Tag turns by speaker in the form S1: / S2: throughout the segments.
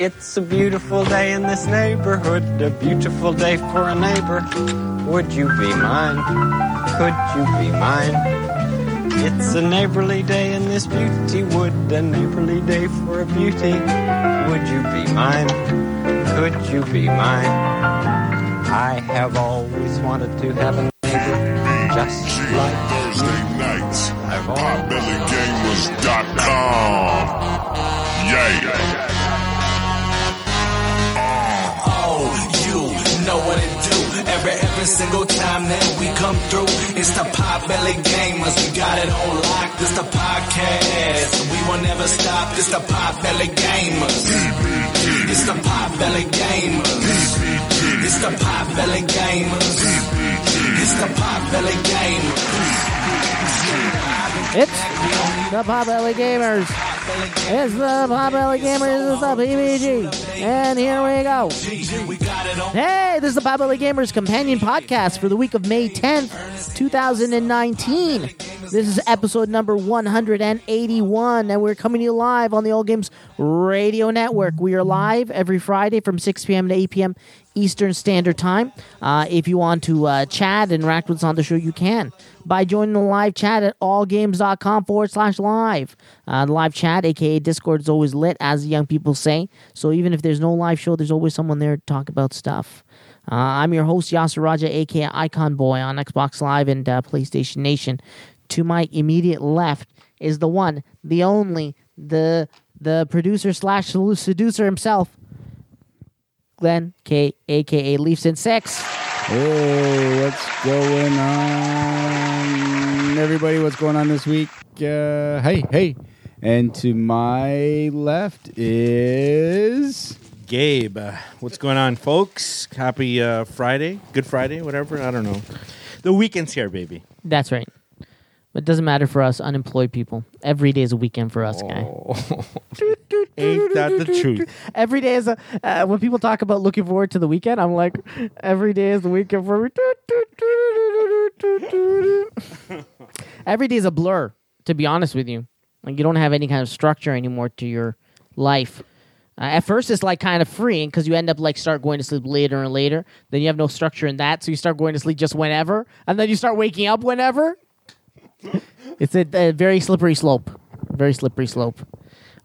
S1: It's a beautiful day in this neighborhood, a beautiful day for a neighbor. Would you be mine? Could you be mine? It's a neighborly day in this beauty wood, a neighborly day for a beauty. Would you be mine? Could you be mine? I have always wanted to have a neighbor just like
S2: Thursday nights at potbellygamers.com. Yeah.
S3: Oh, you know what it do. Every every single time that we come through, it's the Pop Belly Gamers. We got it on lock. This the podcast. We will never stop. This the Pop Belly Gamers. It's the Pop Belly Gamers. It's the Pop Belly Gamers. It's the Pop Belly Gamers.
S4: It's the Pop Alley Gamers. It's the Pop Alley Gamers. It's the PBG. And here we go.
S3: We got it on.
S4: Hey, this is the Pop Alley Gamers companion podcast for the week of May 10th, 2019. This is episode number 181, and we're coming to you live on the Old Games Radio Network. We are live every Friday from 6 p.m. to 8 p.m. Eastern Standard Time. Uh, if you want to uh, chat and interact with us on the show, you can by joining the live chat at allgames.com forward slash live. Uh, the live chat, aka Discord, is always lit, as the young people say. So even if there's no live show, there's always someone there to talk about stuff. Uh, I'm your host, Yasser Raja, aka Icon Boy, on Xbox Live and uh, PlayStation Nation. To my immediate left is the one, the only, the the producer slash seducer himself, Glenn K, aka Leafs in Six.
S5: Hey, what's going on, everybody? What's going on this week? Uh, hey, hey. And to my left is.
S6: Gabe, uh, what's going on, folks? Happy uh, Friday, Good Friday, whatever. I don't know. The weekend's here, baby.
S4: That's right. But it doesn't matter for us unemployed people. Every day is a weekend for us, guy.
S6: Ain't that the truth?
S4: Every day is a. Uh, when people talk about looking forward to the weekend, I'm like, every day is the weekend for me. every day is a blur, to be honest with you. Like you don't have any kind of structure anymore to your life. Uh, at first, it's like kind of freeing because you end up like start going to sleep later and later. Then you have no structure in that, so you start going to sleep just whenever, and then you start waking up whenever. it's a, a very slippery slope. Very slippery slope.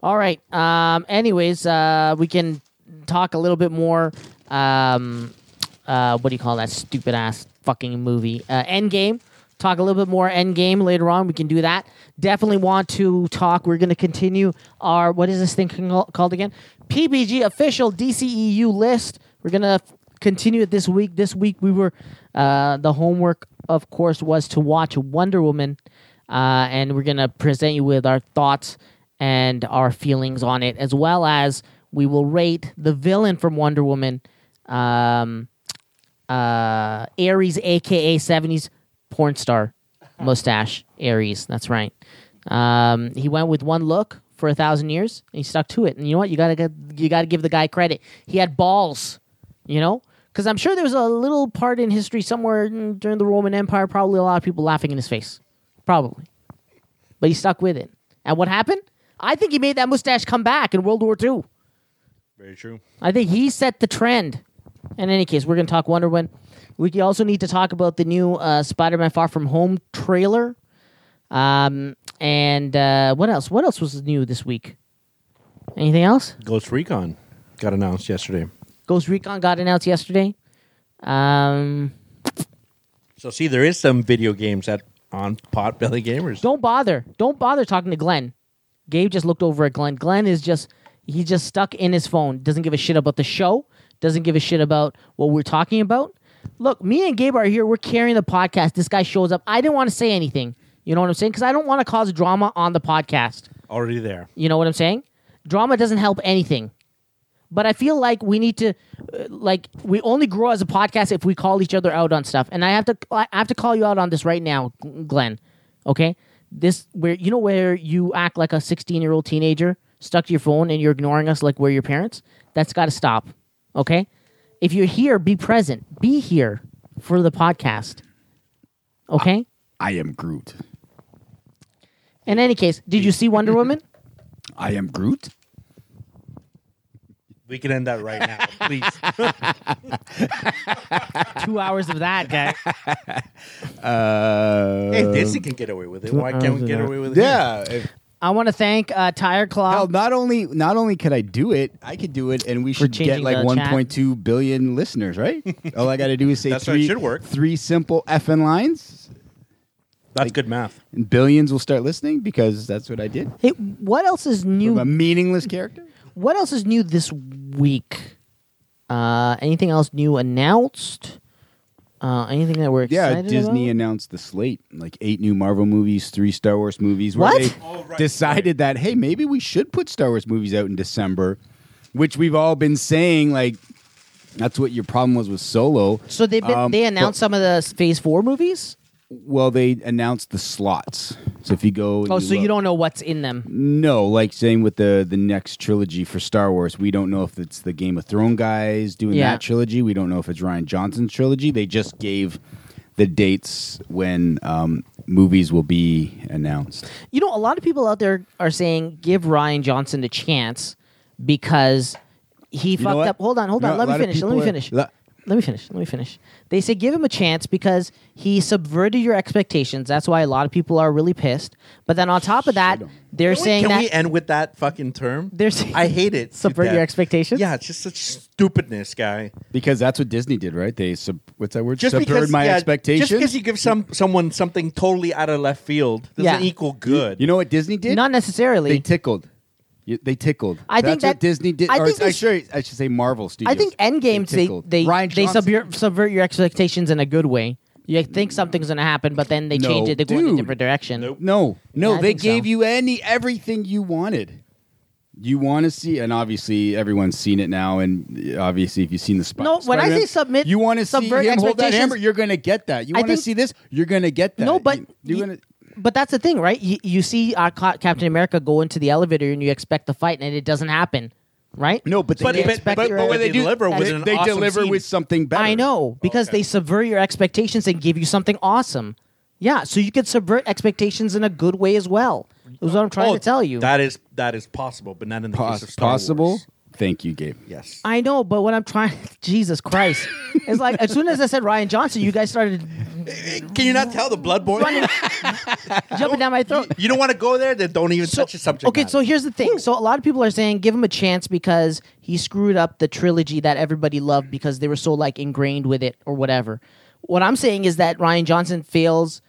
S4: All right. Um, anyways, uh, we can talk a little bit more. Um, uh, what do you call that stupid ass fucking movie? Uh, Endgame. Talk a little bit more Endgame later on. We can do that. Definitely want to talk. We're going to continue our what is this thing con- called again? PBG official DCEU list. We're going to f- continue it this week. This week we were uh, the homework, of course, was to watch Wonder Woman, uh, and we're going to present you with our thoughts and our feelings on it, as well as we will rate the villain from Wonder Woman, um, uh, Aries, aka '70s porn star mustache, Aries. That's right. Um, he went with one look for a thousand years, and he stuck to it. And you know what? You gotta get- you gotta give the guy credit. He had balls, you know. Because I'm sure there was a little part in history somewhere mm, during the Roman Empire, probably a lot of people laughing in his face, probably but he stuck with it. And what happened? I think he made that mustache come back in World War II.
S6: Very true.
S4: I think he set the trend. In any case, we're going to talk Wonder Woman. We also need to talk about the new uh, Spider-Man Far From Home trailer. Um, and uh, what else? What else was new this week? Anything else?
S6: Ghost Recon got announced yesterday.
S4: Ghost Recon got announced yesterday. Um,
S6: So, see, there is some video games at on Potbelly Gamers.
S4: Don't bother. Don't bother talking to Glenn. Gabe just looked over at Glenn. Glenn is just he's just stuck in his phone. Doesn't give a shit about the show. Doesn't give a shit about what we're talking about. Look, me and Gabe are here. We're carrying the podcast. This guy shows up. I didn't want to say anything. You know what I'm saying? Because I don't want to cause drama on the podcast.
S6: Already there.
S4: You know what I'm saying? Drama doesn't help anything. But I feel like we need to, uh, like, we only grow as a podcast if we call each other out on stuff. And I have to, I have to call you out on this right now, Glenn. Okay, this where you know where you act like a 16 year old teenager stuck to your phone and you're ignoring us like we're your parents. That's got to stop. Okay, If you're here, be present. Be here for the podcast. Okay?
S5: I am Groot.
S4: In any case, did you see Wonder Woman?
S5: I am Groot.
S6: We can end that right now, please.
S4: Two hours of that, guy.
S5: Uh,
S6: hey, Disney can get away with it. Why can't we get away with it?
S5: yeah. if-
S4: I want to thank uh, Tire Claw.
S6: Um,
S5: hell, not only not only could I do it, I could do it, and we should get
S4: changing
S5: like
S4: the chat.
S5: 1.2 billion listeners, right? All I got to do is say
S6: That's how it
S5: three,
S6: should work.
S5: three simple effing lines,
S6: That's good math.
S5: and billions will start listening because that's what I did.
S4: Hey, what else is
S5: I'm
S4: new?
S5: a meaningless character.
S4: What else is new this week? Uh, anything else new announced? Uh, anything that we're
S5: Yeah,
S4: excited
S5: Disney
S4: about?
S5: announced the slate, like eight new Marvel movies, three Star Wars movies. Where
S4: What?
S5: they decided that hey, maybe we should put Star Wars movies out in December, which we've all been saying like that's what your problem was with Solo.
S4: so they've been,
S5: Um,
S4: they announced some of the s- Phase Four movies.
S5: Well, they announced the slots. So if you go, and
S4: Oh, so you
S5: look-
S4: don't know what's in them.
S5: No, like same with the the next trilogy for Star Wars. We don't know if it's the Game of Thrones guys doing
S4: Yeah.
S5: that trilogy. We don't know if it's Ryan Johnson's trilogy. They just gave the dates when um, movies will be announced.
S4: You know, a lot of people out there are saying give Ryan Johnson a chance because he
S5: know
S4: fucked
S5: what?
S4: up. Hold on, hold
S5: You know,
S4: on.
S5: a
S4: Let me
S5: lot of
S4: finish. Let
S5: people
S4: me
S5: are-
S4: finish.
S5: lo-
S4: Let me finish. Let me finish. They say give him a chance because he subverted your expectations. That's why a lot of people are really pissed. But then on top of that, they're
S6: Can we-
S4: saying
S6: can
S4: that
S6: we end with that fucking term?
S4: They're saying-
S6: I hate it. to
S4: Subvert your
S6: death.
S4: expectations?
S6: Yeah, it's just such stupidness, guy.
S5: Because that's what Disney did, right? They sub what's that word?
S6: Just
S5: Subvert
S6: because
S5: my
S6: yeah,
S5: expectations.
S6: Just because you give some someone something totally out of left field doesn't
S4: Yeah.
S6: equal good.
S5: you know what Disney did?
S4: not necessarily.
S5: they tickled. You- They tickled.
S4: I think
S5: That's
S4: that-
S5: what Disney did.
S4: I
S5: or
S4: think
S5: I
S4: they sh-
S5: should, I should say Marvel
S4: I
S5: Studios.
S4: think Endgame they
S5: tickled.
S4: they
S5: Ryan
S4: they
S5: Johnson-
S4: subvert, subvert your expectations in a good way. You think something's going to happen, but then they
S5: No,
S4: change it to go in a
S5: dude.
S4: different direction.
S6: Nope.
S5: No, no,
S4: Yeah, I
S5: they
S4: think so.
S5: gave you any everything you wanted. You want to see, and obviously everyone's seen it now. And obviously, if you've seen the spot,
S4: No, when I say submit-
S5: you want to see
S4: subvert
S5: him hold that
S4: expectations-
S5: hammer, you're going to get that. You
S4: I
S5: want to
S4: think-
S5: see this, you're going to get that.
S4: No, but
S5: You- you're
S4: you-
S5: gonna-
S4: but that's the thing, right? You, you see uh, Ca- Captain America go into the elevator and you expect the fight, and it doesn't happen, right?
S5: no, but they
S6: But-
S5: did-
S6: but- but-
S4: but what
S5: they,
S4: they
S5: do-
S6: deliver was
S5: they,
S6: an
S5: they
S6: awesome
S5: deliver
S6: scene.
S5: with something better.
S4: I
S6: Oh,
S4: know because they subvert your expectations and give you something awesome. Yeah, so you could subvert expectations in a good way as well. Is what I'm trying to Oh, tell you.
S6: Oh, that is that is possible, but not in the
S5: Pos-
S6: case of Star
S5: possible.
S6: Wars.
S5: Thank you, Gabe.
S6: Yes.
S4: I know, but what I'm trying, Jesus Christ, it's like as soon as I said Ryan Johnson, you guys started
S6: Can you not tell the bloodborne?
S4: jumping down my throat.
S6: you don't want to go there. Then don't even touch the subject.
S4: Okay,
S6: matter.
S4: so here's the thing. So a lot of people are saying give him a chance because he screwed up the trilogy that everybody loved because they were so like ingrained with it or whatever. What I'm saying is that Ryan Johnson fails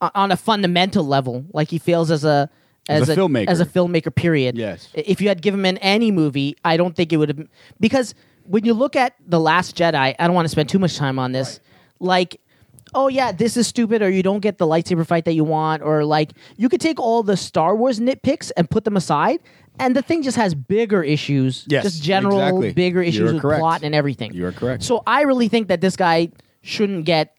S4: o- on a fundamental level. Like he fails as a as,
S5: a filmmaker.
S4: As a filmmaker, period.
S5: Yes.
S4: I- If you had given him in any movie, I don't think it would have because when you look at The Last Jedi, I don't want to spend too much time on this. Like oh yeah, this is stupid, or you don't get the lightsaber fight that you want, or like you could take all the Star Wars nitpicks and put them aside, and the thing just has bigger issues.
S5: Yes,
S4: just general
S5: exactly.
S4: bigger
S5: You
S4: issues
S5: are
S4: with
S5: correct.
S4: plot and everything.
S5: You are correct.
S4: So I really think that this guy shouldn't get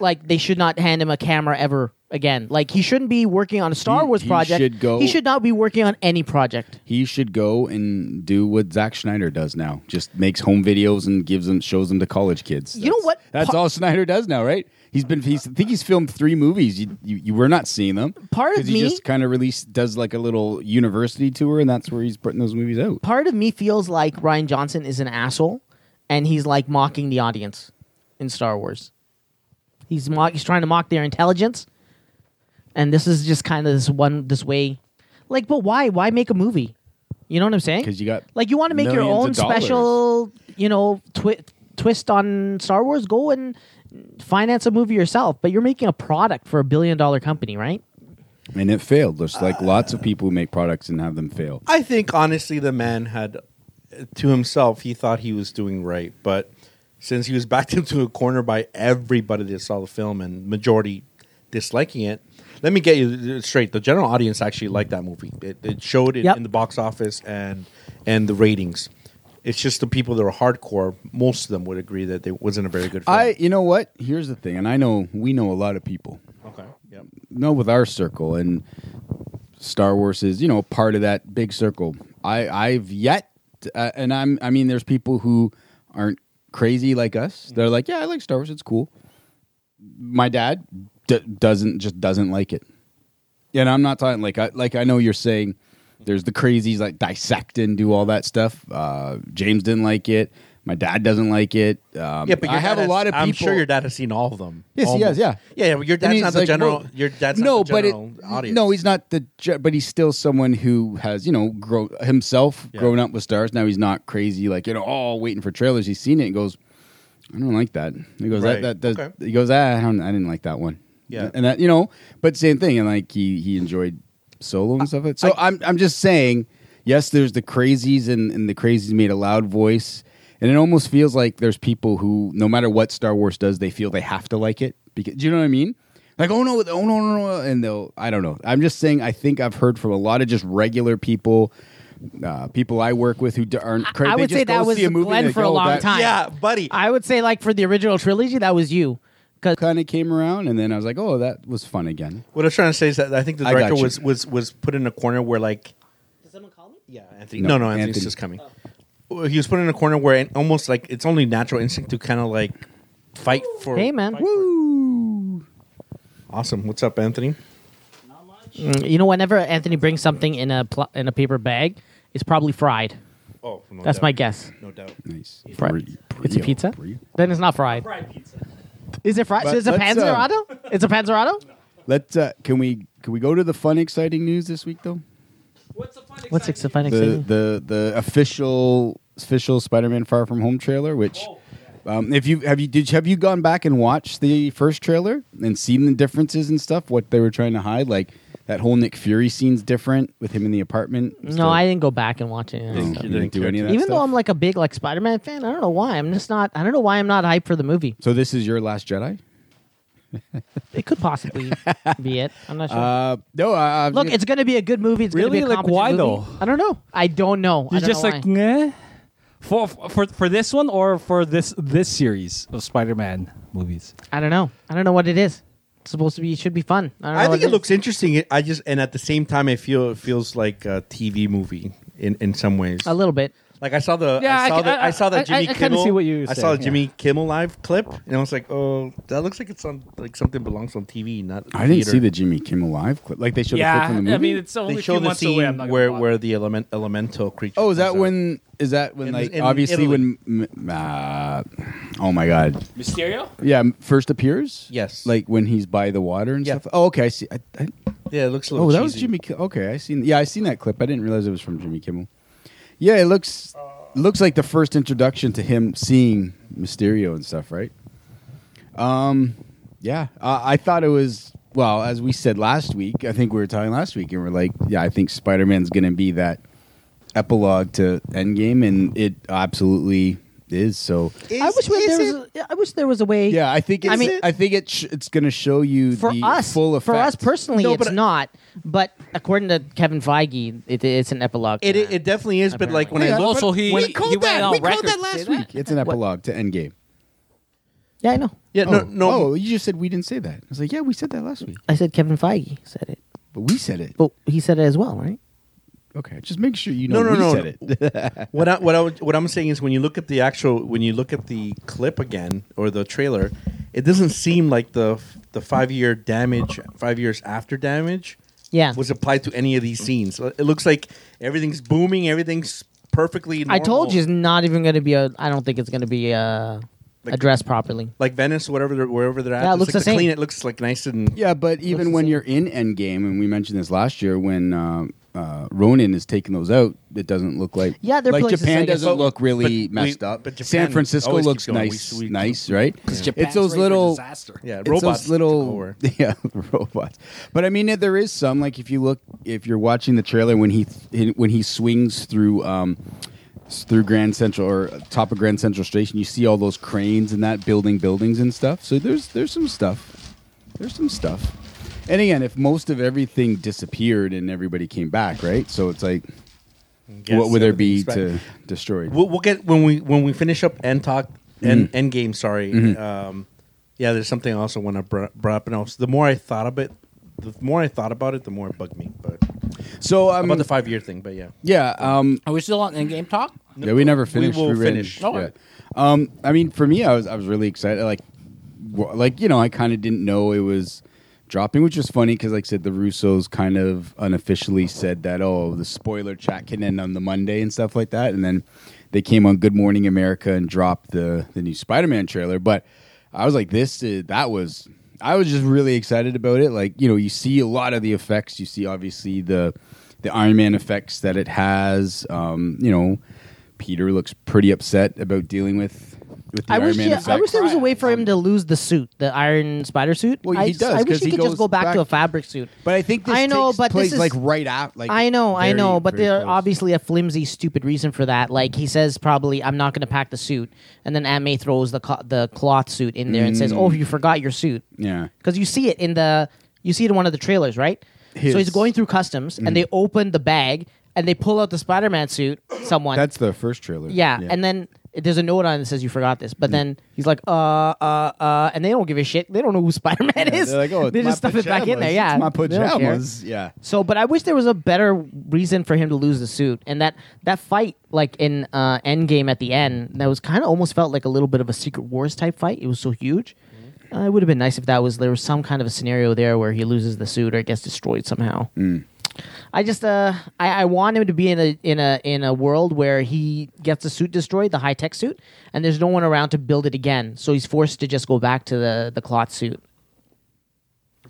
S4: like they should not hand him a camera ever again. Like he shouldn't be working on a Star
S5: He-
S4: Wars
S5: he
S4: project.
S5: should go-
S4: He should not be working on any project.
S5: He should go and do what Zack Schneider does now. Just makes home videos and gives them shows them to college kids.
S4: You know
S5: That's-
S4: what?
S5: That's
S4: Pa-
S5: all Schneider does now, right? He's been he's I think he's filmed 3 movies. You you, you were not seeing them.
S4: Part of
S5: 'Cause he
S4: me-
S5: just kind of released does like a little university tour and that's where he's putting those movies out.
S4: Part of me feels like Ryan Johnson is an asshole, and he's like mocking the audience in Star Wars. He's mock, he's trying to mock their intelligence, and this is just kind of this one this way. Like, but why? Why make a movie? You know what I'm saying?
S5: 'Cause you got
S4: like you want to make your
S5: millions
S4: own
S5: of dollars.
S4: special, you know, twi- twist on Star Wars. Go and finance a movie yourself, but you're making a product for a billion dollar company, right?
S5: And it failed. There's
S4: Uh,
S5: like lots of people who make products and have them fail.
S6: I think honestly, the man had to himself. He thought he was doing right, but since he was backed into a corner by everybody that saw the film and majority disliking it, let me get you straight: the general audience actually liked that movie. It, it showed it
S4: Yep.
S6: in the box office and and the ratings. It's just the people that are hardcore. Most of them would agree that it wasn't a very good film.
S5: I you know what? Here's the thing, and I know we know a lot of people
S6: okay, yep.
S5: no with our circle and star wars is you know part of that big circle i i've yet uh, and i'm i mean there's people who aren't crazy like us.
S6: Mm-hmm.
S5: They're like, yeah, I like Star Wars. It's cool. My dad d- doesn't just doesn't like it. And I'm not talking like I like I know you're saying there's the crazies like dissect and do all that stuff. Uh, James didn't like it. My dad doesn't like it. Um,
S6: Yeah, but your
S5: I have
S6: dad
S5: a lot of
S6: has-
S5: people.
S6: I'm sure your dad has seen all of them.
S5: Yes, he has,
S6: Almost.
S5: yeah.
S6: yeah, yeah. But your
S5: And
S6: dad's
S5: he's
S6: not the
S5: like,
S6: general.
S5: well,
S6: your dad's
S5: no,
S6: not the
S5: but it-
S6: general audience.
S5: No, he's not the. ge- But he's still someone who has you know grow himself
S6: Yeah.
S5: grown up with stars. Now he's not crazy like you know all waiting for trailers. He's seen it and goes, I don't like that. He goes
S6: Right.
S5: that that does.
S6: Okay.
S5: He goes ah, I, don't, I didn't like that one.
S6: Yeah.
S5: and that you know, but same thing. And like he he enjoyed solo and stuff. Like that. So I, am I'm just saying, yes, there's the crazies and and the crazies made a loud voice. And it almost feels like there's people who, no matter what Star Wars does, they feel they have to like it. Because do you know what I mean? Like, oh no, oh no, no, no, and they'll. I don't know. I'm just saying. I think I've heard from a lot of just regular people, uh, people I work with who d- aren't.
S4: I-
S5: cra-
S4: I
S5: they
S4: would
S5: just
S4: say
S5: go
S4: that was
S5: see a movie
S4: Glenn
S5: and they
S4: for a
S5: go,
S4: long
S5: that
S4: time.
S6: Yeah, buddy.
S4: I would say like for the original trilogy, that was you. Because
S5: Kind of came around, and then I was like, oh, that was fun again.
S6: What I was trying to say is that I think the
S5: I got
S6: director
S5: you.
S6: was was was put in a corner where like
S4: Does someone call me?
S6: yeah Anthony
S5: No,
S6: no no, Anthony's
S5: Anthony.
S6: just coming. Well, He was put in a corner where it almost like it's only natural instinct to kind of like fight for.
S4: Hey, man.
S6: fight for-
S5: Woo!
S6: Awesome. What's up, Anthony?
S4: Mm, You know, whenever Anthony brings something in a pl- in a paper bag, it's probably fried.
S6: Oh, no
S4: That's
S6: doubt.
S4: my guess.
S6: No doubt.
S5: Nice.
S4: Fried.
S5: Brie-
S4: It's a
S5: Brie-
S4: pizza.
S5: Brie.
S4: Then it's not fried. Is it fried?
S5: But
S4: So it's a
S5: let's, uh,
S4: panzerado. It's a panzerado.
S5: Let's. Uh, can we? Can we go to the fun, exciting news this week though?
S4: What's exciting?
S5: the the the official official Spider-Man Far From Home trailer. Which, um, if you have you did you- have you gone back and watched the first trailer and seen the differences and stuff, what they were trying to hide, like that whole Nick Fury scene's different with him in the apartment.
S4: No, I didn't go back and watch it.
S5: Still-
S6: You
S5: you
S6: didn't
S5: didn't do any of that.
S4: Even though
S5: stuff?
S4: I'm like a big like Spider-Man fan, I don't know why. I'm just not. I don't know why I'm not hyped for the movie.
S5: so this is your Last Jedi.
S4: It could possibly be it. I'm not sure.
S5: Uh, no, I, I've-
S4: Look, it's going to be a good movie. It's
S7: Really?
S4: Gonna be a
S7: Like,
S4: competent
S7: why,
S4: movie.
S7: though?
S4: I don't know. I don't know. I
S7: You're
S4: don't
S7: just
S4: know
S7: like
S4: why.
S7: "Nyeh?" for for for this one or for this this series of Spider-Man movies.
S4: I don't know. I don't know what it is. It's supposed to be. It should be fun. I, don't know
S6: I
S4: what
S6: think it
S4: is.
S6: looks interesting. It- I just and at the same time, I feel it feels like a TV movie in in some ways.
S4: a little bit.
S6: Like I saw the
S7: Yeah,
S6: I
S7: I
S6: saw
S7: ca-
S6: the I,
S7: I-
S6: saw
S7: I-
S6: that Jimmy
S7: I- I kinda
S6: Kimmel.
S7: see what you
S6: I
S7: say,
S6: saw the
S7: yeah.
S6: Jimmy Kimmel live clip, and I was like, oh, that looks like it's on like something belongs on TV, not.
S5: I didn't
S6: theater.
S5: see the Jimmy Kimmel live clip. Like they showed a clip from the movie.
S7: I mean it's only
S6: They
S7: a few
S6: show the
S7: months
S6: scene
S7: away. I'm not gonna
S6: where
S7: bother.
S6: where the element, elemental creature.
S5: Oh, is that
S6: comes out.
S5: when? Is that when?
S6: In-
S5: like
S6: in
S5: obviously
S6: Italy.
S5: when? m- Uh, oh my god!
S7: Mysterio?
S5: Yeah, m- first appears.
S6: Yes.
S5: like when he's by the water and
S6: Yeah.
S5: stuff. Oh, okay, I see. I, I,
S6: Yeah, it looks. A little
S5: oh, that was
S6: cheesy.
S5: Jimmy. Ki- okay, I seen. Yeah, I seen that clip. I didn't realize it was from Jimmy Kimmel. Yeah, it looks looks like the first introduction to him seeing Mysterio and stuff, right? Um, yeah, uh, I thought it was. Well, as we said last week, I think we were talking last week, and we're like, yeah, I think Spider Man's going to be that epilogue to Endgame, and it absolutely is. So,
S4: I wish there was. A, I wish there was a way.
S5: yeah, I think. It's,
S4: I
S5: I
S4: mean-
S5: mean, I think it sh- it's going to show you
S4: for
S5: the
S4: us,
S5: full effect
S4: for us personally,
S6: No,
S4: it's
S6: but-
S4: not. But according to Kevin Feige, it, it's an epilogue.
S6: It,
S4: to
S6: it,
S4: that.
S6: it definitely is, but like when
S5: Yeah,
S6: I look,
S7: Also, he
S5: We
S7: he
S5: called
S7: went
S5: that-
S7: on
S5: we called
S7: record.
S5: that last
S4: that?
S5: week. It's an epilogue to Endgame.
S4: yeah, I know.
S6: yeah,
S5: oh,
S6: no, no,
S5: Oh, you just said we didn't say that. I was like, yeah, we said that last week,
S4: I said Kevin Feige said it,
S5: but we said it.
S4: but he said it as well, right?
S5: Okay, just make sure you know
S6: No, no,
S5: we
S6: no,
S5: said it.
S6: what I, what I, would- what I'm saying is when you look at the actual when you look at the clip again or the trailer, it doesn't seem like the the five year damage five years after damage
S4: Yeah.
S6: was applied to any of these scenes. It looks like everything's booming, everything's perfectly.
S4: I told
S6: normal.
S4: you it's not even going to be a. I don't think it's going to be uh
S6: Like-
S4: addressed properly.
S6: like Venice, whatever they're, wherever they're at,
S4: Yeah, it
S6: it's
S4: looks
S6: like
S4: the same.
S6: Clean, it looks like nice and
S5: yeah, but even
S4: the
S5: when
S4: same.
S5: you're in Endgame, and we mentioned this last year when uh, uh, Ronin is taking those out, it doesn't look like
S4: Yeah, there are
S5: like
S4: places, I
S5: Japan
S4: guess.
S5: doesn't
S4: But-
S5: look really
S6: but we-
S5: messed up.
S6: but
S5: San
S6: Japan
S5: Francisco
S6: always
S5: looks
S6: keeps going.
S5: nice,
S6: We- we-
S5: nice, right? it's
S7: Japan's
S5: those
S7: ready for
S5: little
S7: disaster.
S6: yeah,
S5: It's those
S6: robots.
S5: little yeah robots but i mean eh, there is some like if you look if you're watching the trailer when he th- when he swings through um s- through grand central or uh, top of grand central station you see all those cranes and that building buildings and stuff so there's there's some stuff there's some stuff and again if most of everything disappeared and everybody came back right so it's like what would there be to
S6: uh?
S5: destroy
S6: We'll, we'll get when we when we finish up and talk and end game. Sorry. Um, yeah, there's something I also want to br- brought up, and also the more I thought of it, the more I thought about it, the more it bugged me. But
S5: so um,
S6: about the five year thing, but yeah,
S5: yeah um
S7: Are we still on in-game talk?
S5: Yeah, we never finished.
S6: will
S5: ran-
S6: finish.
S5: yeah. Um, I mean, for me, I was I was really excited. Like, wh- like you know, I kind of didn't know it was dropping, which was funny because, like I said, the Russos kind of unofficially said that oh, the spoiler chat can end on the Monday and stuff like that, and then they came on Good Morning America and dropped the the new Spider Man trailer. But I was like, this is, that was. I was just really excited about it. Like, you know, you see a lot of the effects. You see, obviously, the the Iron Man effects that it has. Um, you know, Peter looks pretty upset about dealing with with the
S4: I
S5: Iron
S4: wish,
S5: Man
S4: he- I
S5: effect.
S4: wish there was a way for him to lose the suit, the Iron Spider suit.
S5: um, Well,
S4: I,
S5: he
S4: just-
S5: does,
S4: I wish
S5: 'cause
S4: he
S5: he
S4: could just
S5: goes
S4: go back,
S5: back-
S4: to a fabric suit.
S5: but I think this
S4: I know,
S5: takes
S4: but this
S5: place
S4: is-
S5: like right out. Like
S4: I know, I
S5: very-
S4: know, but
S5: very
S4: there's
S5: close.
S4: obviously a flimsy, stupid reason for that. Like he says, probably I'm not going to pack the suit, and then Aunt May throws the co- the cloth suit in there and says, "Oh, you forgot your suit."
S5: Mm. Yeah.
S4: because you see it in the you see it in one of the trailers, right? So he's
S5: His. Mm.
S4: going through customs, and they open the bag, and they pull out the Spider-Man suit. Someone
S5: That's the first trailer.
S4: Yeah, and then there's a note on it that says you forgot this, but then he's like, uh, uh, uh, and they don't give a shit. They don't know who Spider Man
S5: Yeah,
S4: is.
S5: they're like, oh, it's
S4: they
S5: my
S4: just stuff it back in
S5: pajamas.
S4: there. Yeah,
S5: it's my
S4: They don't care.
S5: pajamas. Yeah,
S4: So, but I wish there was a better reason for him to lose the suit, and that that fight, like in uh, Endgame at the end, that was kind of almost felt like a little bit of a Secret Wars type fight. It was so huge.
S5: Mm-hmm.
S4: Uh, it would have been nice if that was there was some kind of a scenario there where he loses the suit or gets destroyed somehow. I just uh I, I want him to be in a in a in a world where he gets the suit destroyed, the high tech suit, and there's no one around to build it again. So he's forced to just go back to the the cloth suit.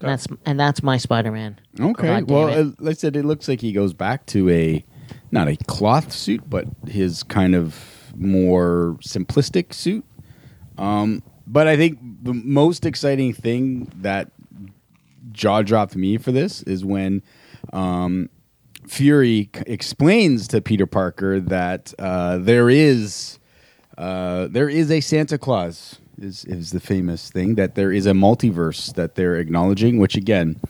S4: And that's and that's my Spider Man.
S5: Okay. Well, uh, like I said, it looks like he goes back to a not a cloth suit, but his kind of more simplistic suit. Um, but I think the most exciting thing that jaw dropped me for this is when um, Fury c- explains to Peter Parker that uh, there is uh, there is a Santa Claus is is the famous thing that there is a multiverse that they're acknowledging, which again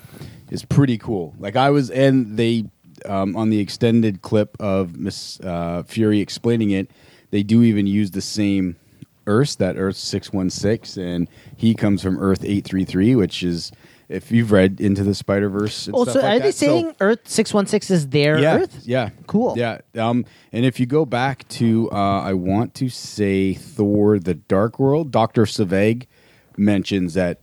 S5: is pretty cool. Like I was, and they um, on the extended clip of Miss uh, Fury explaining it, they do even use the same Earth, that Earth six one six, and he comes from Earth eight three three, which is if you've read into the Spider Verse.
S4: Oh, so
S5: like
S4: are
S5: that,
S4: they
S5: so-
S4: saying Earth six one six is their
S5: yeah,
S4: Earth?
S5: Yeah.
S4: Cool.
S5: Yeah. Um, and if you go back to, uh, I want to say Thor the Dark World, Dr. Saveg mentions that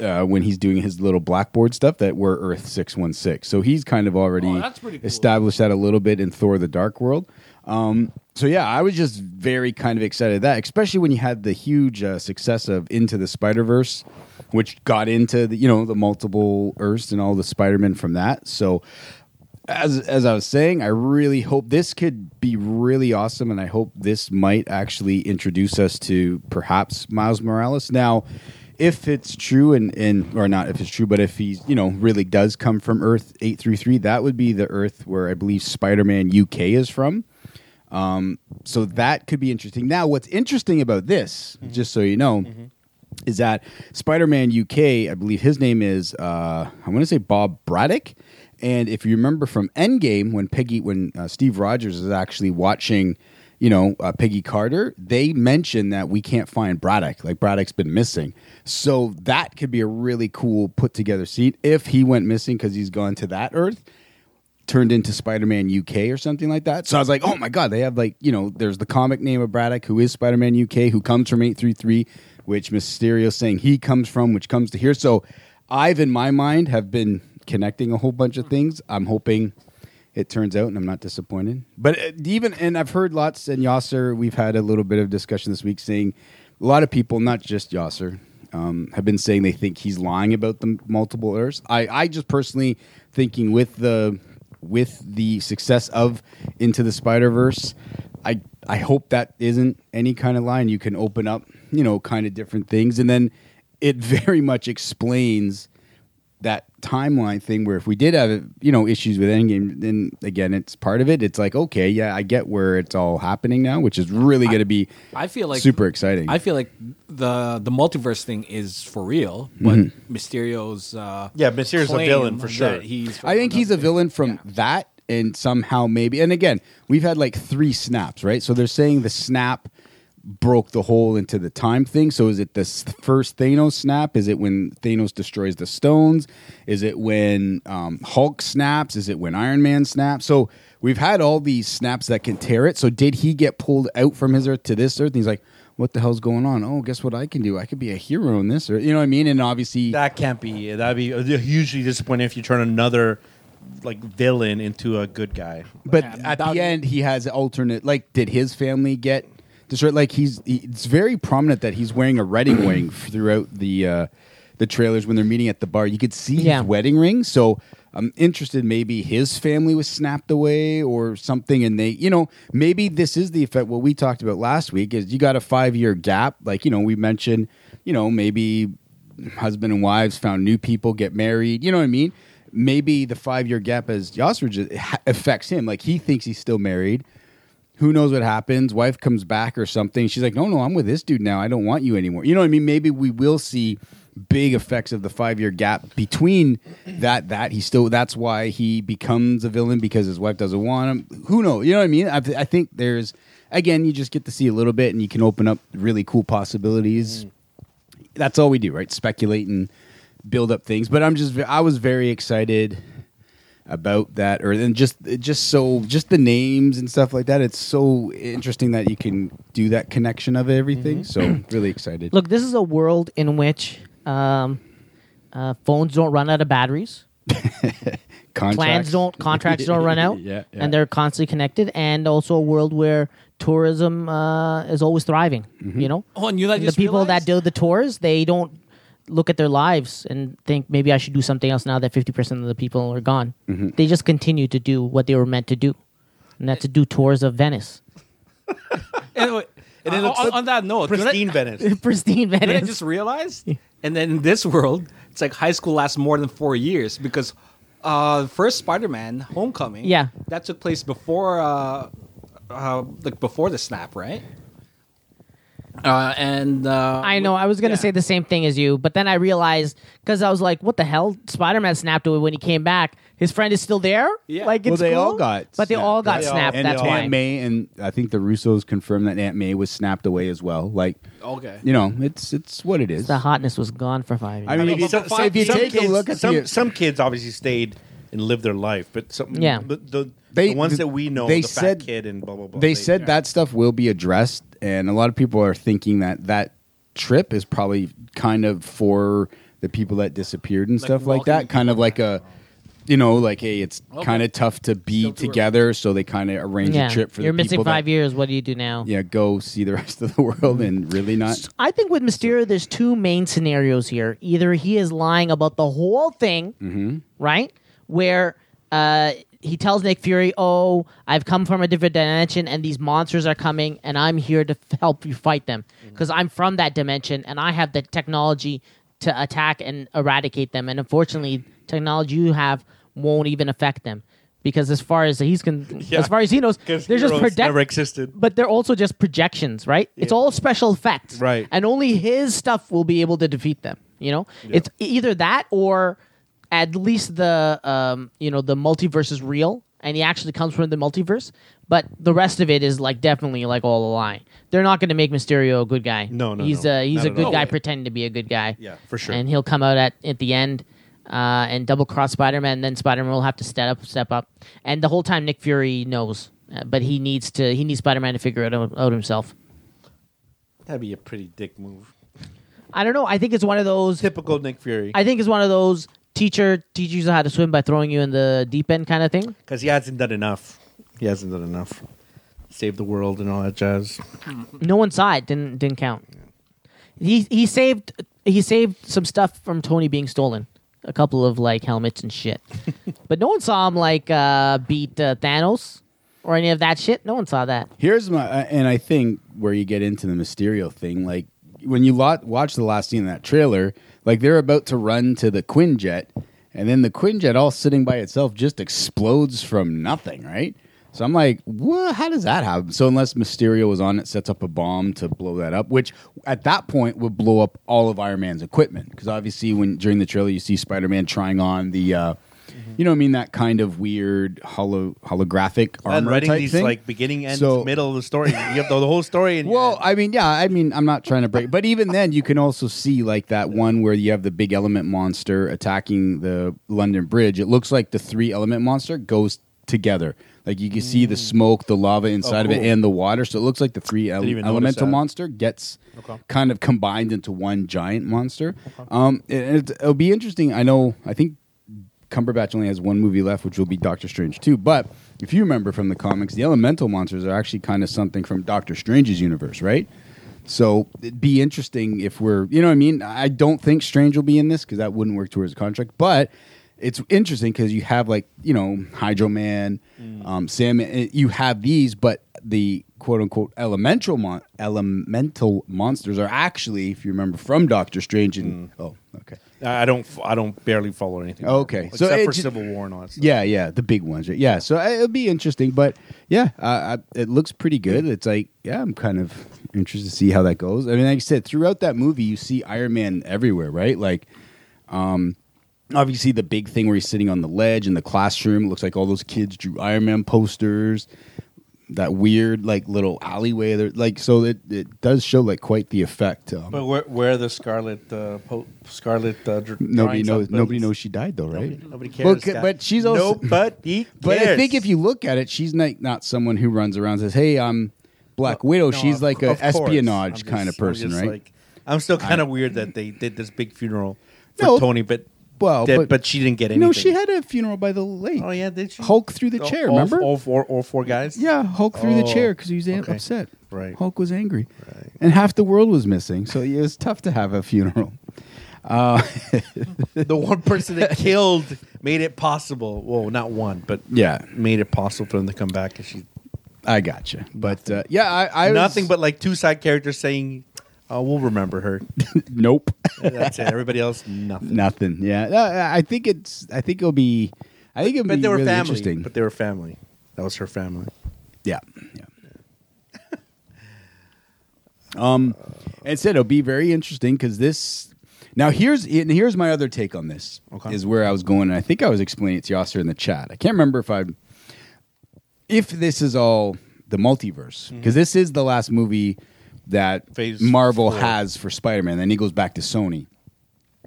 S5: uh, when he's doing his little blackboard stuff that we're Earth 616. So he's kind of already established that a little bit in Thor the Dark World. Um, so yeah, I was just very kind of excited at that, especially when you had the huge uh, success of Into the Spider Verse, which got into the, you know the multiple Earths and all the Spider Men from that. So as as I was saying, I really hope this could be really awesome, and I hope this might actually introduce us to perhaps Miles Morales. Now, if it's true and and or not, if it's true, but if he's you know really does come from Earth eight three three, that would be the Earth where I believe Spider Man UK is from. Um, so that could be interesting. Now, what's interesting about this, just so you know. Is that Spider Man UK? I believe his name is uh, I want to say Bob Braddock, and if you remember from Endgame, when Peggy, when uh, Steve Rogers is actually watching, you know, uh, Peggy Carter, they mention that we can't find Braddock. Like Braddock's been missing, so that could be a really cool put together scene if he went missing because he's gone to that Earth, turned into Spider Man UK or something like that. So I was like, oh my god, they have like you know, there's the comic name of Braddock who is Spider Man UK who comes from eight three three, which Mysterio's saying he comes from, which comes to here. So I've in my mind have been connecting a whole bunch of things. I'm hoping it turns out, and I'm not disappointed. But uh, even and I've heard lots and Yasser, we've had a little bit of discussion this week, saying a lot of people, not just Yasser, um, have been saying they think he's lying about the multiple Earths. I, I just personally thinking with the with the success of Into the Spider Verse, I I hope that isn't any kind of line. You can open up, you know, kind of different things, and then it very much explains that timeline thing where if we did have you know issues with Endgame, then again it's part of it. It's like okay, yeah, I get where it's all happening now, which is really going to be
S8: I feel like
S5: super exciting.
S8: I feel like the the multiverse thing is for real, but
S5: Mm-hmm.
S8: Mysterio's uh,
S6: Yeah, Mysterio's a
S8: claim
S6: villain for sure.
S8: that He's
S5: I think he's a villain from that, and somehow maybe. And again, we've had like three snaps, right? So they're saying the snap broke the hole into the time thing. So is it the s- first Thanos snap? Is it when Thanos destroys the stones? Is it when um, Hulk snaps? Is it when Iron Man snaps? So we've had all these snaps that can tear it. So did he get pulled out from his earth to this earth? And he's like, what the hell's going on? Oh, guess what I can do? I could be a hero in this earth. You know what I mean? And obviously,
S6: That can't be. That'd be hugely disappointing if you turn another like villain into a good guy.
S5: but
S8: Yeah,
S5: at
S8: that-
S5: the end, he has alternate. Like, did his family get destroyed? Like, he's he, it's very prominent that he's wearing a wedding ring throughout the uh, the trailers when they're meeting at the bar. You could see
S4: Yeah.
S5: his wedding ring. So I'm interested. Maybe his family was snapped away or something, and they, you know, maybe this is the effect. What we talked about last week is you got a five year gap. Like, you know, we mentioned, you know, maybe husband and wives found new people, get married. You know what I mean? Maybe the five year gap as Yasser it ha- affects him. Like he thinks he's still married. Who knows what happens? Wife comes back or something. She's like, no, no, I'm with this dude now. I don't want you anymore. You know what I mean? Maybe we will see big effects of the five year gap between that that he still that's why he becomes a villain because his wife doesn't want him who knows you know what i mean i, I think there's again you just get to see a little bit and you can open up really cool possibilities that's all we do, right? Speculate and build up things. But I'm just I was very excited about that, or and just just so just the names and stuff like that. It's so interesting that you can do that connection of everything. So really excited.
S4: Mm-hmm. Look, this is a world in which um, uh, phones don't run out of batteries. plans
S5: Contracts.
S4: don't contracts don't run out
S5: Yeah, yeah.
S4: and they're constantly connected and also a world where tourism uh, is always thriving
S5: Mm-hmm.
S4: you know
S8: Oh, and you like
S4: the people that do the tours they don't look at their lives and think maybe i should do something else now that 50% of the people are gone
S5: Mm-hmm.
S4: they just continue to do what they were meant to do and that's to do tours of venice
S8: Anyway, and then on, on that note, you know
S6: Pristine Venice.
S4: pristine
S8: what I
S4: venice
S8: just realized, and then in this world, it's like high school lasts more than four years because uh, the first Spider-Man: Homecoming,
S4: Yeah.
S8: that took place before, uh, uh, like before the snap, right? Uh, and uh,
S4: I know. I was gonna
S8: yeah.
S4: say the same thing as you, but then I realized because I was like, "What the hell?" Spider Man snapped away when he came back. His friend is still there.
S8: Yeah.
S4: Like,
S5: Well,
S4: it's
S5: they all
S4: cool?
S5: got
S4: but they all
S5: snapped.
S4: got
S5: They
S6: all-
S4: snapped.
S5: and
S4: That's
S5: Aunt
S4: why.
S5: May and I think the Russos confirmed that Aunt May was snapped away as well. Like,
S8: Okay.
S5: you know, it's it's what it is.
S4: The hotness was gone for five years.
S5: I mean, if you, so if you take
S6: kids,
S5: a look at
S6: some,
S5: the,
S6: some kids obviously stayed and lived their life, but some
S4: Yeah.
S6: but the,
S5: They-
S6: the ones
S5: th-
S6: that we know,
S5: they
S6: the
S5: said-
S6: fat kid and blah blah blah.
S5: they said that stuff will be addressed, and a lot of people are thinking that that trip is probably kind of for the people that disappeared and
S8: Like
S5: stuff like that.
S8: welcoming
S5: Kind of like a, you know, like hey, it's
S8: Okay.
S5: kind of tough to be
S8: Still too early.
S5: together, so they kind of arrange
S4: yeah.
S5: a trip for
S4: You're
S5: the
S4: missing
S5: people that-
S4: five years. What do you do now?
S5: Yeah, go see the rest of the world and really not.
S4: I think with Mysterio, there's two main scenarios here. Either he is lying about the whole thing, right? Where uh, he tells Nick Fury, "Oh, I've come from a different dimension, and these monsters are coming, and I'm here to f- help you fight them because I'm from that dimension, and I have the technology to attack and eradicate them. And unfortunately, technology you have won't even affect them." Because as far as he's con- as far as he knows, they're
S6: Because
S4: just
S6: heroes
S4: protect-
S6: never existed.
S4: but they're also just projections, right? It's all special effects,
S6: Right.
S4: And only his stuff will be able to defeat them. You know, it's e-, either that or at least the um, you know the multiverse is real and he actually comes from the multiverse. But the rest of it is like definitely like all a lie. They're not going to make Mysterio a good guy.
S6: No, no,
S4: he's
S6: no.
S4: a he's
S6: Not
S4: a
S6: at
S4: good
S6: all.
S4: guy pretending to be a good guy.
S6: Yeah, for sure.
S4: And he'll come out at at the end. Uh, and double cross Spider Man, then Spider Man will have to step up, step up, and the whole time Nick Fury knows, uh, but he needs to, he needs Spider Man to figure it out, out himself.
S6: that'd be a pretty dick move.
S4: I don't know. I think it's one of those.
S6: Typical Nick Fury
S4: I think it's one of those teacher teaches you how to swim by throwing you in the deep end kind of thing.
S6: because he hasn't done enough. He hasn't done enough. Save the world and all that jazz.
S4: No one saw it. Didn't didn't count. He he saved he saved some stuff from Tony being stolen. A couple of like helmets and shit, but no one saw him like uh, beat uh, Thanos or any of that shit. No one saw that.
S5: Here's my, uh, and I think where you get into the Mysterio thing, like when you lot, watch the last scene of that trailer, like they're about to run to the Quinjet, and then the Quinjet, all sitting by itself, just explodes from nothing, right? So I'm like, what? How does that happen? So unless Mysterio was on it, sets up a bomb to blow that up, which at that point would blow up all of Iron Man's equipment, because obviously when during the trailer you see Spider-Man trying on the. Uh,
S6: Mm-hmm.
S5: You know what I mean? That kind of weird holo- holographic armor
S6: I'm writing
S5: type
S6: these
S5: thing.
S6: like beginning, end,
S5: So-
S6: middle of the story. You have the, the whole story. In your
S5: Well,
S6: head.
S5: I mean, yeah, I mean, I'm not trying to break, but even then, you can also see like that one where you have the big element monster attacking the London Bridge. It looks like the three element monster goes together. Like you can see the smoke, the lava inside of
S6: Mm. Oh, cool.
S5: it, and the water. So it looks like the three ele-
S6: even notice
S5: elemental
S6: that.
S5: monster gets kind of combined into one giant monster. Um, it, it'll be interesting. I know. I think Cumberbatch only has one movie left, which will be Doctor Strange 2. But if you remember from the comics, the elemental monsters are actually kind of something from Doctor Strange's universe, right? So it'd be interesting if we're, you know what I mean? I don't think Strange will be in this because that wouldn't work towards a contract. But it's interesting because you have like, you know, Hydro Man, um, Sam, eh, you have these, but the quote unquote elemental mon- elemental monsters are actually, if you remember from Doctor Strange, and oh, okay.
S6: I I don't. f- I don't barely follow anything.
S5: Okay, so
S6: except
S5: it
S6: for
S5: ju-
S6: Civil War and all that stuff.
S5: Yeah, yeah, the big ones. right? Yeah, so uh, it'll be interesting, but yeah, uh, I, it looks pretty good. It's like, yeah, I'm kind of interested to see how that goes. I mean, like I said, throughout that movie, you see Iron Man everywhere, right? Like, um, obviously the big thing where he's sitting on the ledge in the classroom. It looks like all those kids drew Iron Man posters. That weird, like little alleyway there, like so it, it does show like quite the effect. Um,
S6: But where, where the Scarlet uh, po- Scarlet uh, dr-
S5: nobody
S6: drawings
S5: knows.
S6: on
S5: Nobody
S6: buildings?
S5: knows she died though, right?
S6: Nobody, nobody cares.
S5: But,
S6: Scott.
S5: but she's also
S6: Nobody
S5: But I
S6: cares.
S5: think if you look at it, she's not, not someone who runs around and says, "Hey, I'm Black Widow."
S6: No,
S5: she's
S6: of-
S5: like an
S6: of course. I'm
S5: espionage
S6: just-
S5: kind of
S6: I'm
S5: person,
S6: just
S5: right?
S6: like- I'm still kind of weird that they did this big funeral for
S5: No,
S6: Tony, but
S5: well,
S6: that-
S5: but-
S6: but, she didn't get anything.
S5: no, she had a funeral by the lake.
S6: Oh yeah, did she?
S5: Hulk through the
S6: All-
S5: chair.
S6: all-
S5: remember?
S6: all four, all four guys.
S5: yeah, Hulk through the
S6: Oh,
S5: chair because he was an-
S6: okay.
S5: upset.
S6: Right.
S5: Hulk was angry,
S6: Right.
S5: and half the world was missing, so it was tough to have a funeral.
S6: the one person that killed made it possible. Well, not one, but
S5: Yeah.
S6: made it possible for them to come back. And she
S5: I gotcha, but uh, yeah, I, I was-
S6: nothing but like two side characters saying, "Oh, we'll remember her."
S5: nope.
S6: That's it. Everybody else, nothing.
S5: Nothing. Yeah, No, I I think it's. I think it'll be. I think it'll
S6: But
S5: be
S6: they were
S5: really
S6: family.
S5: interesting.
S6: But they were family. That was her family.
S5: Yeah. Yeah. um, and said it'll be very interesting because this. Now here's and here's my other take on this.
S6: Okay.
S5: Is where I was going, and I think I was explaining it to Yasser in the chat. I can't remember if I, if this is all the multiverse because this is the last movie that
S6: Mm-hmm. Phase
S5: Marvel
S6: four.
S5: has for Spider-Man. Then he goes back to Sony.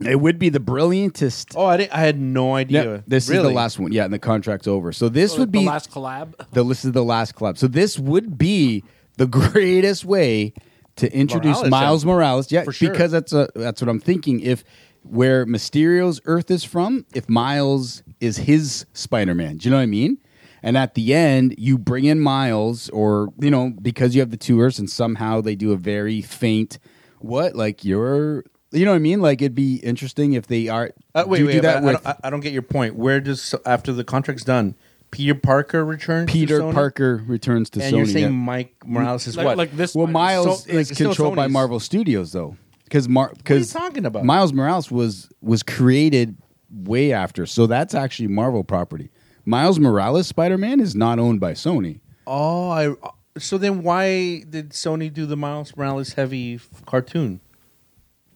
S5: It would be the brilliantest.
S6: Oh, I, didn't, I had no idea.
S5: Yeah, this is the
S6: Really? Oh,
S5: last one. Yeah, and the contract's over. So this would be
S8: the last collab.
S5: the this is the last collab. So this would be the greatest way to introduce
S6: Morales,
S5: Miles
S6: yeah.
S5: Morales. Yeah,
S6: For sure.
S5: because that's a that's what I'm thinking. If where Mysterio's Earth is from, if Miles is his Spider-Man, do you know what I mean? And at the end, you bring in Miles, or you know, because you have the two Earths, and somehow they do a very faint what, like you're, you know what I mean? Like it'd be interesting if they are.
S6: Uh, wait,
S5: do,
S6: wait.
S5: do that
S6: but I,
S5: with
S6: don't, I- I don't get your point. Where does after the contract's done, Peter Parker returns? to
S5: Peter
S6: Sony?
S5: Parker returns to
S6: And
S5: Sony.
S6: you're saying
S5: yeah.
S6: Mike Morales is
S8: Like,
S6: what?
S8: like this.
S5: Well,
S8: one.
S5: Miles
S6: So-
S5: is
S6: it's still
S5: controlled by
S6: Sony's.
S5: Marvel Studios, though, because Mar- cause
S6: talking about?
S5: Miles Morales was was created way after, so that's actually Marvel property. Miles Morales Spider Man is not owned by Sony.
S6: oh, I. So then, why did Sony do the Miles Morales heavy f- cartoon?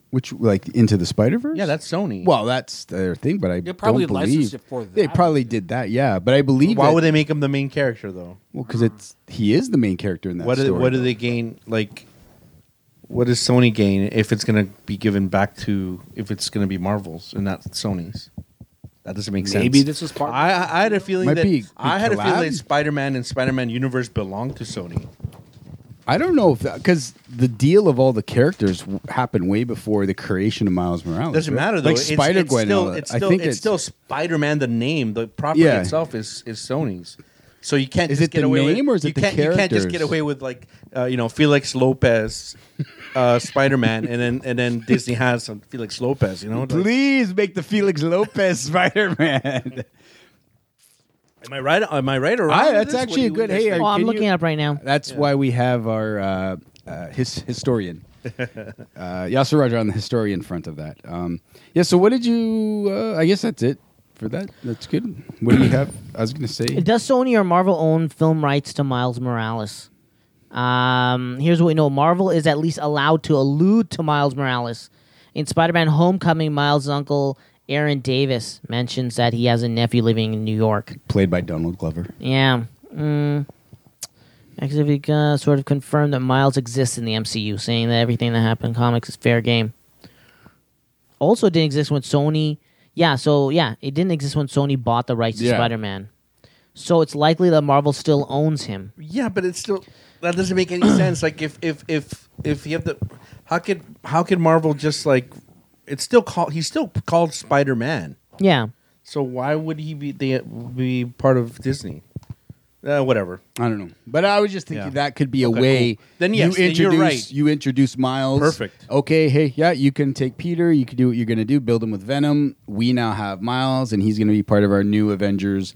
S5: Which like into the Spider Verse?
S6: Yeah, that's Sony.
S5: well, that's their thing. But I
S8: They probably
S5: don't
S8: licensed
S5: believe
S8: it for
S5: they
S8: that.
S5: probably did that. Yeah, but I believe
S6: why
S5: that-
S6: would they make him the main character though?
S5: Well, because it's he is the main character in that
S6: What do,
S5: story.
S6: what do they gain? Like, what does Sony gain if it's going to be given back to if it's going to be Marvel's and not Sony's? That doesn't make sense.
S8: Maybe this was part.
S6: I, I I had a feeling
S5: Might
S6: that
S5: be- be
S6: I had a feeling
S5: collab?
S6: that Spider Man and Spider Man universe belonged to Sony.
S5: I don't know if because the deal of all the characters w- happened way before the creation of Miles Morales.
S6: Doesn't
S5: right?
S6: matter though.
S5: Like
S6: It's-
S5: Spider Gwen.
S6: It's still, it's
S5: I
S6: still,
S5: think
S6: it's, still Spider Man. The name, the property
S5: Yeah.
S6: itself is is Sony's. So you can't
S5: Is it
S6: just get
S5: the
S6: away
S5: name
S6: with,
S5: or is
S6: you
S5: it the
S6: can't, You can't just
S5: characters?
S6: get away with like uh, you know Felix Lopez, uh, Spider Man, and then and then Disney has some Felix Lopez. You know, Like,
S5: Please make the Felix Lopez Spider Man.
S6: am I right? Am I right or wrong?
S5: Ah,
S6: with
S5: that's
S6: this? What
S5: actually
S6: do
S5: a
S6: you
S5: good-
S6: guys
S5: hey,
S6: think?
S4: Oh, I'm
S5: Can
S4: looking
S5: you-
S4: it up right now.
S5: That's why we have our uh, uh, his, historian, uh, Yasser Roger, on the historian front of that. Um, yeah. So, what did you? Uh, I guess that's it for that. That's good. What do you have? I was going to say.
S4: Does Sony or Marvel own film rights to Miles Morales? Um, here's what we know: Marvel is at least allowed to allude to Miles Morales. In Spider-Man: Homecoming, Miles' uncle Aaron Davis mentions that he has a nephew living in New York.
S5: Played by Donald Glover.
S4: Yeah. Mm. Activity uh, sort of confirmed that Miles exists in the MCU, saying that everything that happened in comics is fair game. Also, didn't exist when Sony. Yeah, so yeah, it didn't exist when Sony bought the rights
S5: Yeah.
S4: to Spider Man. So it's likely that Marvel still owns him.
S6: Yeah, but it's still that doesn't make any sense. Like if if if if you have the how could how could Marvel just like it's still called he's still called Spider Man.
S4: Yeah.
S6: So why would he be they be part of Disney? Uh, whatever.
S5: I don't know, but I was just thinking
S6: Yeah.
S5: that could be a
S6: Okay,
S5: way.
S6: cool. Then yes,
S5: you
S6: then you're
S5: introduce
S6: right.
S5: you introduce Miles.
S6: Perfect.
S5: Okay, hey, yeah, you can take Peter. You can do what you're going to do. Build him with Venom. We now have Miles, and he's going to be part of our new Avengers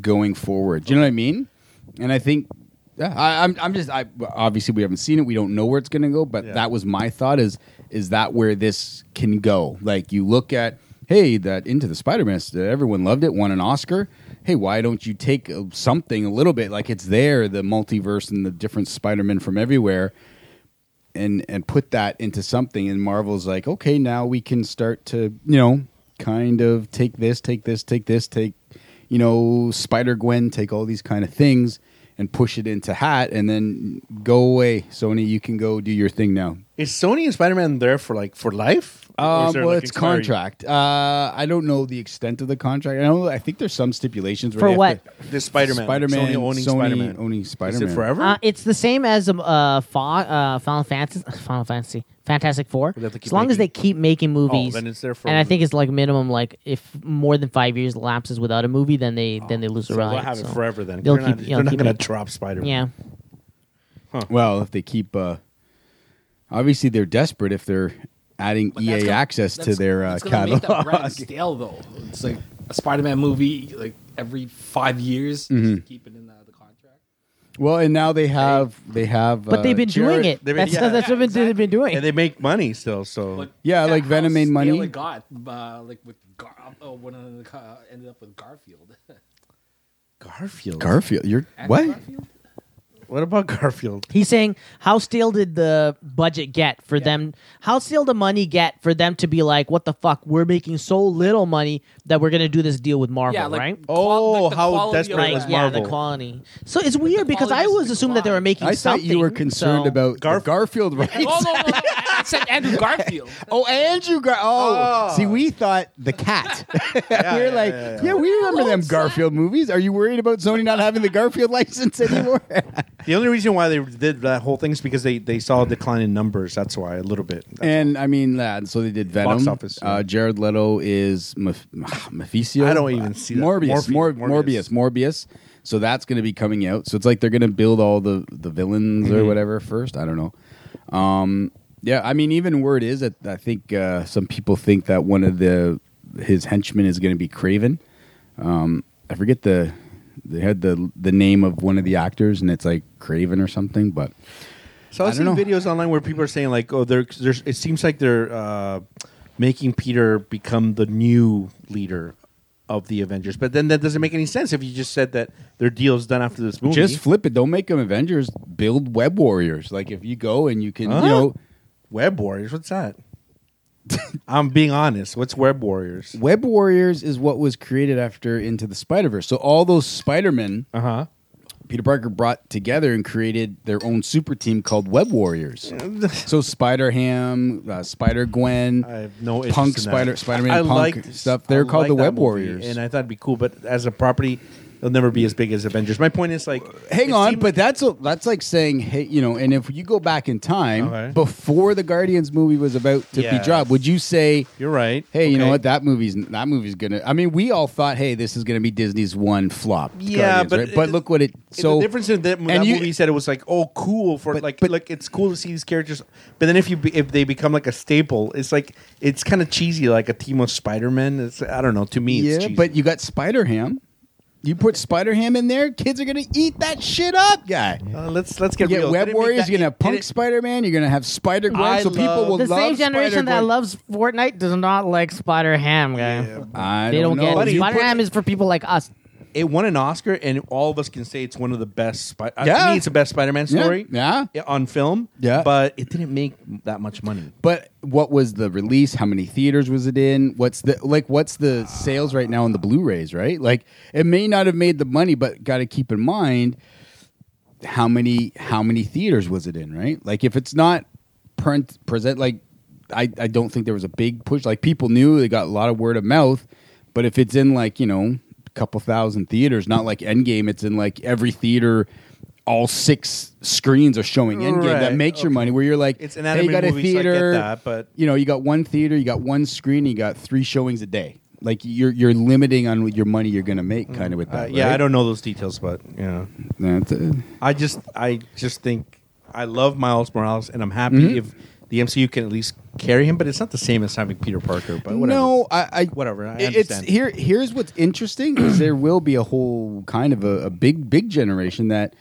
S5: going forward. Do you know what I mean? And I think, yeah, I, I'm, I'm just, I obviously we haven't seen it. We don't know where it's going to go, but
S6: Yeah.
S5: that was my thought. Is is that where this can go? Like you look at. Hey, that Into the Spider-Man, everyone loved it, won an Oscar. Hey, why don't you take uh, something a little bit like it's there, the multiverse and the different Spider-Man from everywhere, and and put that into something and marvel's like okay now we can start to you know kind of take this take this take this take you know spider gwen take all these kind of things and push it into hat and then go away sony you can go do your thing now
S6: Is Sony and Spider Man there for like for life? Or
S5: um,
S6: is there,
S5: well
S6: like,
S5: it's
S6: expiry?
S5: contract uh, i don't know the extent of the contract i know i think there's some stipulations where
S4: For
S5: they have
S4: what?
S5: to-
S6: This Spider Man,
S5: Spider-Man,
S6: Sony owning
S5: Sony
S6: Spider Man,
S5: owning
S6: Is
S5: Spider-Man.
S6: it forever?
S4: Uh, it's the same as um, uh, Fa- uh, Final Fantasy, Final Fantasy, Fantastic Four.
S6: They have to keep
S4: As long as they
S6: making- Oh,
S4: keep making movies,
S6: then it's there for-
S4: and I think it's like minimum like if more than five years elapses without a movie, then they then they lose the
S6: Oh, so
S4: right.
S6: we'll have it
S4: so-
S6: forever then.
S4: They'll
S6: They're not,
S4: keep-
S6: they're
S4: they'll
S6: not
S4: keep
S6: gonna
S4: it.
S6: drop Spider Man.
S4: Yeah,
S5: well if they keep uh, obviously they're desperate if they're adding ea
S8: That's gonna-
S5: E access to
S8: that's-
S5: their uh,
S8: that's gonna make
S5: catalog
S8: that brand stale though. It's like a Spider-Man movie, like every five years,
S5: Mm-hmm.
S8: just keep it in the, the contract.
S5: Well, and now they have they have,
S4: but
S5: uh,
S4: they've been
S5: Jared-
S4: doing it.
S6: they've been-
S4: that's
S6: yeah,
S4: that's what they've been, they've been doing.
S6: And they make money still, so
S8: But
S5: Yeah, like
S8: how
S5: Venom made
S8: stale
S5: money.
S8: It got uh, like with Gar- oh, one of the uh, ended up with Garfield.
S6: Garfield.
S5: Garfield. You're what?
S8: Garfield?
S6: what about Garfield?
S4: He's saying, how stale did the budget get for them? How stale the money get for them to be like, what the fuck? We're making so little money that we're gonna do this deal with Marvel,
S8: Yeah, like
S4: right?
S8: qual- like the
S6: Oh, how
S8: quality of
S6: desperate
S8: that.
S6: was
S4: yeah, the
S6: Marvel.
S4: quality. So it's weird because I
S8: quality
S4: always
S8: just
S4: assumed that they were
S8: declined.
S4: making
S5: I thought
S4: something.
S5: you were concerned
S4: so-
S5: about the
S6: Garf-
S5: Garfield rights.
S8: Oh no, no, no! I said Andrew Garfield.
S5: Oh, Andrew Gar. Oh. see, we thought the cat. we were like, yeah, we remember them Garfield movies. Are you worried about Sony not having the Garfield license anymore?
S6: The only reason why they did that whole thing is because they, they saw a decline in numbers. That's why a little bit. That's
S5: and I mean, that. So they did Venom.
S6: Box office, yeah.
S5: Uh, Jared Leto is Meph- Mephicio.
S6: I don't even see that.
S5: Morbius,
S6: Morphe-
S5: Mor- Morbius, Morbius.
S6: Morbius.
S5: So that's going to be coming out. So it's like they're going to build all the the villains
S6: Mm-hmm.
S5: or whatever first. I don't know. Um, yeah, I mean, even word is that I think uh, some people think that one of the his henchmen is going to be Craven. Um, I forget the they had the the name of one of the actors, and it's like Craven or something. But
S6: So I've
S5: I don't
S6: seen
S5: know.
S6: videos online where people are saying like, oh, they're, there's. It seems like they're uh, making Peter become the new leader of the Avengers. But then that doesn't make any sense if you just said that their deal's done after this movie.
S5: just flip it. Don't make them Avengers. Build Web Warriors. Like if you go and you can, you know.
S6: Web Warriors. What's that? I'm being honest. What's Web Warriors?
S5: Web Warriors is what was created after Into the Spider Verse. So all those Spider Men,
S6: Uh huh.
S5: Peter Parker brought together and created their own super team called Web Warriors. so Spider Ham, uh, Spider Gwen,
S6: I have no interest
S5: Punk
S6: in that.
S5: Spider Spider Man,
S6: I
S5: Punk
S6: liked-
S5: stuff. They're
S6: I
S5: called the
S6: liked
S5: Web
S6: that movie,
S5: Warriors.
S6: and I thought it'd be cool. But as a property, it'll never be as big as Avengers. My point is like,
S5: Hang
S6: it
S5: on,
S6: seemed-
S5: but that's a, that's like saying, hey, you know, and if you go back in time
S6: Okay.
S5: before the Guardians movie was about to be
S6: Yes.
S5: dropped, would you say?
S6: you're right.
S5: Hey, you know
S6: Okay.
S5: what? That movie's that movie's gonna. I mean, we all thought, hey, this is gonna be Disney's one flop.
S6: Yeah,
S5: Guardians,
S6: but
S5: right?
S6: it-
S5: but look what it. So
S6: the difference in that, that
S5: and you-
S6: movie said it was like oh cool for
S5: But-
S6: like
S5: but-
S6: like it's cool to see these characters, but then if you be, if they become like a staple, it's like it's kind of cheesy like a team of Spider Men. It's I don't know to me it's
S5: Yeah,
S6: cheesy.
S5: but you got Spider Ham. You put Spider Ham in there, kids are gonna eat that shit up, guy.
S6: Uh, let's let's
S5: You
S6: get
S5: get
S6: real.
S5: Web
S6: Didn't make
S5: Warriors.
S6: that-
S5: You're gonna
S6: it-
S5: have Punk
S6: didn't-
S5: Spider Man. You're gonna have Spider Gwen.
S6: I
S5: So people
S6: love-
S5: will
S4: the
S5: love
S4: same generation that
S5: Spider-Gwen.
S4: loves Fortnite does not like Spider Ham, guy.
S5: I
S4: they don't,
S5: know.
S4: get it.
S6: you
S4: Spider
S6: put-
S4: Ham is for people like us.
S6: It won an Oscar, and all of us can say it's one of the best. Spi- uh,
S5: Yeah.
S6: to me, it's the best Spider Man
S5: Yeah,
S6: story.
S5: yeah.
S6: on film.
S5: Yeah.
S6: but it didn't make that much money.
S5: But what was the release? How many theaters was it in? What's the like? What's the sales right now on the Blu-rays? Right, like it may not have made the money, but got to keep in mind how many how many theaters was it in? Right, like if it's not print present, like I I don't think there was a big push. Like people knew they got a lot of word of mouth, but if it's in like you know couple thousand theaters. Not like Endgame. It's in like every theater. All six screens are showing Endgame. That
S6: Right,
S5: makes your money. Where you're like,
S6: It's
S5: hey, you
S6: inanimate
S5: got a
S6: movies, so I get
S5: theater,
S6: that, but-
S5: you know, you got one theater, you got one screen, you got three showings a day. Like you're you're limiting on your money you're going to make, kind of with
S6: Uh,
S5: that.
S6: Yeah,
S5: right?
S6: I don't know those details, but you know,
S5: That's it.
S6: I just I just think I love Miles Morales, and I'm happy
S5: Mm-hmm.
S6: if the MCU can at least carry him. But it's not the same as having Peter Parker. But whatever.
S5: No, I, I
S6: Whatever, I
S5: it-
S6: understand.
S5: It's here. Here's what's interesting is there will be a whole kind of a, a big, big generation that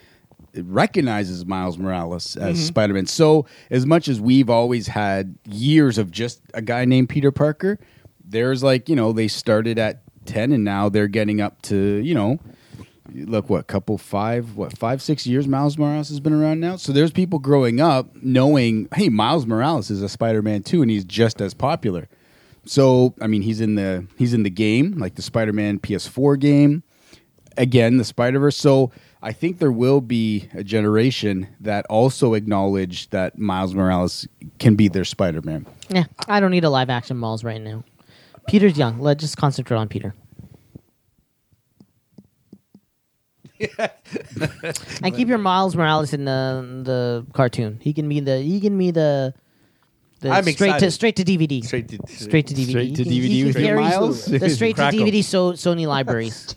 S5: recognizes Miles Morales as
S6: Mm-hmm.
S5: Spider-Man. So as much as we've always had years of just a guy named Peter Parker, there's like you know they started at ten and now they're getting up to you know. Look what couple five what five six years Miles Morales has been around now. So there's people growing up knowing, hey, Miles Morales is a Spider-Man too, and he's just as popular. So I mean, he's in the he's in the game, like the Spider-Man PS4 game. Again, the Spider Verse. So I think there will be a generation that also acknowledge that Miles Morales can be their Spider Man.
S4: Yeah, I don't need a live action Miles right now. Peter's young. Let's just concentrate on Peter. and keep your Miles Morales in the the cartoon. He can be the he can be the, the
S6: I'm
S4: straight to
S6: excited.
S4: straight to DVD.
S6: Straight to-
S4: straight to DVD.
S5: Straight to
S4: He can- he
S5: DVD
S4: can
S5: with your
S4: carry
S5: Miles?
S4: The straight to
S6: Crack 'em.
S4: DVD so, Sony libraries.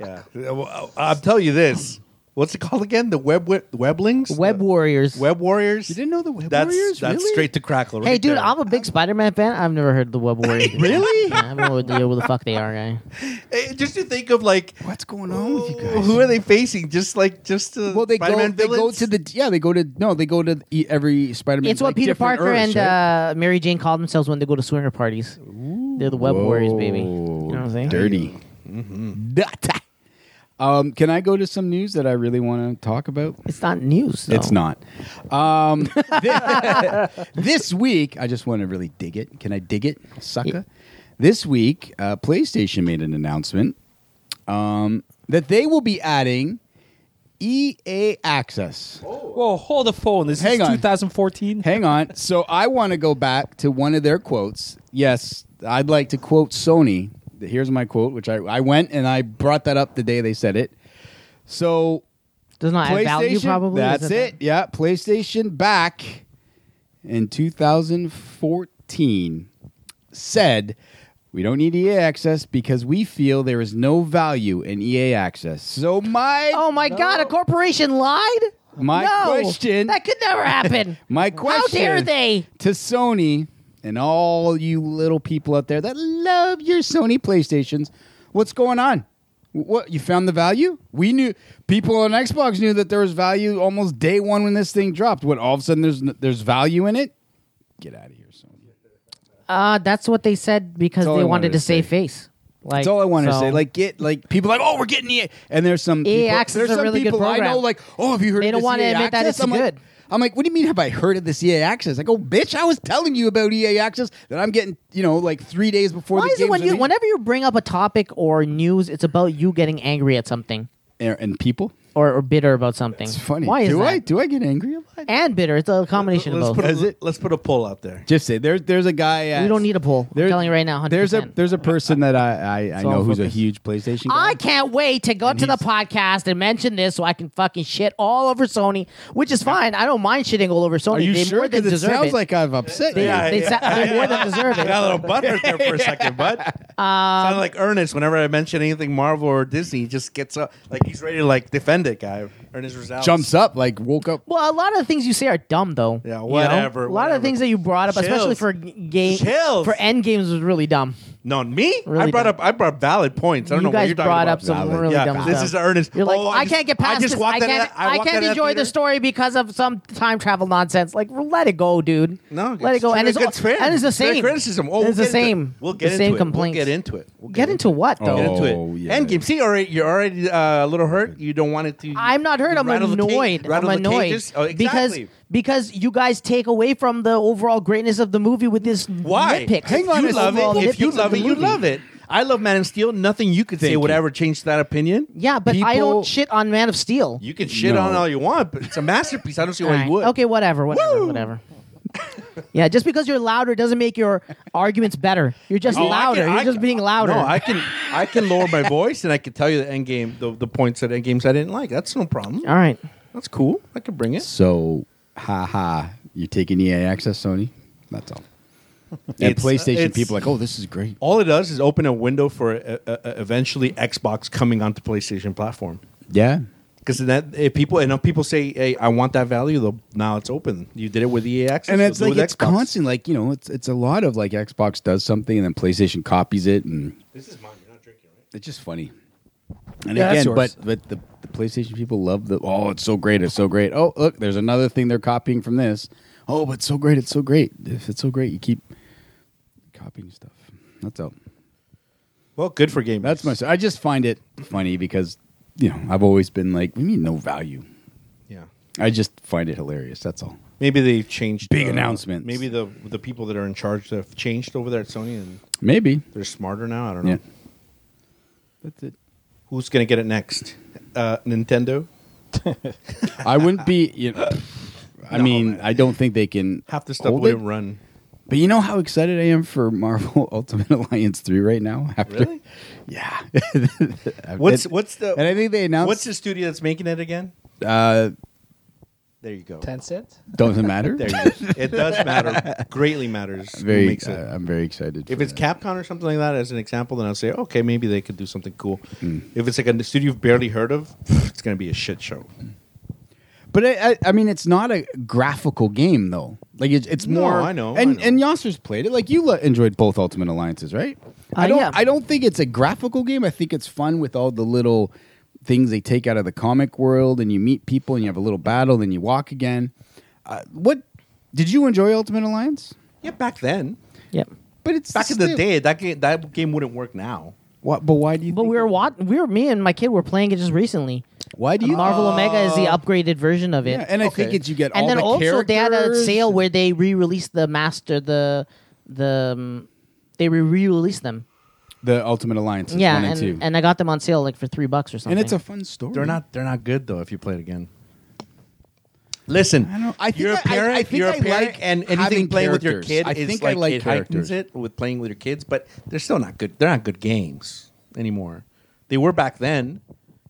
S6: Yeah, Well, I'll tell you this. What's it called again? The web wi- weblings,
S4: Web Warriors.
S6: web warriors.
S5: You didn't know the Web
S6: that's,
S5: Warriors?
S6: That's
S5: Really?
S6: straight to crackle. Right
S4: Hey, dude,
S6: there.
S4: I'm a big Spider-Man fan. I've never heard of the Web Warriors. really? I don't know what the, what the fuck they are, guy.
S6: Hey, just to think of like
S5: What's going on with you guys?
S6: who are they facing? Just like just to
S5: well, they
S6: Spider-Man
S5: go. They go
S6: villains?
S5: to the yeah. They go to no. They go to e- every Spider Man.
S4: It's what Peter Parker and uh, Mary Jane call themselves when they go to swinger parties. They're the Web Warriors, baby. You know what I'm saying?
S5: Dirty. Mm-hmm. Dirty. Um, can I go to some news that I really want to talk about?
S4: It's not news. though.
S5: It's not. Um, thi- this week, I just want to really dig it. Can I dig it, sucker? This week, uh, PlayStation made an announcement um, that they will be adding EA access.
S7: Whoa, hold the phone. This
S5: Hang
S7: is
S5: on.
S7: 2014.
S5: Hang on. So I want to go back to one of their quotes. Yes, I'd like to quote Sony. Here's my quote, which I, I went and I brought that up the day they said it. So
S4: Does not add value,
S5: PlayStation-
S4: probably. Is
S5: That's
S4: that-
S5: it. Yeah, PlayStation back in 2014 said we don't need EA access because we feel there is no value in EA access. So my
S4: Oh my God! A corporation lied.
S5: My
S4: No!
S5: question-
S4: That could never happen.
S5: my question
S4: How dare they?
S5: to Sony and all you little people out there that love your Sony PlayStations, what's going on? What you found the value? We knew people on Xbox knew that there was value almost day one when this thing dropped. What all of a sudden there's n- there's value in it? Get out of here, Sony.
S4: Uh, that's what they said because
S5: That's all
S4: they
S5: I
S4: wanted
S5: wanted
S4: to
S5: to say.
S4: save face. Like,
S5: That's all I wanted to
S4: so-
S5: say. Like get like people are like oh we're getting EA and there's some
S4: EA
S5: people,
S4: Access
S5: there's
S4: is a
S5: some
S4: really good
S5: people I know
S4: program.
S5: like oh have you heard
S4: They
S5: of
S4: don't
S5: this
S4: wanna
S5: EA
S4: admit that
S5: Access?
S4: it's
S5: I'm
S4: good.
S5: Like, I'm like what do you mean have I heard of this EA Access? Like oh bitch I was telling you about EA Access that I'm getting you know like three days before
S4: why
S5: the
S4: is it
S5: games
S4: when you,
S5: release.
S4: whenever you bring up a topic or news, it's about you getting angry at something
S5: and, and people.
S4: or, or bitter about something?
S5: It's funny.
S4: Why is
S5: do
S4: that?
S5: I do I get angry a lot?
S4: and bitter. It's a combination
S6: Let's
S4: of
S6: put
S4: both.
S6: a, let's put a poll out there.
S5: Just say there's there's a guy. At,
S4: We don't need a poll. I'm telling you right now, 100%.
S5: There's a there's a person that I I, I know
S4: all
S5: who's a
S4: focus.
S5: huge PlayStation. Guy.
S4: I can't wait to go to the podcast and mention this so I can fucking shit all over Sony, which is fine. I don't mind shitting all over Sony.
S5: Are you
S4: they
S5: sure?
S4: More than
S5: Because it
S4: deserve
S5: sounds
S4: it.
S5: like I've upset
S4: they,
S5: you.
S4: they,
S6: yeah,
S4: sa- they more than deserve
S6: Got
S4: it.
S6: a
S4: Um,
S6: little butter there for a second, bud. Sounded like Ernest whenever I mention anything Marvel or Disney. He just gets up like he's ready to like defend it, guy. Ernest Rosales
S5: Jumps up like woke up.
S4: Well, a lot of the things you say are dumb, though.
S6: Yeah,
S4: you know? A
S6: whatever,
S4: lot of
S6: whatever.
S4: the things that you brought up, especially
S6: Chills.
S4: for g- game,
S6: Chills.
S4: for end games, was really dumb.
S6: No, me.
S4: Really
S6: I brought
S4: don't.
S6: up. I brought valid points. I
S4: you
S6: don't know what
S4: guys
S6: you're talking
S4: brought
S6: about.
S4: up some
S5: Valid.
S4: really
S6: yeah,
S4: dumb
S6: this
S4: stuff.
S6: is Ernest.
S4: You're like,
S6: Oh,
S4: I, can't get past
S6: I
S4: this.
S6: just
S4: I
S6: walked out of
S4: can't,
S6: that-
S4: I
S6: walked
S4: can't
S6: out of that
S4: enjoy
S6: theater.
S4: the story because of some time travel nonsense. Like, let it go, dude.
S6: No,
S4: let it go. And it's,
S6: it's fair.
S4: and it's the
S6: fair
S4: same
S6: criticism. Oh, we'll
S4: it's the
S6: get into it.
S4: same.
S6: We'll get
S4: the
S6: into
S4: same
S6: it.
S4: complaints.
S6: We'll get into it. We'll
S4: Get into what though?
S6: Get into it.
S5: Oh, yeah.
S6: Endgame. See, all right, you're already uh, a little hurt. You don't want it to.
S4: I'm not hurt. I'm
S6: rattle the cage-
S4: annoyed. I'm
S6: rattle the
S4: annoyed
S6: cages. Oh, exactly.
S4: because because you guys take away from the overall greatness of the movie with this
S6: Why?
S4: nitpick.
S6: Hang on,
S4: You
S6: you love
S4: overall
S6: it. If you
S4: nitpicks of
S6: love
S4: the
S6: it, you
S4: movie.
S6: love it. I love Man of Steel. Nothing you could say
S5: Thank
S6: would
S5: you.
S6: ever change that opinion.
S4: Yeah, but I
S5: People-
S4: don't shit on Man of Steel.
S6: You can shit
S5: No.
S6: on all you want, but it's a masterpiece. I don't see why
S4: All right.
S6: you would.
S4: Okay, whatever, whatever, whatever. Yeah, just because you're louder doesn't make your arguments better. You're just
S6: Oh, I
S4: louder.
S6: can-
S4: you're
S6: I
S4: just
S6: can-
S4: being louder.
S6: No, I can I can lower my voice and I can tell you the end game the, the points that end games I didn't like. That's no problem.
S4: All right.
S6: That's cool. I can bring it.
S5: So, haha, you're taking EA access, Sony. That's all. And
S6: It's- uh,
S5: PlayStation
S6: it's-
S5: people are like, oh, this is great.
S6: All it does is open a window for uh, uh, uh, eventually Xbox coming onto PlayStation platform.
S5: Yeah,
S6: Because that if people and if people say, "Hey, I want that value," though now it's open. You did it with EA Access,
S5: and
S6: you'll
S5: it's
S6: do it
S5: like
S6: with
S5: it's
S6: Xbox.
S5: constant. Like you know, it's it's a lot of like Xbox does something and then PlayStation copies it, and
S6: This is mine. You're not drinking, right?
S5: it's just funny. And
S7: Yeah, that's
S5: again, but
S7: yours.
S5: but the, the PlayStation people love the oh, it's so great, it's so great. Oh, look, there's another thing they're copying from this. Oh, but it's so great, it's so great. If it's so great, you keep copying stuff. That's all.
S6: Well, good for gamers.
S5: That's my. I just find it funny because you know I've always been like, we mean no value.
S6: yeah.
S5: I just find it hilarious. That's all.
S6: Maybe they've changed
S5: Big
S6: uh,
S5: announcements.
S6: Maybe the the people that are in charge have changed over there at Sony and
S5: Maybe.
S6: they're smarter now. I don't know.
S5: Yeah. That's it.
S6: Who's gonna get it next? Uh, Nintendo.
S5: I wouldn't be. You I mean, I don't think they can
S6: Half the stuff
S5: hold
S6: wouldn't
S5: it.
S6: run.
S5: But you know how excited I am for Marvel Ultimate Alliance three right now. After,
S6: Really?
S5: yeah.
S6: What's
S5: And-
S6: what's the
S5: And I think they announced.
S6: what's the studio that's making it again?
S5: Uh,
S6: There you go.
S7: Tencent?
S5: doesn't matter.
S6: There you go. it does matter. Greatly matters. who
S5: very.
S6: makes it.
S5: uh, I'm very excited.
S6: If
S5: for
S6: it's
S5: that.
S6: Capcom or something like that as an example, then I'll say, okay, maybe they could do something cool.
S5: Hmm.
S6: If it's like a studio you've barely heard of, it's going to be a shit show.
S5: Hmm. But I, I, I mean, it's not a graphical game though. Like it's, it's
S6: No,
S5: more.
S6: I know, I
S5: And
S6: know.
S5: and Yasser's played it. Like you lo- enjoyed both Ultimate Alliances, right? I
S4: Uh,
S5: don't.
S4: yeah.
S5: I don't think it's a graphical game. I think it's fun with all the little things they take out of the comic world, and you meet people, and you have a little battle, then you walk again. Uh, what did you enjoy Ultimate Alliance?
S6: Yeah, back then,
S4: Yep.
S5: But it's
S6: back in the
S5: still-
S6: day, that game, that game wouldn't work now.
S5: Why, but why do you?
S4: But
S5: think
S4: we were
S5: it-
S4: wat- we were me and my kid were playing it just recently.
S5: Why do you? Oh. Uh,
S4: Marvel Omega is the upgraded version of it.
S5: yeah, and I think it's you get
S4: and
S5: all
S4: then
S5: the
S4: also they had a
S5: characters.
S4: sale where they re-released the master the the um, they re-released them.
S5: the Ultimate Alliance. is
S4: yeah,
S5: one and,
S4: and,
S5: two.
S4: and I got them on sale like for three bucks or something.
S5: and it's a fun story.
S6: They're not, they're not good though. If you play it again, listen. I
S5: don't- I think
S6: you're
S5: I-
S6: a
S5: I-
S6: parent.
S5: I think
S6: you're
S5: I
S6: a parent,
S5: like
S6: and
S5: having
S6: anything playing with your
S5: characters.
S6: kid,
S5: I
S6: is
S5: think I
S6: like,
S5: like
S6: it heightens
S5: characters.
S6: it with playing with your kids. But they're still not good. They're not good games anymore. They were back then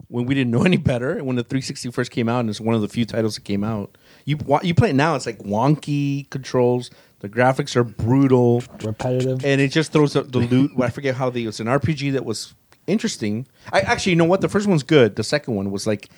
S6: when we didn't know any better. When the 360 first came out, and it's one of the few titles that came out. You wa- you play it now, it's like wonky controls. The graphics are brutal
S7: Repetitive.
S6: and it just throws out the loot. I forget how they. It's an RPG that was interesting. I actually, you know what? The first one's good. The second one was like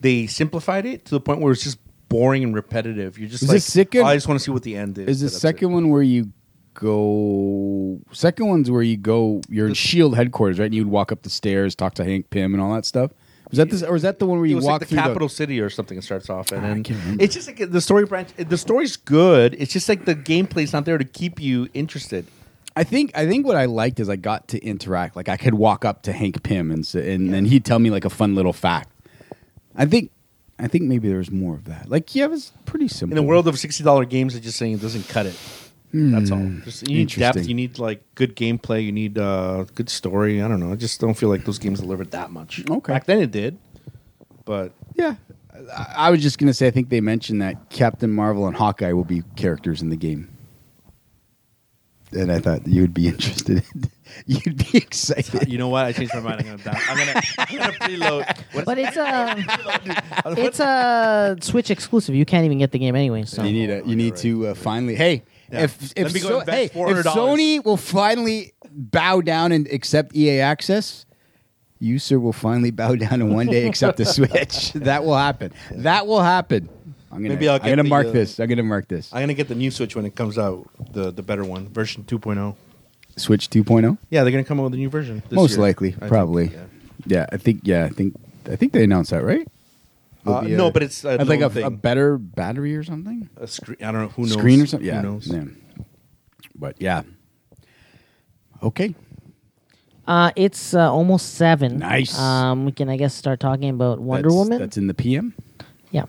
S6: they simplified it to the point where it's just boring and repetitive. You're just
S5: Is
S6: like,
S5: this second-
S6: "Oh, I just want to see what the end is.
S5: Is the
S6: That's
S5: second
S6: it.
S5: one where you go? Second one's where you go. You're in Shield E headquarters, right? And you'd walk up the stairs, talk to Hank Pym, and all that stuff. Was that this, or is that the one where
S6: It
S5: you
S6: was
S5: walk
S6: like the
S5: through
S6: capital city or something. It starts off, and
S5: can't
S6: then
S5: remember.
S6: it's just like the story branch. The story's good. It's just like the gameplay's not there to keep you interested.
S5: I think I think what I liked is I got to interact. Like I could walk up to Hank Pym and s- and then he'd tell me like a fun little fact. I think I think maybe there was more of that. Like yeah, it was pretty simple
S6: In the world of sixty dollar games, it's just saying it doesn't cut it. That's all. Just, you need
S5: Hmm. Interesting.
S6: depth. You need like good gameplay. You need uh, good story. I don't know. I just don't feel like those games delivered that much.
S5: Okay.
S6: Back then it did, but
S5: Yeah. I, I was just gonna say I think they mentioned that Captain Marvel and Hawkeye will be characters in the game. And I thought you would be interested. You'd be excited.
S6: you know what? I changed my mind. I'm gonna. Down, I'm, gonna I'm gonna preload. What
S4: but it's a it's a Switch exclusive. You can't even get the game anyway. So
S5: You need a, you need to uh, finally. Hey,
S6: Yeah.
S5: if if,
S6: Let me go
S5: so-
S6: invest
S5: hey, if
S6: $400.
S5: Sony will finally bow down and accept EA access, you sir will finally bow down and one day accept the Switch. That will happen. That will happen. I'm gonna
S6: Maybe I'll
S5: I'm
S6: get
S5: gonna
S6: the,
S5: mark
S6: uh,
S5: this. I'm gonna mark this.
S6: I'm gonna get the new Switch when it comes out. The the better one, version 2.0.
S5: Switch 2.0,
S6: Yeah, they're gonna come out with a new version. this
S5: most
S6: year.
S5: likely,
S6: I think,
S5: probably.
S6: yeah.
S5: yeah. I think. Yeah, I think. I think they announced that right.
S6: Uh,
S5: Will be
S6: no, but it's a
S5: I think
S6: known
S5: a, a
S6: thing.
S5: better battery or something.
S6: A screen. I don't know who knows.
S5: Screen or something.
S6: Who
S5: Yeah.
S6: knows?
S5: yeah. But yeah. Okay.
S4: uh, it's uh, almost seven.
S5: Nice.
S4: Um, we can I guess start talking about Wonder
S5: That's-
S4: Woman.
S5: That's in the PM.
S4: yeah.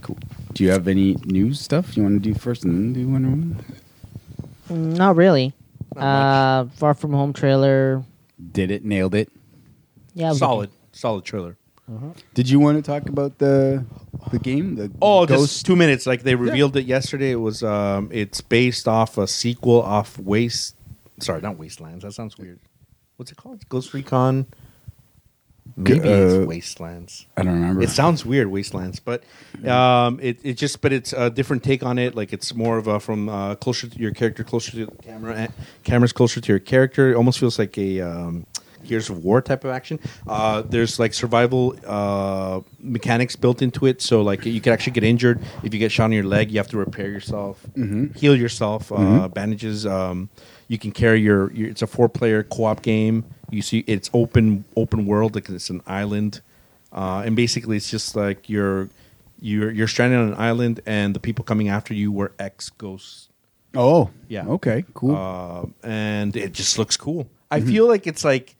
S5: Cool. Do you have any news stuff you want to do first and then do Wonder Woman?
S4: Mm, Not really. uh, Far From Home trailer.
S5: Did it? Nailed it.
S4: Yeah. it was
S6: Solid, solid trailer.
S5: Did you want to talk about the the game? The
S6: Oh,
S5: Ghost.
S6: just two minutes. Like they revealed it yesterday. It was um, it's based off a sequel off Waste. Sorry, not Wastelands. That sounds weird. What's it called? Ghost Recon. Maybe
S5: uh,
S6: it's Wastelands.
S5: I don't remember.
S6: It sounds weird, Wastelands, but um, it it just but it's a different take on it. Like it's more of a from uh, closer to your character, closer to the camera, eh, cameras closer to your character. It almost feels like a um, Gears of War type of action. Uh, there's like survival uh, mechanics built into it, so like you could actually get injured if you get shot in your leg. You have to repair yourself, heal yourself, uh, bandages. Um, you can carry your, your. It's a four player co op game. You see, it's open open world. Like it's an island uh, and basically it's just like you're you're you're stranded on an island, and the people coming after you were ex ghosts,
S5: Oh,
S6: Yeah.
S5: Okay, cool.
S6: um, and it just looks cool. I
S5: Mm-hmm.
S6: feel like it's like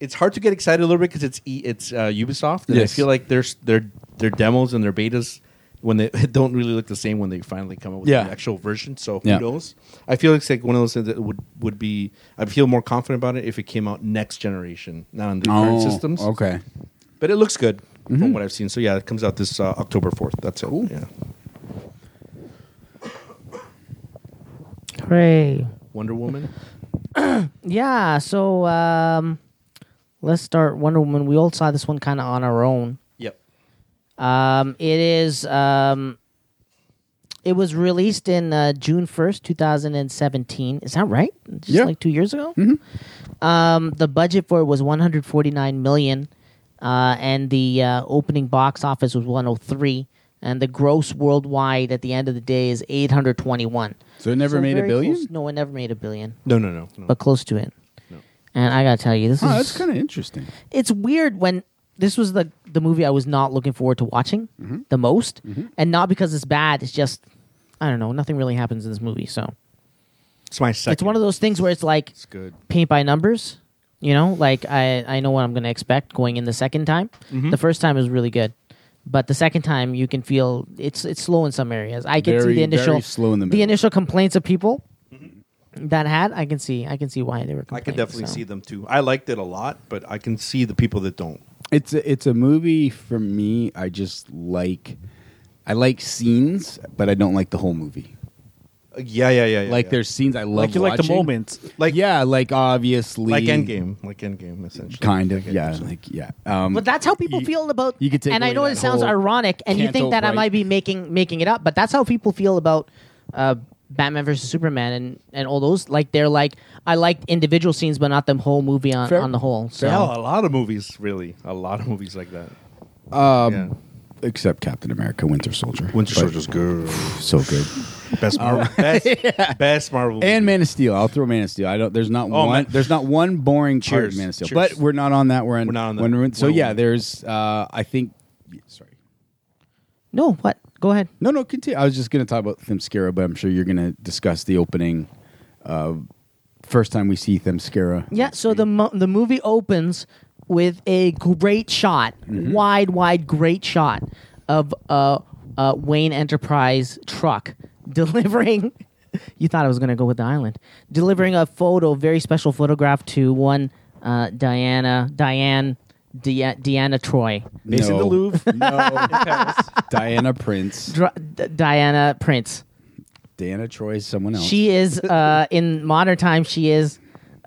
S6: it's hard to get excited a little bit because it's E- it's uh, Ubisoft, and
S5: Yes.
S6: I feel like their their their demos and their betas when they don't really look the same when they finally come out with
S5: Yeah.
S6: the actual version. So
S5: Yeah.
S6: who knows? I feel it's like one of those things that would would be. I feel more confident about it if it came out next generation, not on the current
S5: Oh,
S6: systems.
S5: Okay.
S6: But it looks good from what I've seen. So yeah, it comes out this uh, October fourth. That's it. Yeah,
S4: Hooray.
S6: Wonder Woman.
S4: Yeah, so um, let's start Wonder Woman. We all saw this one kind of on our own.
S6: yep.
S4: Um, it is. Um, it was released in uh, June first, two thousand and seventeen. Is that right? Just
S5: Yeah. Mm-hmm.
S4: like two years ago. Um, the budget for it was one hundred forty nine million, uh, and the uh, opening box office was one hundred three, and the gross worldwide at the end of the day is eight hundred twenty one.
S5: So it never made a billion.
S4: No, it never made a billion,
S6: No, no, no. no.
S4: but close to it. And I gotta tell you, this
S5: Oh,
S4: is
S5: that's kind of interesting.
S4: it's weird when this was the the movie I was not looking forward to watching
S5: Mm-hmm.
S4: the most, and not because it's bad. It's just I don't know. Nothing really happens in this movie, so
S6: It's my second.
S4: it's one of those things where it's like
S6: It's good.
S4: paint by numbers. You know, like I I know what I'm going to expect going in the second time.
S5: Mm-hmm.
S4: The first time is really good. But the second time, you can feel it's it's slow in some areas. I can see
S5: Very,
S4: the initial
S5: very slow in the
S4: the
S5: middle. Mm-hmm.
S4: initial complaints of people that had. I can see I can see why they were.
S6: I
S4: Complaining,
S6: could definitely
S4: so.
S6: see them too. I liked it a lot, but I can see the people that don't.
S5: It's a, it's a movie for me. I just like I like scenes, but I don't like the whole movie.
S6: Uh, yeah, yeah, yeah, yeah.
S5: like
S6: yeah.
S5: there's scenes I love.
S7: Like you like the
S5: watching.
S7: moment.
S5: Like yeah, like obviously
S6: like Endgame, like Endgame, essentially.
S5: kind of yeah, like yeah. Um,
S4: But that's how people
S5: You-
S4: feel about.
S5: you could take
S4: and I
S5: away
S4: know
S5: that
S4: it sounds
S5: whole
S4: ironic, and you
S5: Canto
S4: think that I
S5: Bright.
S4: might be making making it up, but that's how people feel about uh, Batman versus Superman and and all those. Like they're like, I liked individual scenes, but not the whole movie on,
S5: Fair.
S4: on the whole. So
S6: Hell, a lot of movies, really, a lot of movies like that.
S5: um,
S6: Yeah.
S5: except Captain America, Winter Soldier.
S6: Winter
S5: But
S6: Soldier's good.
S5: so good.
S6: Best Marvel, best, best Marvel.
S5: And Man of Steel. I'll throw Man of Steel. I don't. There's not one.
S6: Oh, man.
S5: There's not one boring part
S6: Cheers.
S5: of Man of Steel.
S6: Cheers.
S5: But we're not on that. We're on.
S6: We're not on that.
S5: Wonder Woman. So
S6: Wonder
S5: yeah,
S6: Woman.
S5: there's. Uh, I think. Sorry.
S4: no, what? Go ahead.
S5: No, no, continue. I was just going to talk about Themyscira, but I'm sure you're going to discuss the opening. Uh, first time we see Themyscira.
S4: Yeah. So the mo- the movie opens with a great shot, wide, wide, great shot of a, a Wayne Enterprise truck delivering. you thought I was going to go with the island, delivering a photo, very special photograph to one uh, Diana Diane Dia Deanna Troy,
S5: Mason no.
S6: the Louvre.
S5: No. Diana Prince.
S4: Dr- D- Diana Prince.
S5: Diana Troy is someone else.
S4: She is uh, in modern times. She is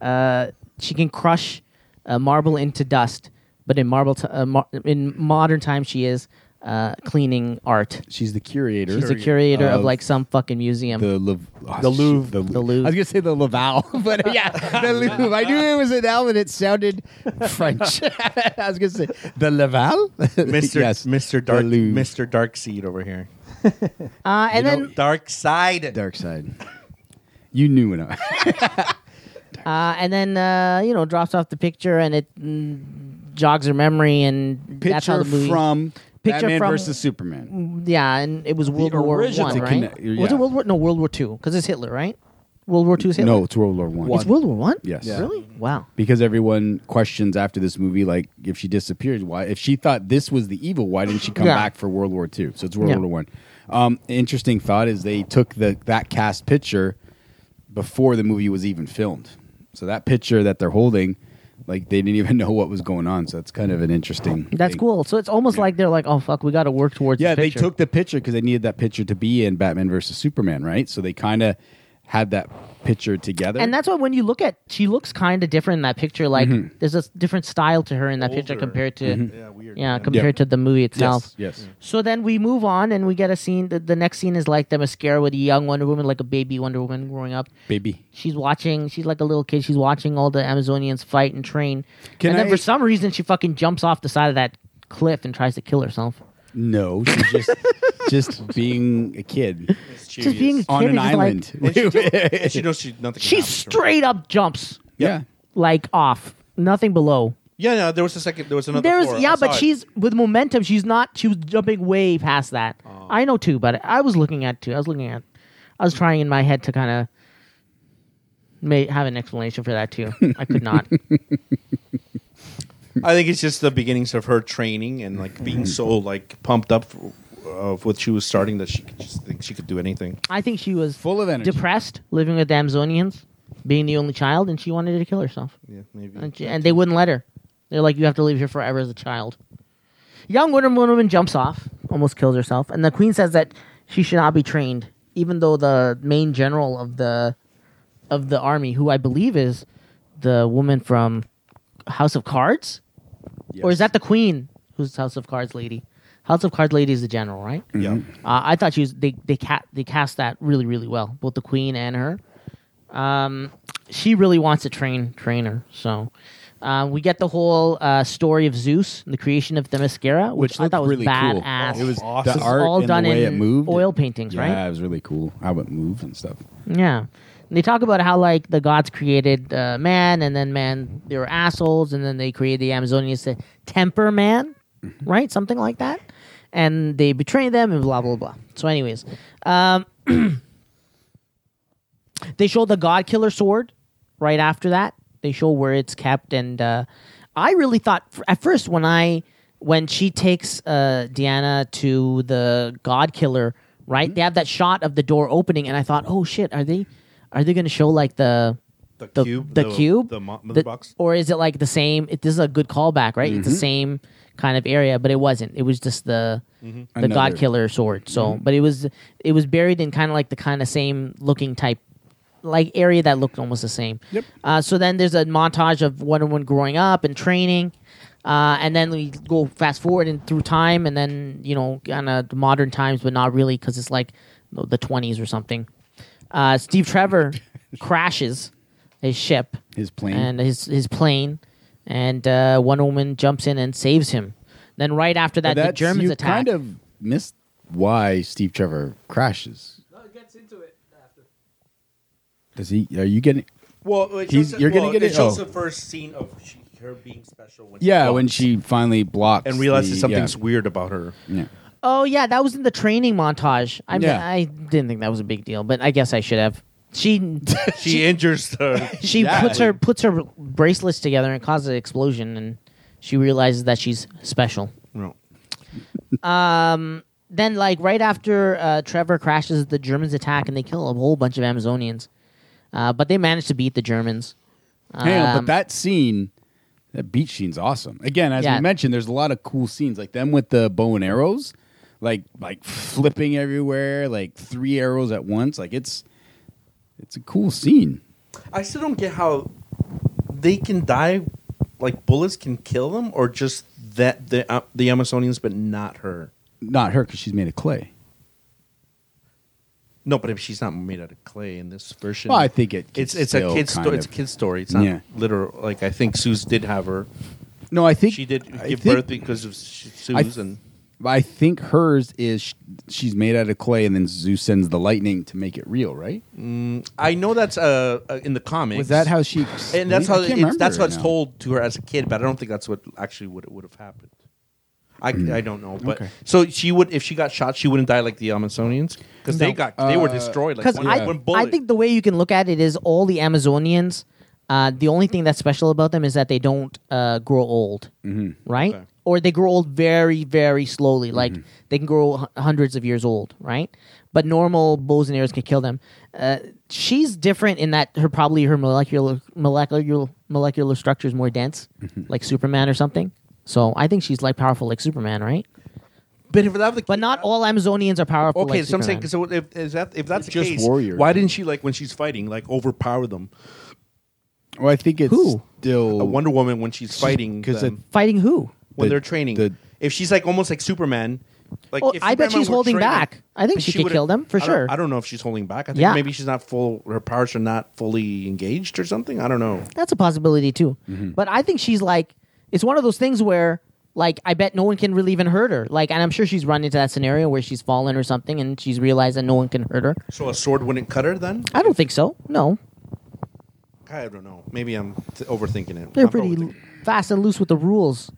S4: uh, she can crush uh, marble into dust, but in marble t- uh, mar- in modern times she is uh, cleaning art.
S5: She's the curator.
S4: She's the curator of, like some fucking museum.
S5: the Lou- oh,
S4: The Louvre.
S5: shit, The,
S4: The Louvre.
S5: I was gonna say the Laval, but uh, yeah, the Louvre. I knew it was an L, and it sounded French. I was gonna say the Laval.
S6: Mr.
S5: Yes,
S6: Mr.
S5: the
S6: Dark,
S5: Louvre.
S6: Mr. Dark Seed over here.
S4: uh, and then
S6: Dark Side.
S5: Dark Side. You knew it.
S4: uh, and then uh, you know drops off the picture and it mm, jogs her memory and that's how
S5: Picture
S4: the movie.
S5: from
S4: Picture
S5: Batman
S4: from- Mm-hmm.
S5: versus Superman.
S4: yeah, and it was World War
S7: original.
S4: One,
S5: To
S4: right?
S5: connect-
S4: Was
S5: yeah.
S4: it World War? No, World War Two, because it's Hitler, right? World War Two is Hitler.
S5: No, it's World War One.
S4: it's World War One.
S5: Yes. Yeah.
S4: really? Wow.
S5: because everyone questions after this movie, like if she disappeared, why? If she thought this was the evil, why didn't she come
S4: Yeah.
S5: back for World War II? So it's World
S4: Yeah.
S5: War One. Um, interesting thought is they took the that cast picture before the movie was even filmed. So that picture that they're holding like they didn't even know what was going on. So that's kind of an interesting.
S4: That's
S5: thing.
S4: cool. So it's almost like they're like, oh fuck, we got to work towards.
S5: Yeah,
S4: this
S5: they
S4: picture.
S5: took the picture because they needed that picture to be in Batman versus Superman, right? So they kind of had that picture together.
S4: And that's why when you look at, she looks kind of different in that picture. Like
S5: Mm-hmm.
S4: there's a s- different style to her in that picture
S6: Older.
S4: compared to,
S6: Yeah, weird.
S4: yeah,
S6: Yeah.
S4: compared to the movie itself.
S5: yes, yes.
S4: So then we move on and we get a scene. The, the next scene is like the mascara with a young Wonder Woman, like a baby Wonder Woman growing up.
S5: baby.
S4: She's watching. She's like a little kid. She's watching all the Amazonians fight and train.
S5: Can
S4: and then
S5: I-
S4: for some reason, she fucking jumps off the side of that cliff and tries to kill herself.
S5: No, she's just just being a kid
S4: Just being a kid
S5: on
S4: is
S5: an
S4: just
S5: island.
S4: Like,
S6: And she knows she nothing.
S4: she straight up jumps
S5: yeah.
S4: like off, nothing below.
S6: Yeah, no, there was a second. There was another.
S4: There's
S6: floor. I
S4: yeah,
S6: saw
S4: but
S6: it.
S4: she's with momentum. She's not. She was jumping way past that. I know too, but I was looking at too. I was looking at. I was trying in my head to kind of may have an explanation for that too. I could not.
S6: I think it's just the beginnings of her training and like being so like pumped up for- of what she was starting that she could just think she could do anything.
S4: I think she was
S5: Full of energy.
S4: depressed, living with the Amazonians, being the only child, and she wanted to kill herself.
S6: Yeah, maybe.
S4: And, she- and they wouldn't let her. They're like, you have to live here forever as a child. Young Wonder Woman jumps off, almost kills herself, and the queen says that she should not be trained, even though the main general of the of the army, who I believe is the woman from House of Cards, or is that the queen who's House of Cards lady? House of Cards lady is the general, right?
S6: Yeah.
S4: Uh, I thought she was they they ca- they cast that really really well, both the queen and her. Um, she really wants to train train her, so. Uh, we get the whole uh, story of Zeus and the creation of Themyscira, which, I
S5: looked
S4: thought was
S5: really cool. Oh,
S4: badass.
S5: It was
S6: Awesome.
S5: the
S6: This is
S5: art
S4: all
S5: and
S4: done
S5: the way
S4: in
S5: it moved.
S4: oil paintings,
S5: yeah,
S4: right?
S5: Yeah, it was really cool how it moved and stuff.
S4: yeah. And they talk about how like the gods created uh, man, and then man they were assholes, and then they created the Amazonians to temper man, right? Something like that, and they betrayed them and blah blah blah. So, anyways, um, they show the god killer sword right after that they show where it's kept and uh, i really thought f- at first when i when she takes uh, deanna to the god killer
S6: Mm-hmm.
S4: right they have that shot of the door opening and i thought oh shit are they are they going to show like the
S6: The,
S4: the
S6: cube.
S4: the, cube,
S6: The, mo-
S4: The-
S6: the box.
S4: or is it like the same? It, this is a good callback, right? It's the same kind of area, but it wasn't. It was just the the
S5: Another.
S4: God Killer sword. So, but it was it was buried in kind of like the kind of same looking type like area that looked almost the same. Yep. Uh, so then there's a montage of Wonder Woman growing up and training. Uh, and then we go fast forward and through time, and then you know, kind of modern times, but not really, because it's like the twenties or something. Uh, Steve Trevor crashes his ship,
S5: His plane.
S4: and his his plane, and uh, Wonder Woman jumps in and saves him. Then right after that, the
S5: That's-
S4: Germans
S5: you
S4: attack.
S5: kind of missed why Steve Trevor crashes. Does he? Are you getting?
S6: Well, it
S5: He's-
S6: shows-
S5: you're gonna
S6: well,
S5: get
S6: it.
S5: it-
S6: shows
S5: oh.
S6: the first scene of she, her being special. When
S5: Yeah,
S6: walks
S5: when she finally blocks
S6: and realizes
S5: the-
S6: something's
S5: yeah.
S6: weird about her.
S5: Yeah.
S4: oh yeah, that was in the training montage. I mean,
S5: Yeah.
S4: I didn't think that was a big deal, but I guess I should have. She
S6: She, injures her.
S4: she puts her puts her bracelets together and causes an explosion, and she realizes that she's special.
S6: no.
S4: then like right after uh, Trevor crashes, the Germans attack and they kill a whole bunch of Amazonians. Uh, but they manage to beat the Germans.
S5: Hang on,
S4: Um,
S5: but that scene, that beach scene's awesome. Again, as
S4: Yeah.
S5: we mentioned, there's a lot of cool scenes like them with the bow and arrows, like like flipping everywhere, like three arrows at once. Like it's it's a cool scene.
S6: I still don't get how they can die. Like bullets can kill them, or just that the uh, the Amazonians, but not her.
S5: Not her because she's made of clay.
S6: No, but if she's not made out of clay in this version,
S5: Well, I think it.
S6: it's
S5: could
S6: it's a
S5: still
S6: kid's
S5: kind
S6: story. It's a
S5: of-
S6: kid's story. It's not
S5: Yeah.
S6: literal. Like I think Suze did have her.
S5: No, I think
S6: She did
S5: I
S6: give
S5: think-
S6: birth because of Sh-
S5: I
S6: Suze, and
S5: I think hers is sh- she's made out of clay, and then Zeus sends the lightning to make it real. Right?
S6: I know that's uh, uh in the comics.
S5: Was that how she?
S6: And that's
S5: I
S6: how
S5: can't
S6: it's,
S5: remember
S6: that's how it's
S5: now.
S6: told to her as a kid, but I don't think that's what actually what it would have happened. I, I don't know, but
S5: Hmm. Okay.
S6: so she would if she got shot, she wouldn't die like the Amazonians because they
S4: No.
S6: got they
S5: Uh,
S6: were destroyed like
S4: Because
S6: one,
S4: I,
S6: one bullet.
S4: I think the way you can look at it is all the Amazonians. Uh, the only thing that's special about them is that they don't uh, grow old,
S6: Mm-hmm.
S4: right? Or they grow old very, very slowly. Like they can grow h- hundreds of years old, right? But normal bows and arrows can kill them. Uh, she's different in that her probably her molecular molecular molecular structure is more dense,
S6: Mm-hmm.
S4: like Superman or something. So I think she's like powerful like Superman, right?
S6: But if that was the
S4: But not all Amazonians are powerful.
S6: okay,
S4: like
S6: so I'm saying
S4: Superman.
S6: so if is that if that's the
S5: just
S6: case,
S5: warriors.
S6: why didn't she like when she's fighting like overpower them?
S5: Well, I think it's
S4: Who?
S5: still
S6: A Wonder Woman when she's fighting
S5: because
S6: them,
S4: fighting who?
S6: when
S5: the-
S6: they're training,
S5: the-
S6: if she's like almost like Superman. Like
S4: Oh,
S6: if
S4: I bet
S6: Superman
S4: she's
S6: were
S4: holding
S6: training,
S4: back. I think she could
S6: would've-
S4: kill them, for
S6: I don't-
S4: sure.
S6: I don't know if she's holding back. I think
S4: Yeah.
S6: maybe she's not full. Her powers are not fully engaged or something. I don't know.
S4: That's a possibility too.
S5: Mm-hmm.
S4: But I think she's like it's one of those things where like I bet no one can really even hurt her. Like and I'm sure she's run into that scenario where she's fallen or something and she's realized that no one can hurt her.
S6: So a sword wouldn't cut her then?
S4: I don't think so. No.
S6: I don't know. Maybe I'm th- overthinking it.
S4: They're
S6: I'm
S4: pretty
S6: overthinking it.
S4: fast and loose with the rules.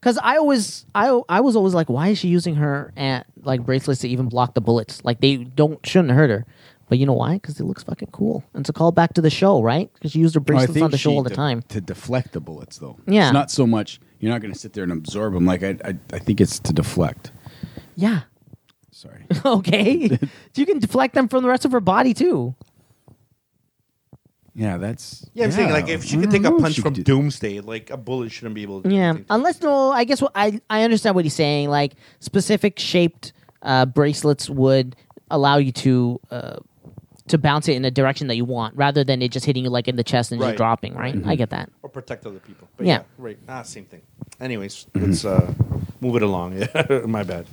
S4: Cuz I always I I was always like why is she using her at, like bracelets to even block the bullets? Like they don't shouldn't hurt her. But you know why? Cuz it looks fucking cool. And it's a call back to the show, right? Cuz she used her
S5: No, I
S4: bracelets
S5: think
S4: on the show
S5: she
S4: all the
S5: de-
S4: time.
S5: to deflect the bullets, though.
S4: Yeah.
S5: it's not so much. You're not going to sit there and absorb them. Like I, I, I think it's to deflect.
S4: Yeah.
S5: Sorry.
S4: Okay. you can deflect them from the rest of her body too.
S5: yeah, that's.
S6: Yeah, I'm saying like if she could take a
S5: Mhm.
S6: punch
S5: She
S6: from
S5: could do-
S6: Doomsday, like a bullet shouldn't be able to. do
S4: Mm-hmm. Yeah.
S6: anything to her.
S4: Unless no, I guess what I I understand what he's saying. Like specific shaped uh, bracelets would allow you to uh, to bounce it in the direction that you want, rather than it just hitting you like in the chest and
S6: Right.
S4: just dropping. Right. I get that.
S6: or protect other people. But yeah,
S4: Yeah.
S6: right. Ah, same thing. Anyways,
S5: Mm-hmm.
S6: let's uh, move it along. My bad.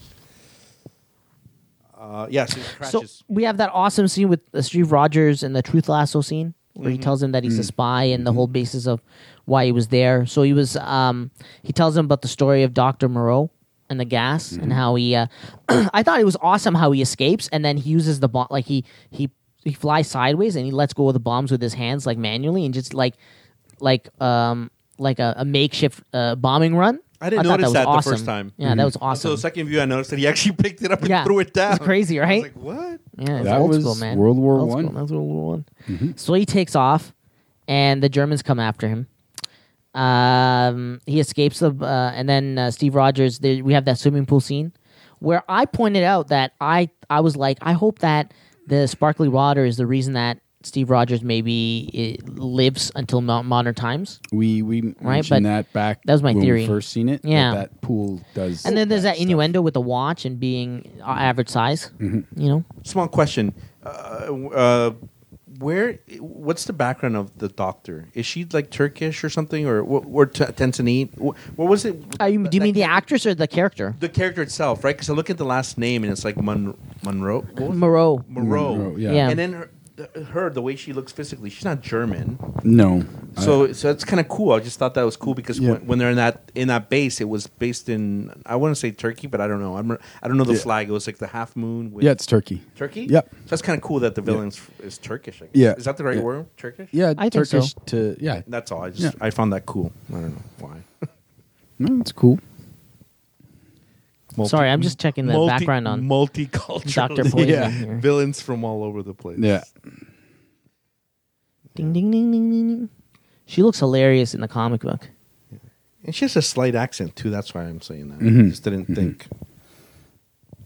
S6: Uh, yeah, so he crashes.
S4: So we have that awesome scene with uh, Steve Rogers and the Truth Lasso scene where
S6: Mm-hmm.
S4: he tells him that he's a spy and the whole basis of why he was there. So he was um he tells him about the story of Dr. Moreau and the gas
S6: Mm-hmm.
S4: and how he uh, I thought it was awesome how he escapes and then he uses the bomb like he he he flies sideways and he lets go of the bombs with his hands like manually and just like like um like a, a makeshift uh, bombing run.
S6: I didn't
S4: thought
S6: notice that
S4: that,
S6: the
S4: was awesome.
S6: first time.
S4: Yeah, that was
S6: So
S4: awesome.
S6: the second view, I noticed that he actually picked it up and
S4: Yeah.
S6: threw it down.
S4: It's crazy,
S6: I was
S4: right?
S6: like, what?
S4: Yeah, it's
S5: That
S4: old
S5: was
S4: school, man.
S5: World War
S4: Old
S5: One. Mm-hmm.
S4: school, That was World War One. So he takes off, and the Germans come after him. Um, he escapes the, uh, and then uh, Steve Rogers. They, we have that swimming pool scene where I pointed out that I I was like, I hope that the sparkly water is the reason that Steve Rogers maybe uh lives until mo- modern times.
S5: we we
S4: but
S5: mentioned that back.
S4: that was my
S5: when
S4: theory.
S5: We first seen it. that
S4: Yeah.
S5: that pool does.
S4: And then there's that
S5: stuff.
S4: innuendo with the watch and being uh, average size.
S5: Mm-hmm.
S4: You know,
S6: Small question. Uh, w- uh, where? What's the background of the doctor? Is she like Turkish or something, or wh- or t- Tanzanian? Wh- What was it?
S4: Are you, do you mean
S6: Like,
S4: the actress or the character?
S6: the character itself, right? Because I look at the last name and it's like Mon- Monroe. What was it?
S4: Moreau.
S6: Moreau.
S5: Monroe, yeah.
S4: Yeah.
S6: And then her, the, her, the way she looks physically, she's not German.
S5: No.
S6: So so that's kind of cool. I just thought that was cool because
S5: Oh, Yeah.
S6: when, when they're in that in that base, it was based in I want to say Turkey, but I don't know. I'm, I don't know the
S5: Yeah.
S6: flag. It was like the half moon. With
S5: yeah, it's Turkey.
S6: Turkey.
S5: Yep.
S6: So that's kind of cool that the villain's is Turkish. I guess.
S5: Yeah.
S6: Is that the right
S5: Yeah.
S6: word? Turkish.
S5: Yeah,
S4: I think
S5: Turkish
S4: so.
S5: to yeah.
S6: That's all. I just
S5: Yeah.
S6: I found that cool. I don't know why.
S5: No, it's cool.
S4: Sorry, I'm just checking the
S6: Multi-
S4: background on
S6: multicultural
S4: Dr. Poison
S5: Yeah.
S4: here.
S6: villains from all over the place.
S5: Yeah.
S4: Ding ding ding ding ding. ding. She looks hilarious in the comic book.
S6: And she has a slight accent too. That's why I'm saying that.
S5: Mm-hmm.
S6: I just didn't think.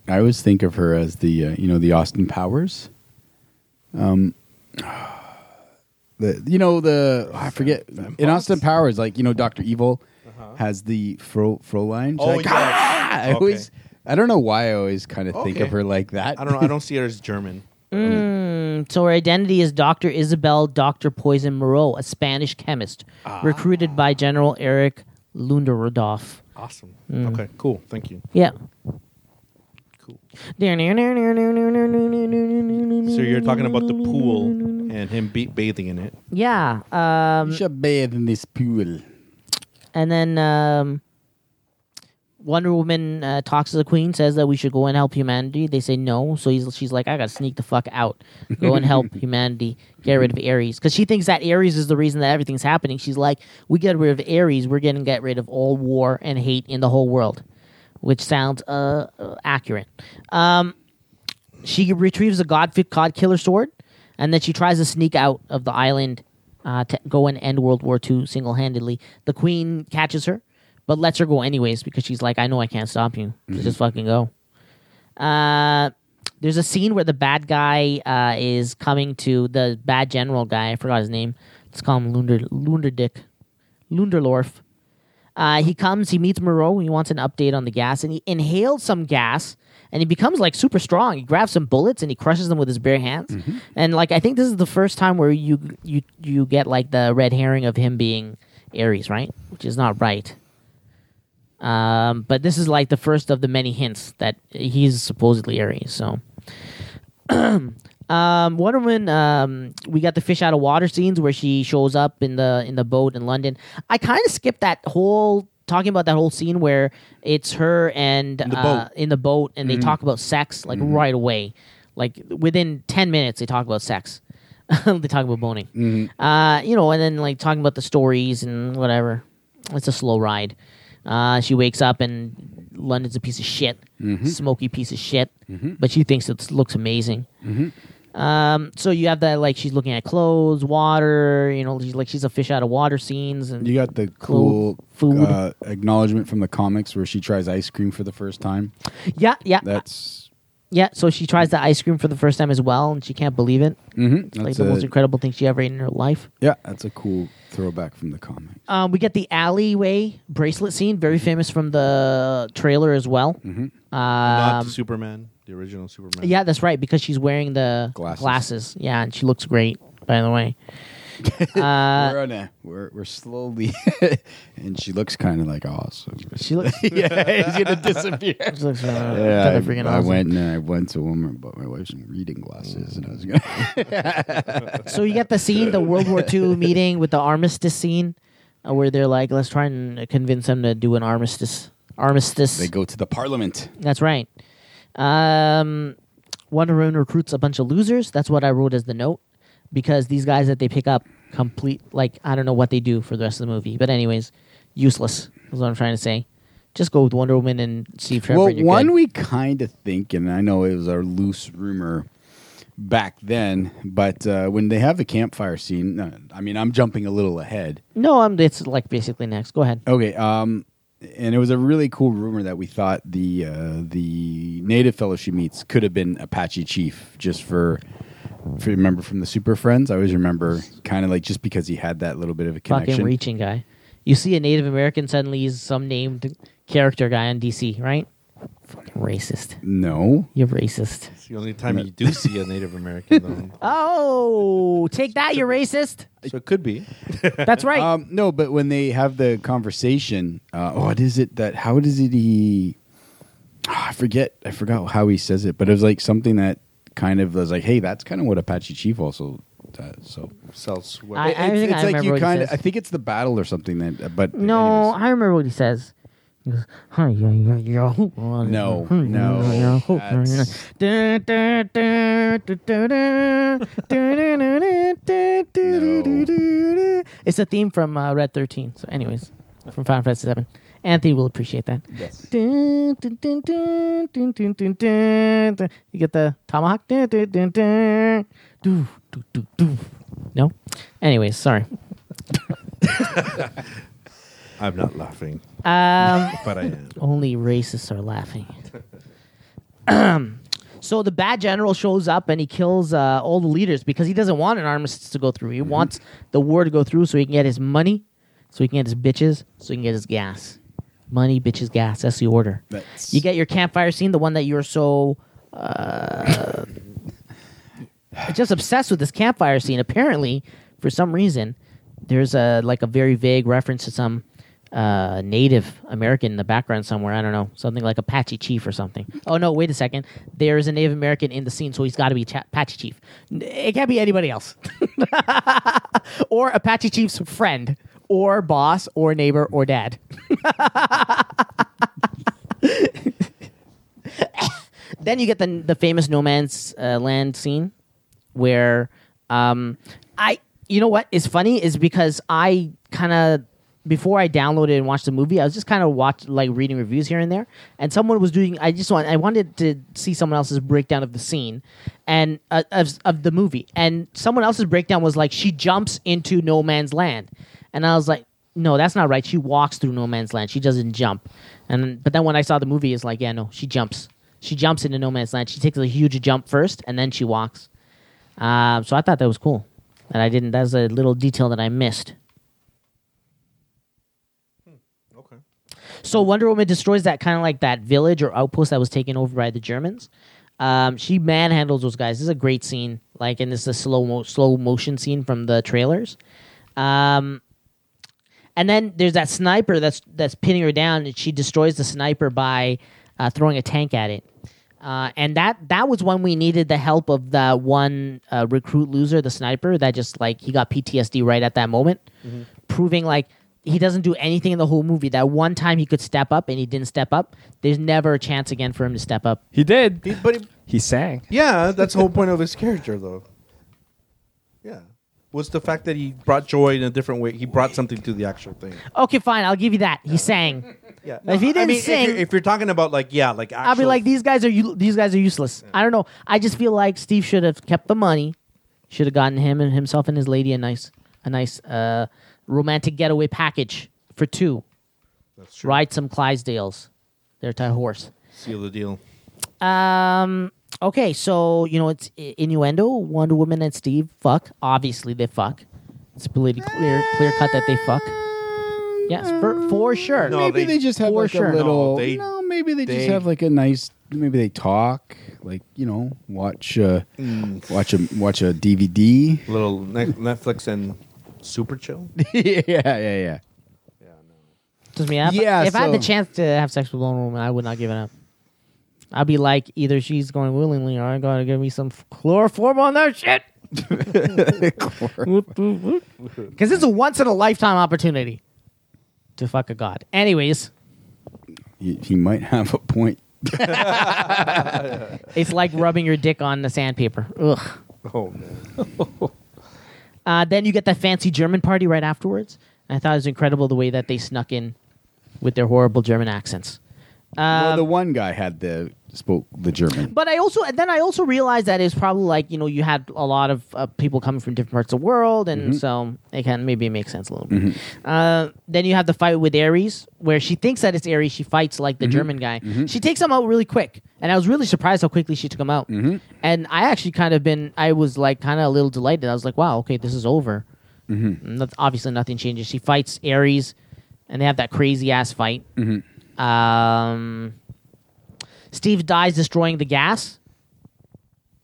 S5: I always think of her as the uh, you know the Austin Powers. Um, the you know the I forget in Austin Powers Uh-huh. like you know Doctor Evil has the fro froline. She's
S6: Oh,
S5: like,
S6: yes.
S5: "Ah!" I
S6: Okay.
S5: always I don't know why I always kind of think
S6: Okay.
S5: of her like that.
S6: I don't know. I don't see her as German.
S4: Mm, so her identity is Dr. Isabel Dr. Poison Moreau, a Spanish chemist,
S6: Ah.
S4: recruited by General Eric Lunderodorf.
S6: Awesome.
S4: Mm.
S6: Okay. Cool. Thank you.
S4: Yeah.
S6: Cool. So
S4: So
S6: you're talking about the pool
S4: Mm.
S6: and him be- bathing in it.
S4: Yeah. Um,
S5: You should bathe in this pool.
S4: and then um, Wonder Woman uh, talks to the Queen, says that we should go and help humanity. They say no, so he's, she's like, I gotta sneak the fuck out, go and help humanity, get rid of Ares, because she thinks that Ares is the reason that everything's happening. She's like, we get rid of Ares, we're gonna get rid of all war and hate in the whole world, which sounds uh, uh, accurate. Um, she retrieves a god, god killer sword, and then she tries to sneak out of the island uh, to go and end World War II single handedly. The queen catches her, but lets her go anyways because she's like, I know I can't stop you. So Just fucking go. Uh, there's a scene where the bad guy uh, is coming to the bad general guy. I forgot his name. Let's call him Lunder Lunderdick, Lunderlorf. Uh, he comes. He meets Moreau. He wants an update on the gas, and he inhales some gas, and he becomes like super strong. He grabs some bullets and he crushes them with his bare hands. And like I think this is the first time where you you you get like the red herring of him being Ares, right? Which is not right. Um, but this is like the first of the many hints that he's supposedly Aries. So, um, Wonder Woman, um, we got the fish out of water scenes where she shows up in the in the boat in London. I kind of skipped that whole talking about that whole scene where it's her and in
S6: the
S4: uh,
S6: boat. Mm-hmm.
S4: in the boat and they talk about sex like right away, like within ten minutes they talk about sex. they talk about boning,
S6: Mm-hmm.
S4: uh, you know, and then like talking about the stories and whatever. It's a slow ride. Uh, she wakes up and London's a piece of shit,
S6: Mm-hmm.
S4: smoky piece of shit, but she thinks it looks amazing. Um, so you have that like she's looking at clothes, water, you know, she's like she's a fish out of water scenes, and
S5: You got the
S4: Cool
S5: cool
S4: food.
S5: Uh, acknowledgement from the comics where she tries ice cream for the first time.
S4: yeah, yeah,
S5: That's
S4: yeah. So she tries the ice cream for the first time as well, and she can't believe it.
S5: mhm,
S4: It's like
S5: that's
S4: the most
S5: a-
S4: incredible thing she ever ate in her life.
S5: yeah, that's a cool throwback from the comic.
S4: Um, we get the alleyway bracelet scene, very famous from the trailer as well.
S5: Mm-hmm.
S6: Not the Superman, the original Superman.
S4: Um, Yeah, that's right because she's wearing the glasses.
S5: Glasses.
S4: Yeah, and she looks great. By the way, Uh,
S5: we're on a we're we're slowly, and she looks kind of like awesome.
S4: she looks.
S5: yeah, he's gonna disappear.
S4: she looks uh,
S5: Yeah, I,
S4: kinda freaking
S5: I
S4: awesome.
S5: went and I went to a woman, but my wife's in reading glasses, and I was gonna.
S4: So you get the scene, the World War II meeting with the armistice scene, uh, where they're like, "Let's try and convince them to do an armistice." Armistice.
S5: they go to the parliament.
S4: That's right. Um, Wonder Woman recruits a bunch of losers. That's what I wrote as the note because these guys that they pick up complete like I don't know what they do for the rest of the movie. But anyways, useless is what I'm trying to say. Just go with Wonder Woman and Steve Trevor.
S5: Well,
S4: and you're
S5: one
S4: good.
S5: we kind of think, and I know it was a loose rumor back then, but uh, when they have the campfire scene, uh, I mean, I'm jumping a little ahead.
S4: No, I'm. It's like basically next. Go ahead.
S5: Okay, um, and it was a really cool rumor that we thought the uh, the native fellow she meets could have been Apache chief, just for. If you remember from the Super Friends, I always remember kind of like just because he had that little bit of a connection.
S4: Fucking reaching guy. You see a Native American suddenly he's some named character guy on DC, right? Fucking racist.
S5: No,
S4: You're racist.
S6: It's the only time you do see a Native American, though.
S4: Oh, take that, you're racist.
S6: so it could be.
S4: That's right.
S5: Um, no, but when they have the conversation, uh, what is it that? How does it he? Ah, I forget. I forgot how he says it, but it was like something that kind of was like, "Hey, that's kind of what Apache Chief also does." So
S6: Sells
S4: I-
S5: It-
S4: think I remember
S5: you
S4: what he
S5: kinda-
S4: says.
S5: I think it's the battle or something that. But
S4: No, um,
S5: anyways.
S4: I remember what he says. He goes, "Hi, yo, yo, yo."
S5: No,
S4: Hi, yo,
S5: no,
S4: yo, yo.
S5: that's-
S4: Da, da, da, da, da, da, da, da, da, da, da, da, da, da. It's a theme from uh, Red 13. So, anyways, from Final Fantasy 7. Anthony will appreciate that. Yes. You get the tomahawk. Dun, dun, dun, dun. Doo, doo, doo, doo. No? Anyways, sorry.
S6: I'm not laughing,
S4: Um,
S6: but I am.
S4: Only racists are laughing. so the bad general shows up and he kills uh, all the leaders because he doesn't want an armistice to go through. He wants the war to go through so he can get his money, so he can get his bitches, so he can get his gas. Money, bitches, gas. That's the order.
S5: That's-
S4: You get your campfire scene, the one that you're so. Uh, just obsessed with this campfire scene. Apparently, for some reason, there's a like a very vague reference to some uh, Native American in the background somewhere. I don't know, something like Apache Chief or something. Oh no, wait a second. There is a Native American in the scene, so he's got to be Cha- Apache Chief. N- It can't be anybody else, or Apache Chief's friend, or boss, or neighbor, or dad. then you get the the famous no man's uh, land scene where um I you know what is funny is because I kind of before I downloaded and watched the movie I was just kind of watch like reading reviews here and there and someone was doing I just want I wanted to see someone else's breakdown of the scene and uh, of of the movie and someone else's breakdown was like she jumps into no man's land and I was like no that's not right she walks through no man's land she doesn't jump and but then when I saw the movie it's like yeah no she jumps She jumps into No Man's Land. She takes a huge jump first, and then she walks. Uh, so I thought that was cool, and I didn't. That's a little detail that I missed.
S6: Okay.
S4: So Wonder Woman destroys that kind of like that village or outpost that was taken over by the Germans. Um, she manhandles those guys. This is a great scene, like, and this is a slow mo- slow motion scene from the trailers. Um, and then there's that sniper that's that's pinning her down, and she destroys the sniper by uh, throwing a tank at it. Uh, and that that was when we needed the help of the one uh, recruit loser, the sniper that just like he got PTSD right at that moment, proving like he doesn't do anything in the whole movie. That one time he could step up and he didn't step up. There's never a chance again for him to step up.
S7: He did.
S6: He- but he-
S7: He sang.
S6: yeah, that's the whole point of his character, though. Yeah, was the fact that he brought joy in a different way. He brought something to the actual thing.
S4: Okay, fine, I'll give you that. He sang.
S6: Yeah,
S4: If he didn't
S6: if,
S4: sing-
S6: you're, if you're talking about like yeah, like actual,
S4: I'll be like, these guys are u- these guys are useless. I don't know. I just feel like Steve should have kept the money, should have gotten him and himself and his lady a nice a nice uh, romantic getaway package for two. Ride some Clydesdales, their tie horse.
S6: seal the deal.
S4: Um. Okay, so you know it's i- innuendo. Wonder Woman and Steve fuck. Obviously, they fuck. It's pretty clear, clear cut that they fuck. Yes, for for sure.
S6: No,
S5: maybe
S6: they-
S5: they, just have
S4: for
S5: like
S4: sure.
S5: a little.
S6: No,
S5: No,
S6: they-
S5: maybe they,
S6: they-
S5: just have like a nice. Maybe they talk, like you know, watch, uh, watch a watch a DVD.
S6: Little ne- Netflix and super chill.
S5: yeah, yeah, yeah.
S4: Just me. If,
S5: Yeah,
S4: if I had the
S5: so-
S4: chance to have sex with one woman, I would not give it up. I'd be like, either she's going willingly, or I gotta give me some f- chloroform on that shit. Because it's a once in a lifetime opportunity to fuck a god. Anyways,
S5: He, he might have a point.
S4: it's like rubbing your dick on the sandpaper. Ugh.
S6: Oh man.
S4: Uh, then you get that fancy German party right afterwards. And I thought it was incredible the way that they snuck in with their horrible German accents.
S5: well,
S4: Um,
S5: the one guy had the spoke the German.
S4: But I also and then I also realized that it's probably like you know you had a lot of uh, people coming from different parts of the world, and so it can maybe make sense a little bit. Uh, then you have the fight with Ares, where she thinks that it's Ares. She fights like the German guy. She takes him out really quick, and I was really surprised how quickly she took him out. And I actually kind of been I was like kind of a little delighted. I was like, wow, okay, this is over. Not, obviously, nothing changes. She fights Ares, and they have that crazy ass fight. Um, Steve dies destroying the gas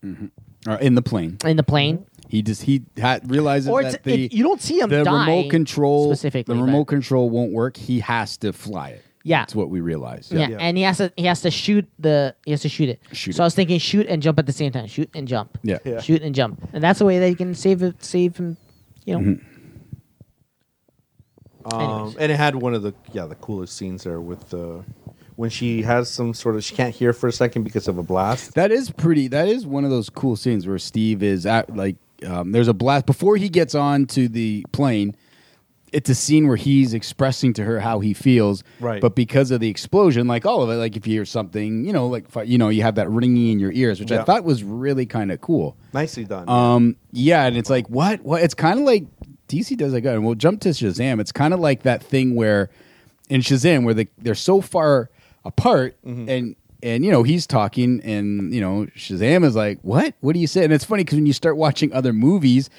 S5: Uh, in the plane,
S4: in the plane.
S5: he just he had, realizes
S4: Or it's,
S5: that the
S4: it, you don't see him
S5: the
S4: die
S5: remote control
S4: specifically.
S5: the
S4: but-
S5: remote control won't work. He has to fly it.
S4: Yeah.
S5: that's what we realized.
S4: yeah.
S6: Yeah.
S4: and he has to he has to shoot the he has to shoot it.
S5: Shoot
S4: so I
S5: it.
S4: was thinking shoot and jump at the same time. Shoot and jump.
S5: Yeah. Yeah.
S4: Shoot and jump, and that's the way that you can save it, save him. You know.
S5: Mm-hmm.
S6: Um, and it had one of the yeah the coolest scenes there with the when she has some sort of she can't hear for a second because of a blast.
S5: That is pretty. That is one of those cool scenes where Steve is at like. Um, there's a blast before he gets on to the plane. It's a scene where he's expressing to her how he feels,
S6: Right.
S5: But because of the explosion, like all of it, like if you hear something, you know, like fi- you know, you have that ringing in your ears, which
S6: Yeah.
S5: I thought was really kind of cool.
S6: Nicely done.
S5: Um, yeah, and it's like what? What? It's kind of like DC does that. good. And we'll jump to Shazam. It's kind of like that thing where in Shazam where they they're so far apart, and and you know he's talking, and you know Shazam is like, what? What do you say? And it's funny because when you start watching other movies.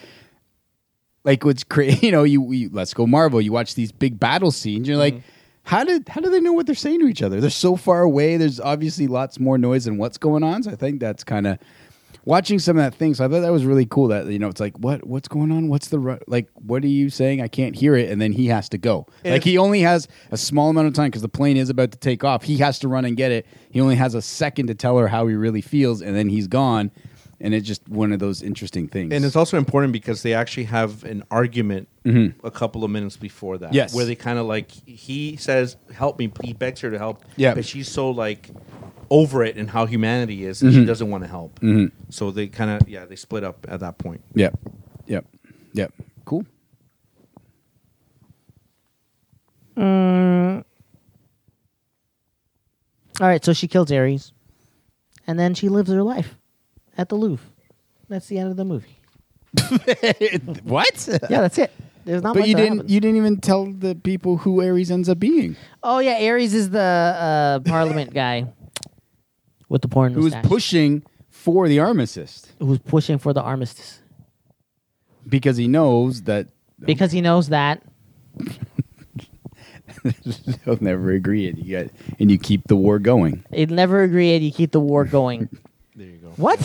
S5: Like what's crazy, you know, you, you let's go Marvel. You watch these big battle scenes. You're like,
S6: Mm-hmm.
S5: how did how do they know what they're saying to each other? They're so far away. There's obviously lots more noise than what's going on. So I think that's kind of watching some of that thing. So I thought that was really cool. That you know, it's like what what's going on? What's the ru- like? What are you saying? I can't hear it. And then he has to go. like he only has a small amount of time because the plane is about to take off. He has to run and get it. He only has a second to tell her how he really feels, and then he's gone. And it's just one of those interesting things.
S6: and it's also important because they actually have an argument a couple of minutes before that.
S5: Mm-hmm. Yes.
S6: Where they kind of like, he says, help me. He begs her to help.
S5: Yeah.
S6: But she's so like over it and how humanity is,
S5: Mm-hmm.
S6: and she doesn't want to help. So they kind of, yeah, they split up at that point.
S5: yep, yep, yep. Cool.
S4: All right, so she kills Ares, and then she lives her life at the Louvre. That's the end of the movie.
S5: what?
S4: Yeah, that's it. There's not
S5: But
S4: much
S5: you
S4: that
S5: didn't.
S4: happens.
S5: You didn't even tell the people who Ares ends up being.
S4: Oh yeah, Ares is the uh, Parliament guy. with the porn
S5: who was
S4: mustache.
S5: pushing for the armistice
S4: Who was pushing for the armistice
S5: because he knows that
S4: because he knows that
S5: they'll never agree, and you get and you keep the war going.
S4: it never agreed. You keep the war going.
S6: There you go.
S4: What?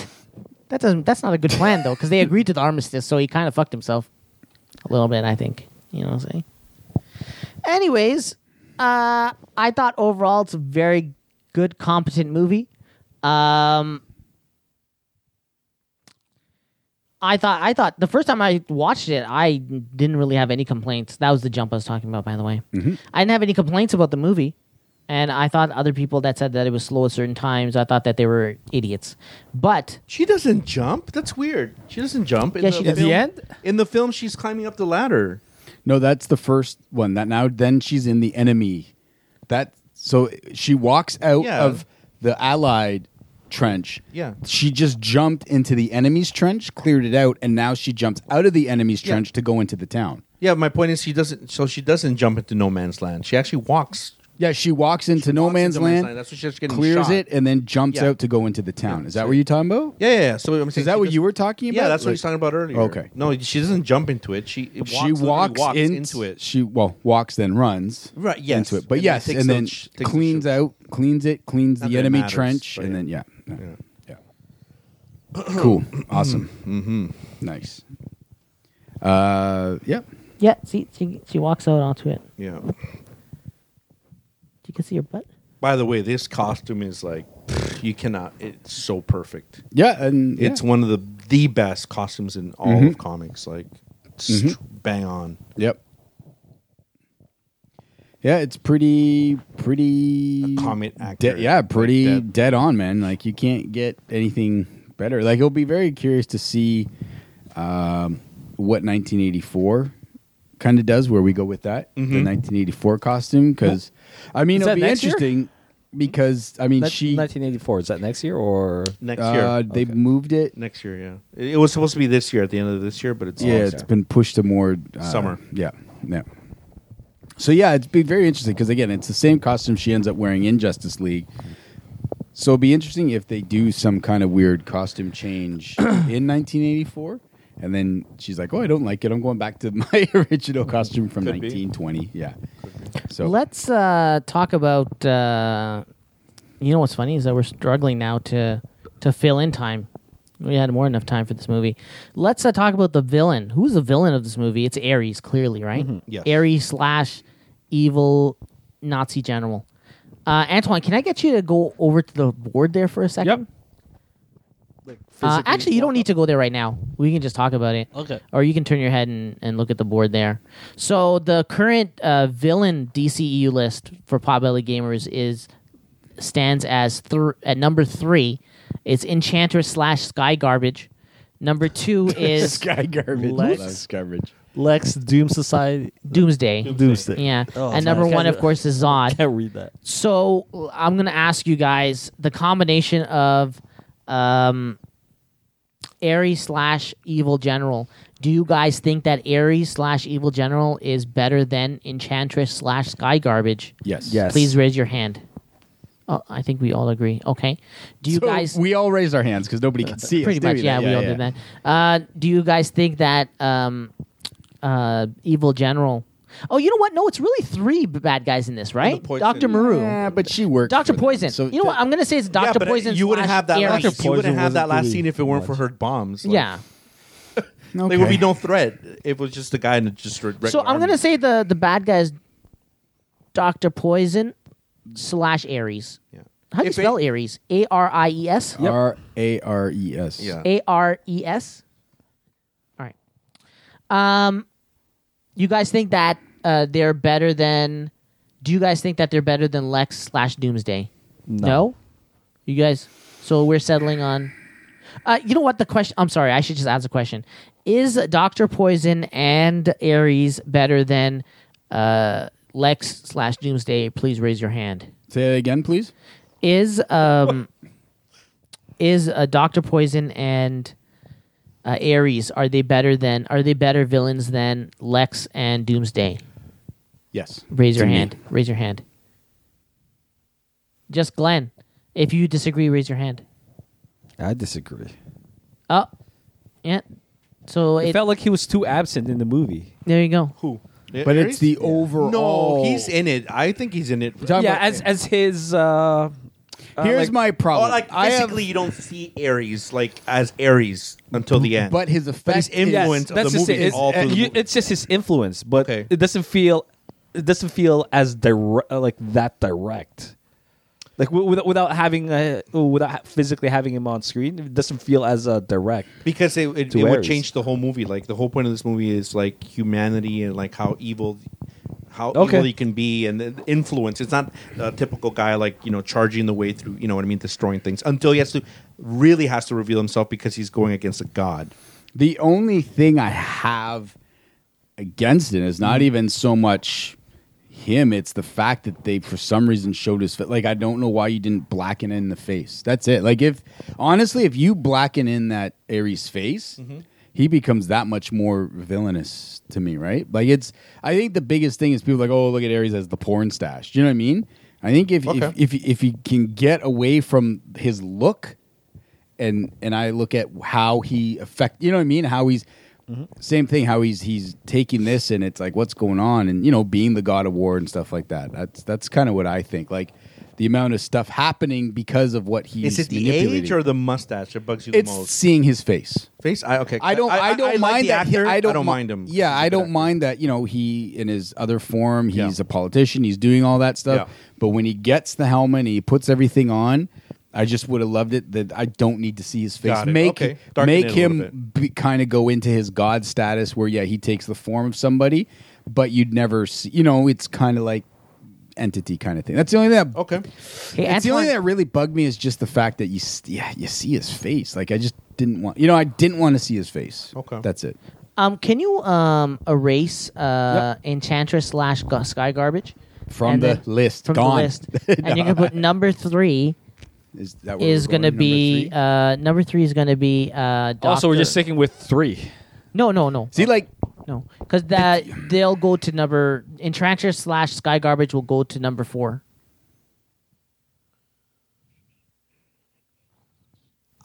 S4: That doesn't. That's not a good plan though, because they agreed to the armistice, so he kind of fucked himself a little bit. I think. You know what I'm saying. Anyways, uh, I thought overall it's a very good, competent movie. Um, I thought I thought the first time I watched it, I didn't really have any complaints. That was the jump I was talking about, by the way. I didn't have any complaints about the movie, and I thought other people that said that it was slow at certain times, I thought that they were idiots. But
S6: She doesn't jump. That's weird. She doesn't jump. In
S4: Yeah,
S6: the
S4: she
S6: film,
S4: does. At the
S7: end?
S6: In the film, she's climbing up the ladder.
S5: No, that's the first one. That now then she's in the enemy. That so she walks out
S6: Yeah.
S5: of the allied trench.
S6: Yeah.
S5: She just jumped into the enemy's trench, cleared it out, and now she jumps out of the enemy's
S6: Yeah.
S5: trench to go into the town.
S6: Yeah, my point is she doesn't. So she doesn't jump into no man's land. She actually walks.
S5: Yeah, she walks into, no,
S6: walks
S5: man's
S6: into no man's
S5: land,
S6: land. That's what she's getting
S5: clears
S6: shot.
S5: it, and then jumps
S6: Yeah.
S5: out to go into the town.
S6: Yeah,
S5: Is that
S6: so-
S5: what you're talking about?
S6: Yeah, yeah. yeah. So I'm saying
S5: Is that
S6: she
S5: what
S6: does-
S5: you were talking about?
S6: Yeah, that's what
S5: Like-
S6: he's talking about earlier.
S5: Okay.
S6: No, she doesn't jump into it. She it
S5: she
S6: walks, walks,
S5: walks,
S6: walks
S5: in-
S6: into it.
S5: She well walks then runs
S6: Right, yes.
S5: into it. But
S6: And then
S5: yes,
S6: takes
S5: and
S6: the
S5: then
S6: sh- takes the
S5: cleans
S6: shoots.
S5: out, cleans it, cleans
S6: Not
S5: the
S6: that it
S5: enemy
S6: matters,
S5: trench,
S6: but
S5: and
S6: yeah.
S5: then yeah, yeah, yeah. cool, awesome, mm-hmm. nice. Uh, yeah,
S4: yeah, see, she she walks out onto it.
S6: yeah.
S4: You can see her butt.
S6: By the way, this costume is like pfft, you cannot. It's so perfect.
S5: yeah, and
S6: It's
S5: yeah. Mm-hmm.
S6: one of the the best costumes in all of comics. Like it's bang on.
S5: Yep. Yeah, it's pretty, pretty
S6: A comet actor,
S5: De- yeah,
S6: like
S5: pretty
S6: that.
S5: dead on, man. Like you can't get anything better. Like it'll be very curious to see um, what 1984 kind of does, where we go with that the 1984 costume. Because I mean,
S7: Mm-hmm. Is
S5: it'll
S7: that
S5: be
S7: next year?
S5: interesting because I mean,
S7: That's
S5: she
S7: 1984. Is that next year or?
S6: Next
S5: uh,
S6: year,
S5: they moved it.
S6: next year, yeah. It, it was supposed to be this year at the end of this year, but it's
S5: yeah, it's been pushed to more uh,
S6: Summer.
S5: Yeah, yeah. So yeah, it'd be very interesting because again, it's the same costume she ends up wearing in Justice League. So it'd be interesting if they do some kind of weird costume change in 1984, and then she's like, "Oh, I don't like it. I'm going back to my original costume from
S6: Could be.
S5: 1920." Yeah. So
S4: Let's uh, talk about. Uh, you know what's funny is that we're struggling now to to fill in time. We had more than enough time for this movie. Let's uh, talk about the villain. Who's the villain of this movie? It's Ares, clearly, right?
S6: Yes.
S4: Ares slash evil Nazi general. Uh, Antoine, can I get you to go over to the board there for a second?
S7: Yep.
S4: Uh, actually, you don't need to go there right now. We can just talk about it.
S7: Okay.
S4: Or you can turn your head and, and look at the board there. So the current uh, villain DCEU list for Potbelly Gamers is stands as thr at number three. It's Enchantress slash Sky Garbage. Number two is
S5: sky garbage.
S7: Lex.
S5: Love Sky garbage.
S7: Lex Doom Society.
S4: Doomsday.
S7: Doomsday.
S4: Yeah.
S7: Oh,
S4: and
S7: that's
S4: number
S7: nice.
S4: one, of course, is Zod.
S7: Can't read that.
S4: So l- I'm gonna ask you guys the combination of um, Ares slash evil general. Do you guys think that Ares slash evil general is better than Enchantress slash sky garbage?
S5: Yes.
S7: Yes.
S4: Please raise your hand. Oh, I think we all agree. Okay. Do you
S5: So
S4: guys
S5: we all raised our hands because nobody could see
S4: pretty
S5: us.
S4: much?
S5: did
S4: Yeah, we all did that. Uh, do you guys think that um, uh, evil general? Oh, you know what? No, it's really three b- bad guys in this, right?
S6: poison-
S4: Doctor Maru.
S5: Yeah, but she worked.
S4: Doctor
S5: for them,
S4: Poison.
S5: so
S4: you know what? I'm gonna say it's Doctor
S6: but uh,
S4: Poison.
S6: You wouldn't
S4: slash
S6: have that.
S4: Aries.
S6: Last, you wouldn't
S7: Poison
S6: have that
S7: wasn't
S6: last
S7: really
S6: scene if it weren't for
S7: much.
S6: her bombs. Like,
S4: yeah.
S6: there would be
S5: Okay.
S6: no threat. It was just the guy in the just. a Regular
S4: So I'm
S6: army.
S4: gonna say the the bad guys, Doctor Poison slash Aries.
S6: Yeah.
S4: How do you
S6: If it-
S4: spell Aries? A R I E S.
S5: R A R E S.
S6: Yeah.
S4: A R E S. All right. Um, you guys think that uh, they're better than? Do you guys think that they're better than Lex slash Doomsday? No. You guys. So we're settling on. Uh, you know what? The question. I'm sorry. I should just ask a question. Is Doctor Poison and Ares better than uh, Lex slash Doomsday? Please raise your hand
S5: Say that again, please.
S4: is um is uh, Doctor Poison and uh, Ares are they better than are they better villains than Lex and Doomsday?
S5: Yes.
S4: Raise your
S5: To me.
S4: hand. Raise your hand. Just Glenn. If you disagree, raise your hand.
S5: I disagree.
S4: Oh, yeah. So
S7: It
S4: it,
S7: felt like he was too absent in the movie.
S4: there you go.
S6: Who?
S5: But it's the overall-
S6: No, he's in it. I think he's in it.
S5: Talking
S7: yeah,
S5: about-
S7: as as his. Uh, uh,
S5: Here's
S7: like-
S5: my
S6: Oh,
S5: problem.
S6: like
S5: I have,
S6: basically, you don't see Aries like as Aries until the end.
S5: but his
S6: But
S5: effect
S6: his
S5: is-
S7: Yes,
S6: influence
S7: that's
S6: of the
S7: just
S6: movie
S7: it.
S6: is
S7: It's,
S6: all
S7: uh,
S6: through the
S7: you-
S6: movie.
S7: it's just his influence, but
S6: Okay.
S7: it doesn't feel it doesn't feel as direct like that direct. Like wi- without without having uh, without ha- physically having him on screen, it doesn't feel as uh, direct.
S6: because it, it,
S7: To
S6: it would
S7: Ares.
S6: change the whole movie. Like the whole point of this movie is like humanity and like how evil, how
S7: Okay.
S6: evil he can be and the influence. It's not a typical guy like you know charging the way through. You know what I mean? Destroying things until he has to really has to reveal himself because he's going against a god.
S5: The only thing I have against it is not even so much him; it's the fact that they, for some reason, showed his face. Like I don't know why you didn't blacken in the face. That's it. Like if honestly, if you blacken in that Aries face, he becomes that much more villainous to me, right? Like it's. I think the biggest thing is people like, oh, look at Aries as the porn stash. Do you know what I mean? I think if
S6: Okay.
S5: if, if if he can get away from his look and and I look at how he affect you know what I mean how he's same thing how he's he's taking this and it's like what's going on and you know being the god of war and stuff like that that's that's kind of what I think like the amount of stuff happening because of what he's
S6: Is it the
S5: manipulating.
S6: age or the mustache that bugs you the
S5: it's
S6: most?
S5: seeing his face
S6: Face? I okay.
S5: I don't. I, don't
S6: like
S5: mind
S6: the
S5: that. he-
S6: actor.
S5: I don't, mi-
S6: mind him.
S5: Yeah,
S6: He's a
S5: I
S6: good
S5: don't
S6: actor.
S5: mind that. You know, he in his other form, he's
S6: Yeah.
S5: a politician. He's doing all that stuff.
S6: Yeah.
S5: But when he gets the helmet and he puts everything on, I just would have loved it. That I don't need to see his face.
S6: Got it.
S5: Make
S6: Okay. Darken
S5: make
S6: it a little
S5: him be, kind of go into his god status, where yeah, he takes the form of somebody, but you'd never see. You know, it's kind of like entity kind of thing. That's the only thing. That,
S6: Okay.
S4: Hey,
S5: it's the only
S4: Antoine-
S5: thing that really bugged me is just the fact that you s- yeah you see his face. Like I just didn't want you know I didn't want to see his face.
S6: Okay.
S5: that's it.
S4: Um, can you um erase uh Enchantress slash Gu- Sky Garbage
S5: From
S4: And
S5: the
S4: then-
S5: list,
S4: from
S5: gone.
S4: the list? And you can put number three
S5: Is that where
S4: is
S5: we're going
S4: gonna
S5: number
S4: be
S5: three?
S4: uh number three is gonna be uh. Doctor.
S7: Also, Oh, we're just sticking with three.
S4: No, no, no.
S5: see like
S4: No, because that they'll go to number Enchantress slash Sky Garbage will go to number four.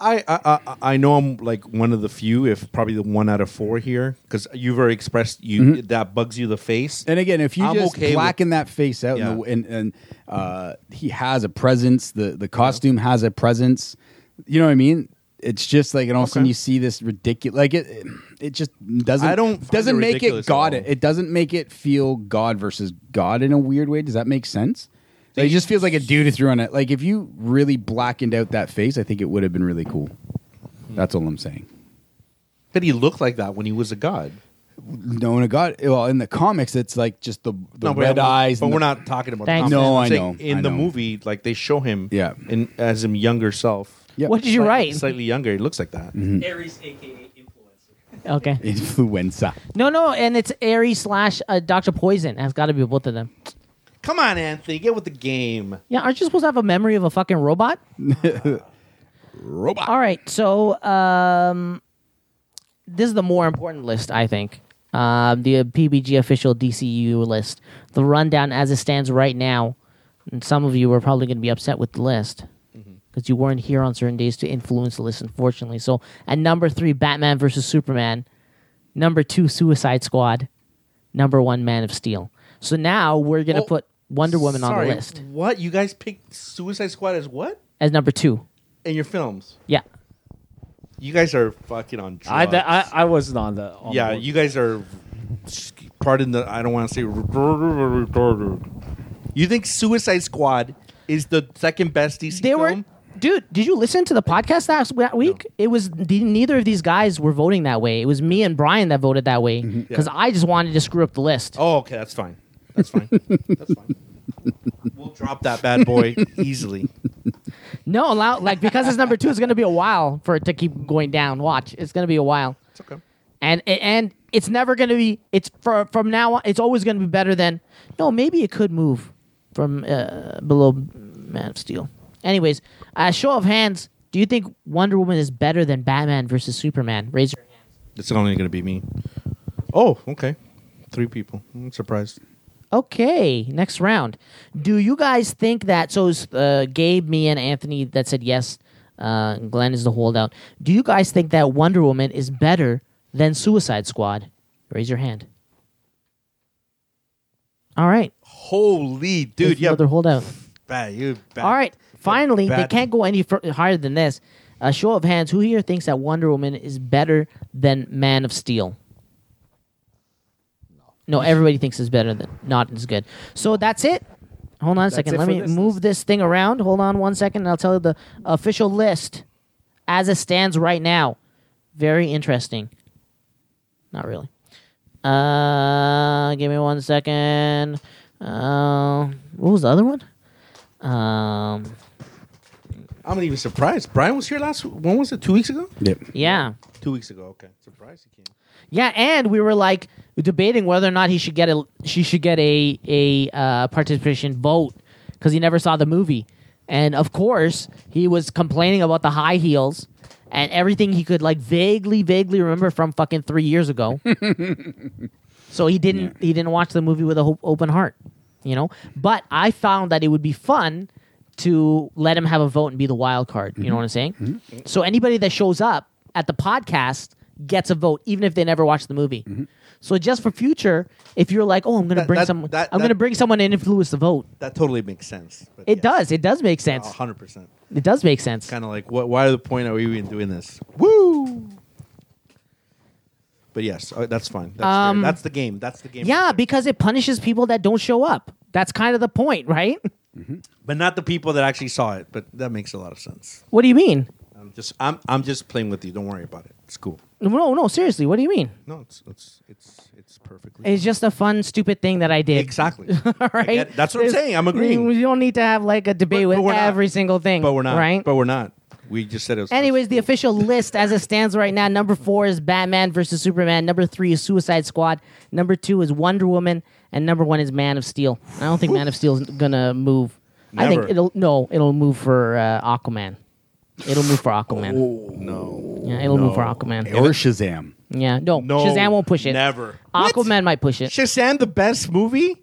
S6: I, I I I know I'm like one of the few, if probably the one out of four here, because you've already expressed you that bugs you the face.
S5: Mm-hmm. and again if you
S6: I'm
S5: just
S6: okay with-
S5: blacken that face out
S6: Yeah.
S5: and, the, and and uh, he has a presence. The the costume has a presence. You know what I mean? It's just like and all of a sudden
S6: Okay.
S5: you see this ridiculous like it. It just doesn't.
S6: I don't find
S5: doesn't
S6: it
S5: make it
S6: ridiculous at
S5: God.
S6: all.
S5: It it doesn't make it feel God versus God in a weird way. Does that make sense? Like, it just feels like a dude threw on it. Like if you really blackened out that face, I think it would have been really cool. That's all I'm saying.
S6: But he looked like that when he was a god.
S5: No, and it got well in the comics. It's like just the, the
S6: but-
S5: red eyes.
S6: But
S5: and
S6: we're
S5: the-
S6: not talking about.
S4: Thanks.
S6: the
S4: No,
S6: comics.
S5: I
S6: I'm saying
S5: know,
S6: In
S5: I
S6: the
S5: know.
S6: movie, like they show him,
S5: Yeah.
S6: in, as him younger self.
S5: Yep.
S4: What did you
S6: Slightly-
S4: write?
S6: Slightly younger. He looks like that.
S5: Mm-hmm.
S9: Aries, aka influencer.
S4: Okay.
S5: influenza?
S4: No, no, and it's Aries slash uh, Doctor Poison. That's got to be both of them.
S6: Come on, Anthony, get with the game.
S4: Yeah, aren't you supposed to have a memory of a fucking robot?
S5: Robot.
S4: All right, so um, this is the more important list, I think. Um, the PBG official DCU list, the rundown as it stands right now. And some of you are probably going to be upset with the list
S6: Mm-hmm.
S4: because you weren't here on certain days to influence the list, unfortunately. So at number three, Batman versus Superman. Number two, Suicide Squad. Number one, Man of Steel. So now we're going to
S6: Oh,
S4: put Wonder Woman on
S6: Sorry,
S4: the list
S6: What you guys picked Suicide Squad as what
S4: as number two.
S6: in your films?
S4: Yeah.
S6: You guys are fucking on drugs.
S7: I, I I wasn't on the. On
S6: yeah,
S7: board.
S6: you guys are. Pardon the. I don't want to say retarded. You think Suicide Squad is the second best DC
S4: They were,
S6: film?
S4: dude. Did you listen to the podcast last that week? It was the, neither of these guys were voting that way. It was me and Brian that voted that way because
S6: Mm-hmm. Yeah.
S4: I just wanted to screw up the list.
S6: Oh, okay, that's fine. That's fine. that's fine. We'll drop that bad boy easily.
S4: No, allow, like because it's number two, it's gonna be a while for it to keep going down. Watch, it's gonna be a while,
S6: It's okay.
S4: and and it's never gonna be. It's for, from now on. It's always gonna be better than. No, maybe it could move from uh, below Man of Steel. Anyways, uh, show of hands. Do you think Wonder Woman is better than Batman versus Superman? Raise your
S6: It's only going to be me. Oh, okay. Three people. I'm surprised.
S4: Okay, next round. Do you guys think that? So, it's, uh, Gabe, me, and Anthony that said yes. Uh, Glenn is the holdout. Do you guys think that Wonder Woman is better than Suicide Squad? Raise your hand. All right,
S6: Holy dude,
S4: there's
S6: yeah,
S4: another holdout.
S6: bad. You bad.
S4: All right, finally, they
S6: bad.
S4: can't go any fur- higher than this. A show of hands. Who here thinks that Wonder Woman is better than Man of Steel? No, everybody thinks it's better than not as good. So that's it. Hold on a second.
S7: it
S4: Let
S7: for
S4: me
S7: this
S4: move this thing around. Hold on one second, and I'll tell you the official list as it stands right now. Very interesting. Not really. Uh, give me one second. Uh, what was the other one? Um,
S6: I'm not even surprised. Brian was here last. When was it? Two weeks ago.
S5: Yep.
S4: yeah.
S6: Two weeks ago. Okay, surprised he came.
S4: Yeah, and we were like debating whether or not he should get a she should get a a uh, participation vote because he never saw the movie, and of course he was complaining about the high heels and everything he could like vaguely vaguely remember from fucking three years ago. so he didn't he didn't watch the movie with a ho- open heart, you know. But I found that it would be fun to let him have a vote and be the wild card. You know what I'm saying? So anybody that shows up at the podcast gets a vote, even if they never watched the movie. So just for future, if you're like, oh, I'm gonna
S6: That-
S4: bring
S6: that-
S4: someone,
S6: that-
S4: I'm
S6: that-
S4: gonna bring someone and influence the vote.
S6: That totally makes sense. but
S4: It
S6: yes,
S4: does. It does make sense.
S6: a hundred percent.
S4: It does make sense.
S6: Kind of like what? Why the point are we even doing this? Woo! But yes, uh, that's fine. That's,
S4: Um,
S6: that's the game. That's the game.
S4: Yeah, because it punishes people that don't show up. That's kind of the point, right?
S6: but not the people that actually saw it. But that makes a lot of sense.
S4: What do you mean?
S6: I'm just, I'm, I'm just playing with you. Don't worry about it. It's cool.
S4: No, no, seriously. What do you mean?
S6: No, it's, it's, it's, it's perfectly.
S4: It's just a fun, stupid thing that I did.
S6: Exactly.
S4: All
S6: I
S4: right.
S6: get- that's what I'm
S4: It's-
S6: saying. I'm agreeing.
S4: We don't need to have like a debate
S6: But- but we're
S4: with
S6: not.
S4: every single thing.
S6: but we're not.
S4: Right.
S6: But we're not. We just said it was.
S4: Anyways, the official list as it stands right now number four is Batman versus Superman. Number three is Suicide Squad. Number two is Wonder Woman. And number one is Man of Steel. I don't think Man of Steel is going to move. I think
S6: Never.
S4: it'll, no, it'll move for uh, Aquaman. It'll move for Aquaman.
S6: Oh. no.
S4: yeah, it'll move for Aquaman.
S5: Or Shazam.
S4: Yeah, no,
S6: No,
S4: Shazam won't push it.
S6: never.
S4: Aquaman might push it.
S6: Shazam, the best movie?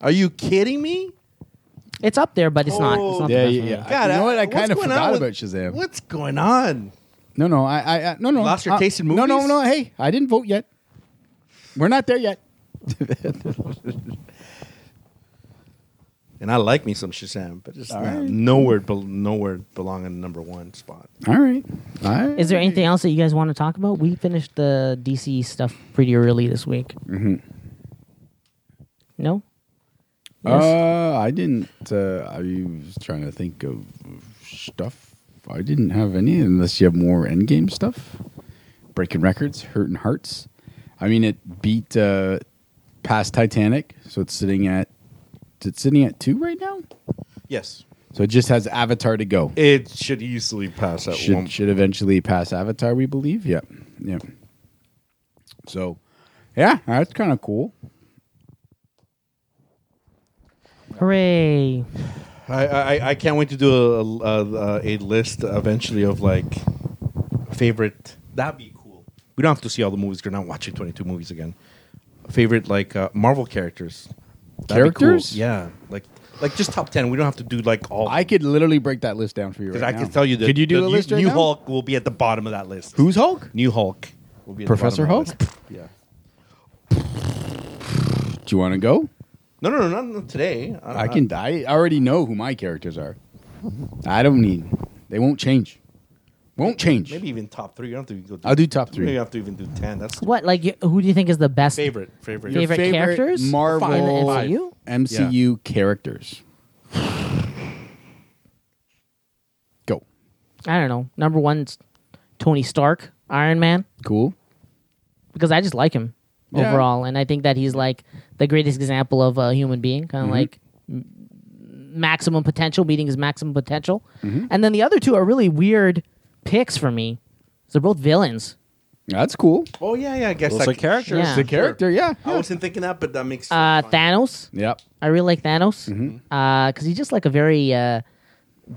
S6: Are you kidding me?
S4: It's up there, but it's not. It's not the
S5: Yeah,
S4: best
S5: Oh. yeah,
S4: one.
S5: yeah. you know what? I
S6: what's
S5: kind of
S6: going
S5: forgot
S6: on
S5: about
S6: with-
S5: Shazam.
S6: What's going on?
S5: No, no, I, I, I no, no.
S6: Lost your
S5: Uh,
S6: taste in
S5: No, no,
S6: movies?
S5: no. Hey, I didn't vote yet. We're not there yet.
S6: And I like me some Shazam, but it's not, nowhere, bel nowhere belong in number one spot.
S5: All right. All right.
S4: Is there anything else that you guys want to talk about? We finished the DC stuff pretty early this week. Mm-hmm. No. Yes?
S5: Uh, I didn't. Uh, I was trying to think of stuff. I didn't have any, unless you have more Endgame stuff. Breaking records, hurting hearts. I mean, it beat uh, past Titanic, so it's sitting at it's sitting at two right now.
S6: Yes.
S5: So it just has Avatar to go.
S6: It should easily pass at one.
S5: should should eventually pass Avatar, we believe. Yep, yep. So, yeah, that's kind of cool.
S4: Hooray!
S6: I, I, I can't wait to do a, a, a list eventually of like favorite. That'd be cool. We don't have to see all the movies. We're not watching 22 movies again. Favorite like uh, Marvel characters. That'd be cool.
S5: Characters?
S6: Yeah. Like like just top 10. We don't have to do like all.
S5: I could literally break that list down for you.
S6: Because
S5: right
S6: I
S5: now.
S6: can tell you that
S5: Could you do
S6: the
S5: a list
S6: new,
S5: right
S6: new
S5: now?
S6: Hulk will be at the bottom of that list.
S5: Who's Hulk?
S6: New Hulk? Will be at the
S5: Professor
S6: bottom of that
S5: Hulk?
S6: list. Yeah.
S5: Do you want to go?
S6: No, no, no, not- not today. I,
S5: I can. I already know who my characters are. I don't need. They won't change. Won't change.
S6: maybe even top three. You don't have to even go.
S5: I'll do top three.
S6: Maybe you have to even do ten. That's
S4: What like you, who do you think is the best
S6: favorite. Favorite.
S4: Your favorite characters?
S5: Marvel
S4: In the MCU?
S5: MCU characters. Go.
S4: I don't know. Number one's Tony Stark, Iron Man,
S5: Cool.
S4: because I just like him
S5: Yeah.
S4: overall, and I think that he's like the greatest example of a human being,
S5: Mm-hmm.
S4: kind of like m- maximum potential, meeting his maximum potential.
S5: Mm-hmm.
S4: And then the other two are really weird picks for me. 'cause They're both villains.
S5: That's cool.
S6: Oh yeah, yeah. I guess
S7: Those are
S6: c-
S7: characters.
S4: Yeah.
S5: The character, yeah.
S6: I wasn't thinking that, but that makes
S4: Uh, Thanos.
S5: Yep.
S4: I really like
S7: Mm-hmm.
S4: Thanos because he's just like a very uh,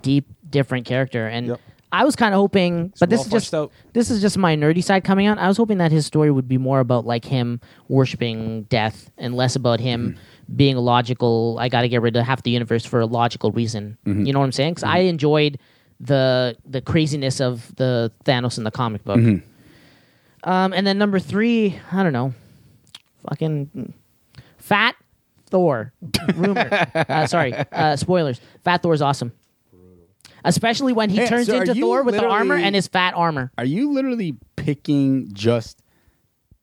S4: deep, different uh, character, and I was kind of hoping, but this
S7: well
S4: is just
S7: fleshed out.
S4: this is just my nerdy side coming out. I was hoping that his story would be more about like him worshiping death and less about him
S7: Mm-hmm.
S4: being a logical. I got to get rid of half the universe for a logical reason.
S7: Mm-hmm.
S4: You know what I'm saying? 'Cause I enjoyed the the craziness of the Thanos in the comic book.
S7: Mm-hmm.
S4: Um, and then number three, I don't know, fucking fat Thor. Rumor. uh, sorry, uh, spoilers. Fat Thor's awesome. Especially when he
S5: Hey,
S4: turns
S5: so are
S4: into
S5: you
S4: Thor with the armor
S5: literally-
S4: and his fat armor.
S5: Are you literally picking just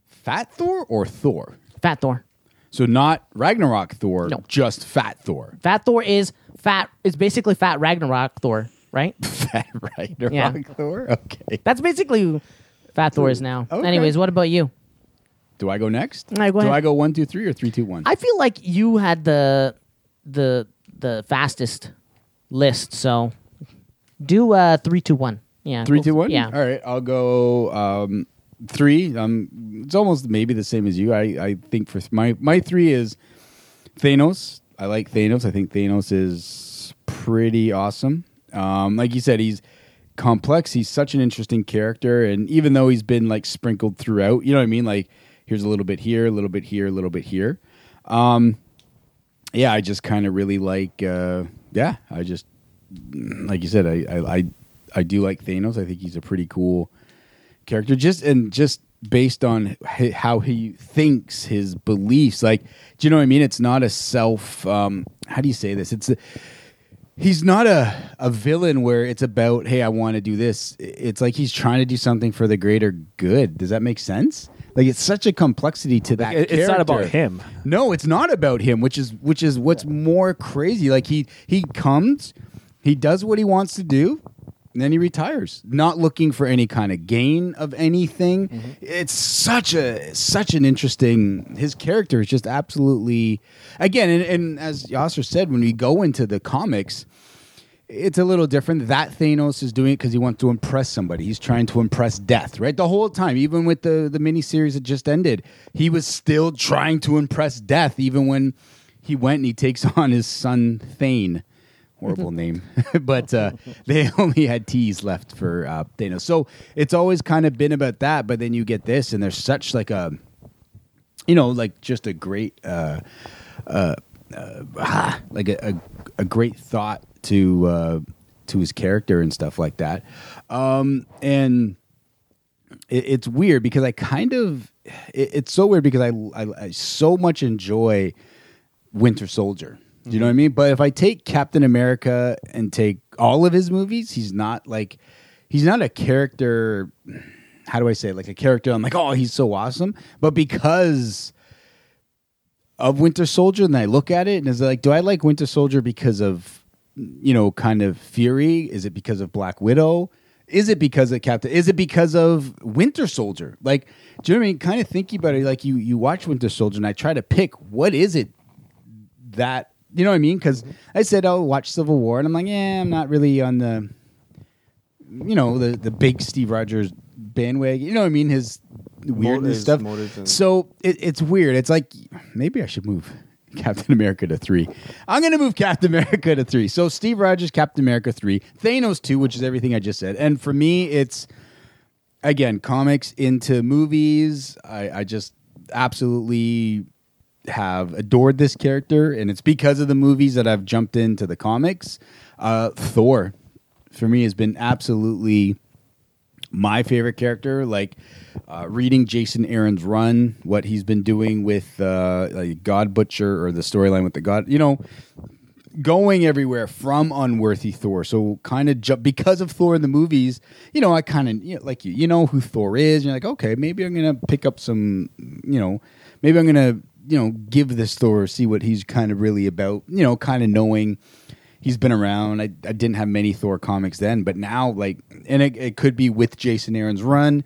S5: Fat Thor or Thor?
S4: Fat Thor.
S5: So not Ragnarok Thor,
S4: No.
S5: just Fat Thor.
S4: Fat Thor is fat. It's basically fat Ragnarok Thor, right?
S5: Fat Ragnarok
S4: Yeah.
S5: Thor. Okay.
S4: That's basically who Fat Thor is now.
S5: Okay.
S4: Anyways, what about you?
S5: Do I go next?
S4: No, go
S5: Do
S4: ahead.
S5: I go one, two, three, or three, two, one?
S4: I feel like you had the the the fastest list, so do uh three two one. Yeah.
S5: Three,
S4: go-
S5: two, one.
S4: Yeah.
S5: All right, I'll go um, three. Um, it's almost maybe the same as you. I, I think for th- my my three is Thanos. I like Thanos. I think Thanos is pretty awesome. Um, like you said, he's complex. He's such an interesting character, and even though he's been like sprinkled throughout, you know what I mean. Like here's a little bit here, a little bit here, a little bit here. Um, yeah, I just kind of really like. Uh, yeah, I just like you said, I, I I I do like Thanos. I think he's a pretty cool character. Just and just based on hi- how he thinks, his beliefs. Like, do you know what I mean? It's not a self. Um, how do you say this? It's a, he's not a a villain where it's about hey, I want to do this. I- It's like he's trying to do something for the greater good. Does that make sense? Like, it's such a complexity to that.
S7: it- it's not about
S5: character.
S7: him.
S5: No, it's not about him, which is which is what's more crazy. Like he he comes, he does what he wants to do, and then he retires, not looking for any kind of gain of anything.
S7: Mm-hmm.
S5: It's such a such an interesting. His character is just absolutely again, and, and as Yasser said, when we go into the comics, it's a little different. That Thanos is doing it because he wants to impress somebody. He's trying to impress death, right? The whole time, even with the the miniseries that just ended, he was still trying to impress death, even when he went and he takes on his son Thane. Horrible name, but uh, they only had T's left for uh, Thanos. So it's always kind of been about that. But then you get this, and there's such like a, you know, like just a great. Uh, ah, like a, a, a great thought to uh, to his character and stuff like that. Um, and it, it's weird because I kind of it, it's so weird because I, I I so much enjoy Winter Soldier. Do you know what I mean? But if I take Captain America and take all of his movies, he's not like he's not a character. How do I say it? like a character? I'm like, oh, he's so awesome. But because of Winter Soldier, and I look at it and it's like, do I like Winter Soldier because of you know kind of Fury? Is it because of Black Widow? Is it because of Captain? Is it because of Winter Soldier? Like, do you know what I mean? Kind of thinking about it, like you you watch Winter Soldier, and I try to pick what is it that you know what I mean? Because I said I'll watch Civil War, and I'm like, yeah, I'm not really on the you know the the big Steve Rogers bandwagon. You know what I mean? His weirdness
S6: Motives-
S5: stuff.
S6: motives and-
S5: so it, it's weird. It's like maybe I should move Captain America to three. I'm gonna move Captain America to three. So Steve Rogers, Captain America three, Thanos two, which is everything I just said. And for me, it's again comics into movies. I, I just absolutely have adored this character, and it's because of the movies that I've jumped into the comics. Uh, Thor, for me, has been absolutely my favorite character. Like uh, reading Jason Aaron's run, what he's been doing with uh, like God Butcher or the storyline with the God, you know, going everywhere from unworthy Thor. So kind of ju- because of Thor in the movies, you know, I kind of you know, like you, you know who Thor is. You're like, okay, maybe I'm gonna pick up some, you know, maybe I'm gonna you know give this Thor see what he's kind of really about. You know, kind of knowing. He's been around. I, I didn't have many Thor comics then, but now, like, and it, it could be with Jason Aaron's run,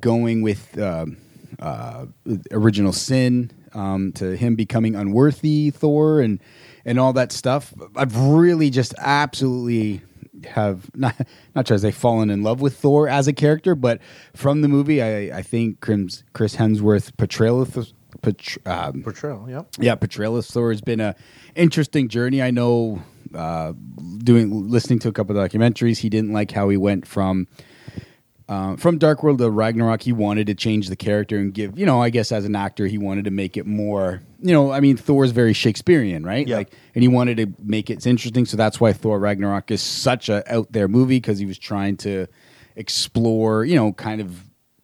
S5: going with um uh, original sin um, to him becoming unworthy Thor and and all that stuff. I've really just absolutely have not not trying to say fallen in love with Thor as a character, but from the movie, I, I think Crims- Chris Hemsworth portrayal of Th- portray- um,
S6: Portrayal, yep.
S5: yeah, portrayal of Thor has been a interesting journey. I know uh, doing listening to a couple of documentaries. He didn't like how he went from uh, from Dark World to Ragnarok. He wanted to change the character and give you know I guess as an actor he wanted to make it more you know I mean Thor's very Shakespearean right
S6: Yeah.
S5: like and he wanted to make it interesting so that's why Thor Ragnarok is such a out there movie because he was trying to explore you know kind of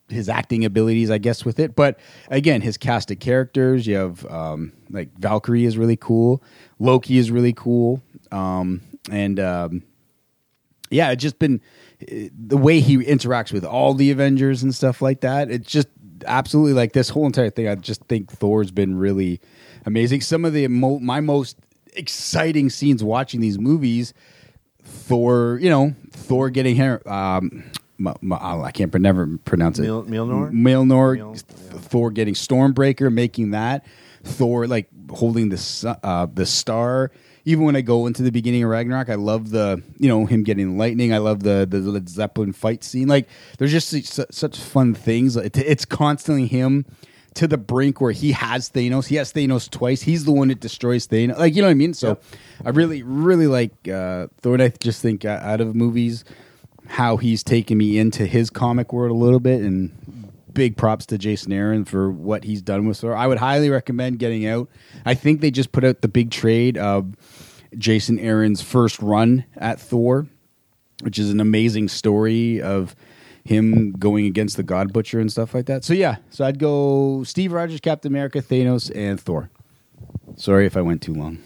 S5: his acting abilities I guess with it but again his cast of characters you have um, like Valkyrie is really cool Loki is really cool um, and um, yeah, it's just been eh, the way he interacts with all the Avengers and stuff like that. It's just absolutely like this whole entire thing. I just think Thor's been really amazing. Some of the mo- my most exciting scenes watching these movies, Thor, you know, Thor getting hair. Um, mu- mu- oh, I can't pr- never pronounce it.
S6: Mil- Milnor?
S5: Milnor.
S6: Mil-
S5: Th- Thor getting Stormbreaker, making that. Thor like holding the su- uh, the star. Even when I go into the beginning of Ragnarok, I love the you know him getting lightning. I love the the Led Zeppelin fight scene. Like there's just su- such fun things. It- It's constantly him to the brink where he has Thanos. He has Thanos twice. He's the one that destroys Thanos. Like you know what I mean. So I really really like uh, Thor. And I just think uh, out of movies, how he's taken me into his comic world a little bit and big props to Jason Aaron for what he's done with Thor. I would highly recommend getting out. I think they just put out the big trade of Jason Aaron's first run at Thor, which is an amazing story of him going against the God Butcher and stuff like that. So yeah, so I'd go Steve Rogers, Captain America, Thanos, and Thor. Sorry if I went too long.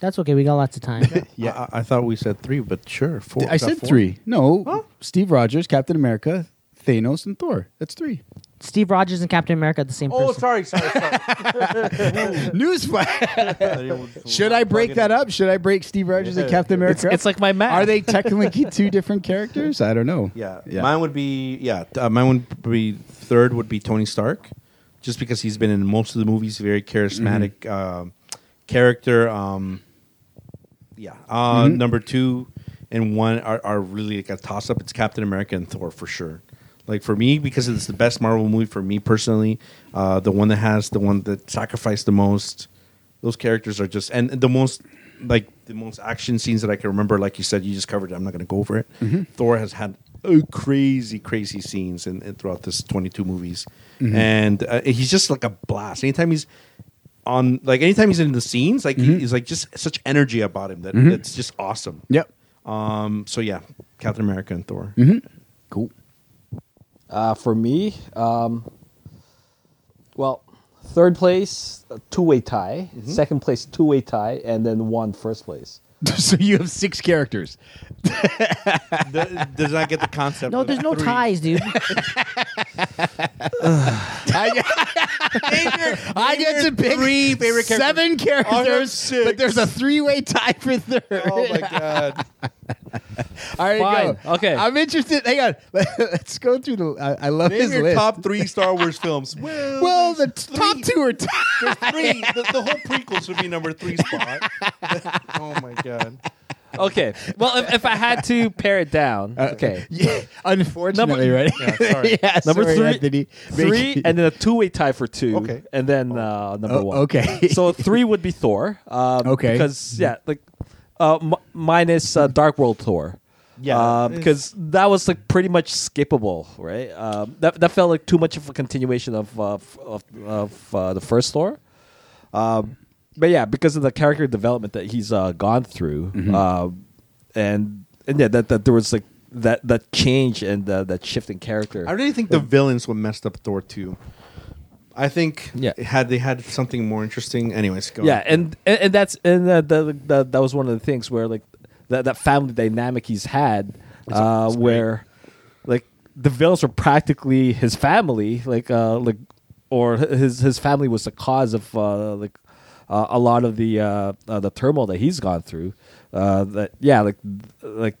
S4: That's okay. We got lots of time.
S6: Yeah, I, I thought we said three, but sure, four.
S5: I
S6: Is that
S5: said
S6: four?
S5: three. No, Steve Rogers, Captain America, Thanos, and Thor. That's three.
S4: Steve Rogers and Captain America are the same
S6: Oh,
S4: person.
S6: sorry, sorry, sorry.
S5: Newsflash. Should I break that up? Should I break Steve Rogers and Captain America?
S7: It's,
S5: up?
S7: it's like my math.
S5: are they technically two different characters? I don't know.
S6: Yeah.
S5: yeah.
S6: Mine would be yeah. t- Uh, mine would be third would be Tony Stark, just because he's been in most of the movies, very charismatic
S5: Mm-hmm.
S6: um character. Um, yeah. Uh, Number two and one are, are really like a toss up. It's Captain America and Thor for sure. Like for me, because it's the best Marvel movie for me personally, uh, the one that has the one that sacrificed the most. Those characters are just and the most like the most action scenes that I can remember. Like you said, you just covered. it. I'm not going to go over it. Thor has had uh, crazy, crazy scenes in, in throughout this 22 movies, and uh, he's just like a blast. Anytime he's on like anytime he's in the scenes, like he he's like just such energy about him that it's just awesome.
S5: Yep.
S6: Um. So yeah, Captain America and Thor.
S5: Cool.
S7: Uh, for me, um, well, third place, a two-way tie.
S6: Mm-hmm.
S7: Second place, two-way tie, and then one first place.
S5: so you have six characters.
S6: Th- does not get the concept.
S4: No,
S6: of
S4: there's no
S6: three.
S4: ties, dude.
S5: I, I get to pick
S6: three favorite characters.
S5: seven characters,
S6: six.
S5: but there's a three-way tie for third.
S6: Oh my god.
S5: All right,
S7: Fine.
S5: go.
S7: Okay.
S5: I'm interested. Hang on. Let's go through the. I, I love
S6: Name
S5: his
S6: your
S5: list.
S6: top three Star Wars films. Well,
S5: well, the t- top
S6: three.
S5: two are. T-
S6: there's three. The, the whole prequels would be number three spot. oh my god.
S7: Okay. Well, if, if I had to pare it down,
S6: Uh,
S7: okay,
S5: yeah, unfortunately, right? Yeah,
S6: sorry.
S7: Number
S5: sorry,
S7: three-
S5: Anthony.
S7: three, and then a two-way tie for two.
S6: Okay.
S7: and then uh, number
S5: Oh,
S7: one.
S5: okay.
S7: so three would be Thor. Um,
S5: Okay.
S7: because yeah, like uh, m- minus uh, Dark World Thor.
S6: Yeah.
S7: Uh, because that was like pretty much skippable, right? Um, that that felt like too much of a continuation of uh, f- of of uh, the first Thor. Um, but yeah, because of the character development that he's uh, gone through,
S5: Mm-hmm.
S7: uh, and and yeah, that that there was like that that change and uh, that shift in character.
S6: I really think the villains would messed up Thor too. I think
S7: Yeah.
S6: had they had something more interesting. Anyways, go.
S7: yeah
S6: on.
S7: and, and and that's and uh, the, the, that was one of the things where like that that family dynamic he's had uh, where like the villains were practically his family like uh like or his his family was the cause of uh like uh, a lot of the uh, uh the turmoil that he's gone through uh that yeah like like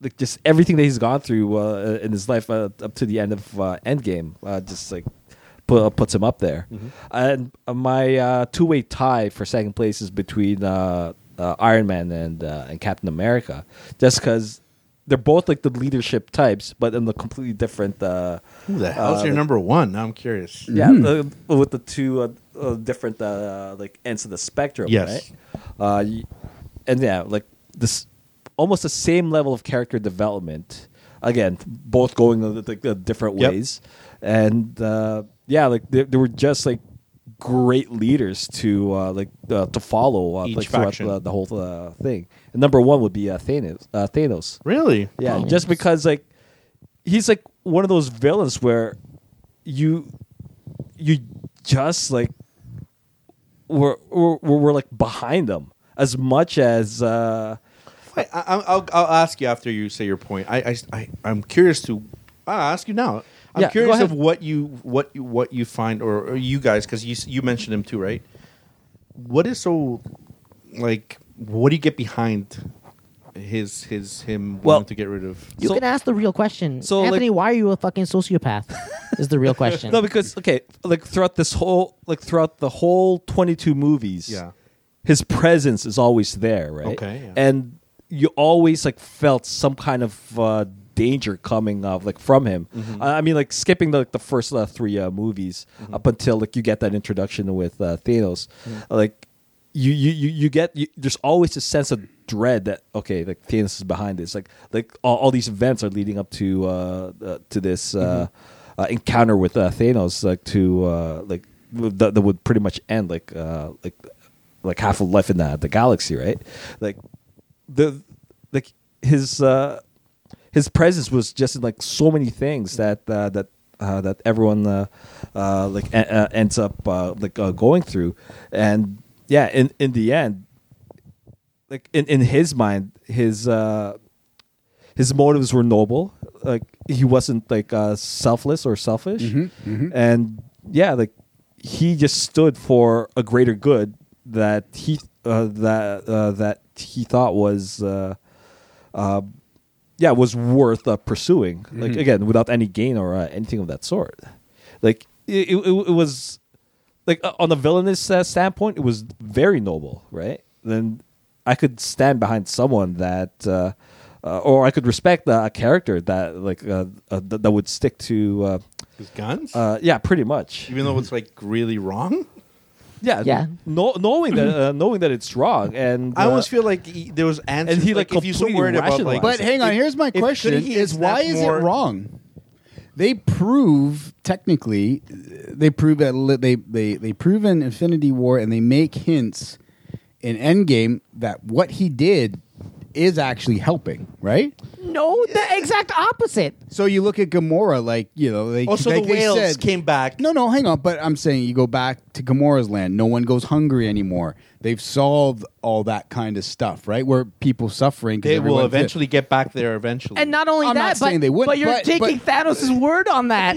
S7: like just everything that he's gone through uh, in his life uh, up to the end of uh, Endgame, uh, just like pu- uh, puts him up there.
S6: Mm-hmm.
S7: And uh, my uh, two way tie for second place is between uh, uh, Iron Man and uh, and Captain America, just because they're both like the leadership types, but in the completely different. Uh,
S6: Who the hell's
S7: uh,
S6: your
S7: like-
S6: number one? Now I'm curious.
S7: yeah,
S6: Mm-hmm.
S7: uh, with the two uh, uh, different uh, like ends of the spectrum,
S6: Yes.
S7: right? Uh, y- and yeah, like this almost the same level of character development. Again, both going the, the, the different
S6: Yep.
S7: ways, and uh, yeah, like they, they were just like great leaders to uh, like uh, to follow uh,
S6: Each
S7: like, throughout
S6: faction.
S7: the, the whole uh, thing. And number one would be uh, Thanos. Uh, Thanos.
S6: Really?
S7: Yeah,
S4: Oh.
S7: just because like he's like one of those villains where you you just like were were, were like behind them as much as uh
S6: Wait, I, I- I'll, I'll ask you after you say your point. I, I, I am curious to. I'll ask you now. I'm
S7: Yeah, go
S6: curious of
S7: ahead.
S6: what you what you, what you find or, or you guys because you s- you mentioned him too, right? What is so like? What do you get behind his his him
S7: Well-
S6: wanting to get rid of?
S4: You
S7: So-
S4: can ask the real question.
S7: so,
S4: So,
S7: like-
S4: Anthony, why are you a fucking sociopath? is the real question.
S7: no because okay like throughout this whole like throughout the whole 22 movies
S6: Yeah.
S7: his presence is always there right
S6: Okay, yeah.
S7: and you always like felt some kind of uh danger coming of like from him I, I mean like skipping the, like, the first uh, three uh, movies up until like you get that introduction with uh, Thanos like you you you, you get you, there's always a sense of dread that okay like Thanos is behind this like like all, all these events are leading up to uh, uh to this uh, uh encounter with uh, Thanos like to uh like that, that would pretty much end like uh like like half of life in the the galaxy right like the like his uh his presence was just in like so many things that uh, that uh, that everyone uh, uh, like e- uh, ends up uh, like uh, going through, and yeah, in in the end, like in in his mind, his uh, his motives were noble. Like he wasn't like uh, selfless or selfish, and yeah, like he just stood for a greater good that he uh, that uh, that he thought was. Uh, yeah, was worth uh, pursuing.
S6: Mm-hmm.
S7: Like again, without any gain or uh, anything of that sort. Like it, it, it was like uh, on the villainous uh, standpoint, it was very noble, right? Then I could stand behind someone that, uh, uh, or I could respect uh, a character that like uh, uh, that, that would stick to. Uh,
S6: His guns,
S7: uh, yeah, pretty much.
S6: even though it's like really wrong.
S5: Uh,
S7: Yeah,
S4: Yeah.
S7: No, knowing that, uh, knowing that it's wrong, and
S6: I
S7: uh,
S6: almost feel like he, there was answers.
S7: he, like,
S6: if you're so
S7: completely
S6: worried about like,
S7: rationalized
S5: But hang on, here's my
S6: if
S5: question:
S6: Kudahy
S5: Is
S6: is
S5: why
S6: not
S5: is it
S6: more-
S5: wrong? They prove technically, they prove that li- they they they prove in Infinity War, and they make hints in Endgame that what he did is actually helping, right?
S4: no, the exact opposite.
S5: So you look at Gamora, like you know, they
S6: also
S5: like
S6: the
S5: they
S6: whales
S5: said-
S6: came back.
S5: No, no, hang on. But I'm saying you go back to Gamora's land. No one goes hungry anymore. They've solved all that kind of stuff, right? Where people suffering. 'cause
S6: they will
S5: everyone's-
S6: eventually get back there eventually.
S4: And not only
S5: I'm
S4: that,
S5: not
S4: but,
S5: saying they wouldn't,
S4: but you're
S5: but-
S4: taking Thanos' word on that.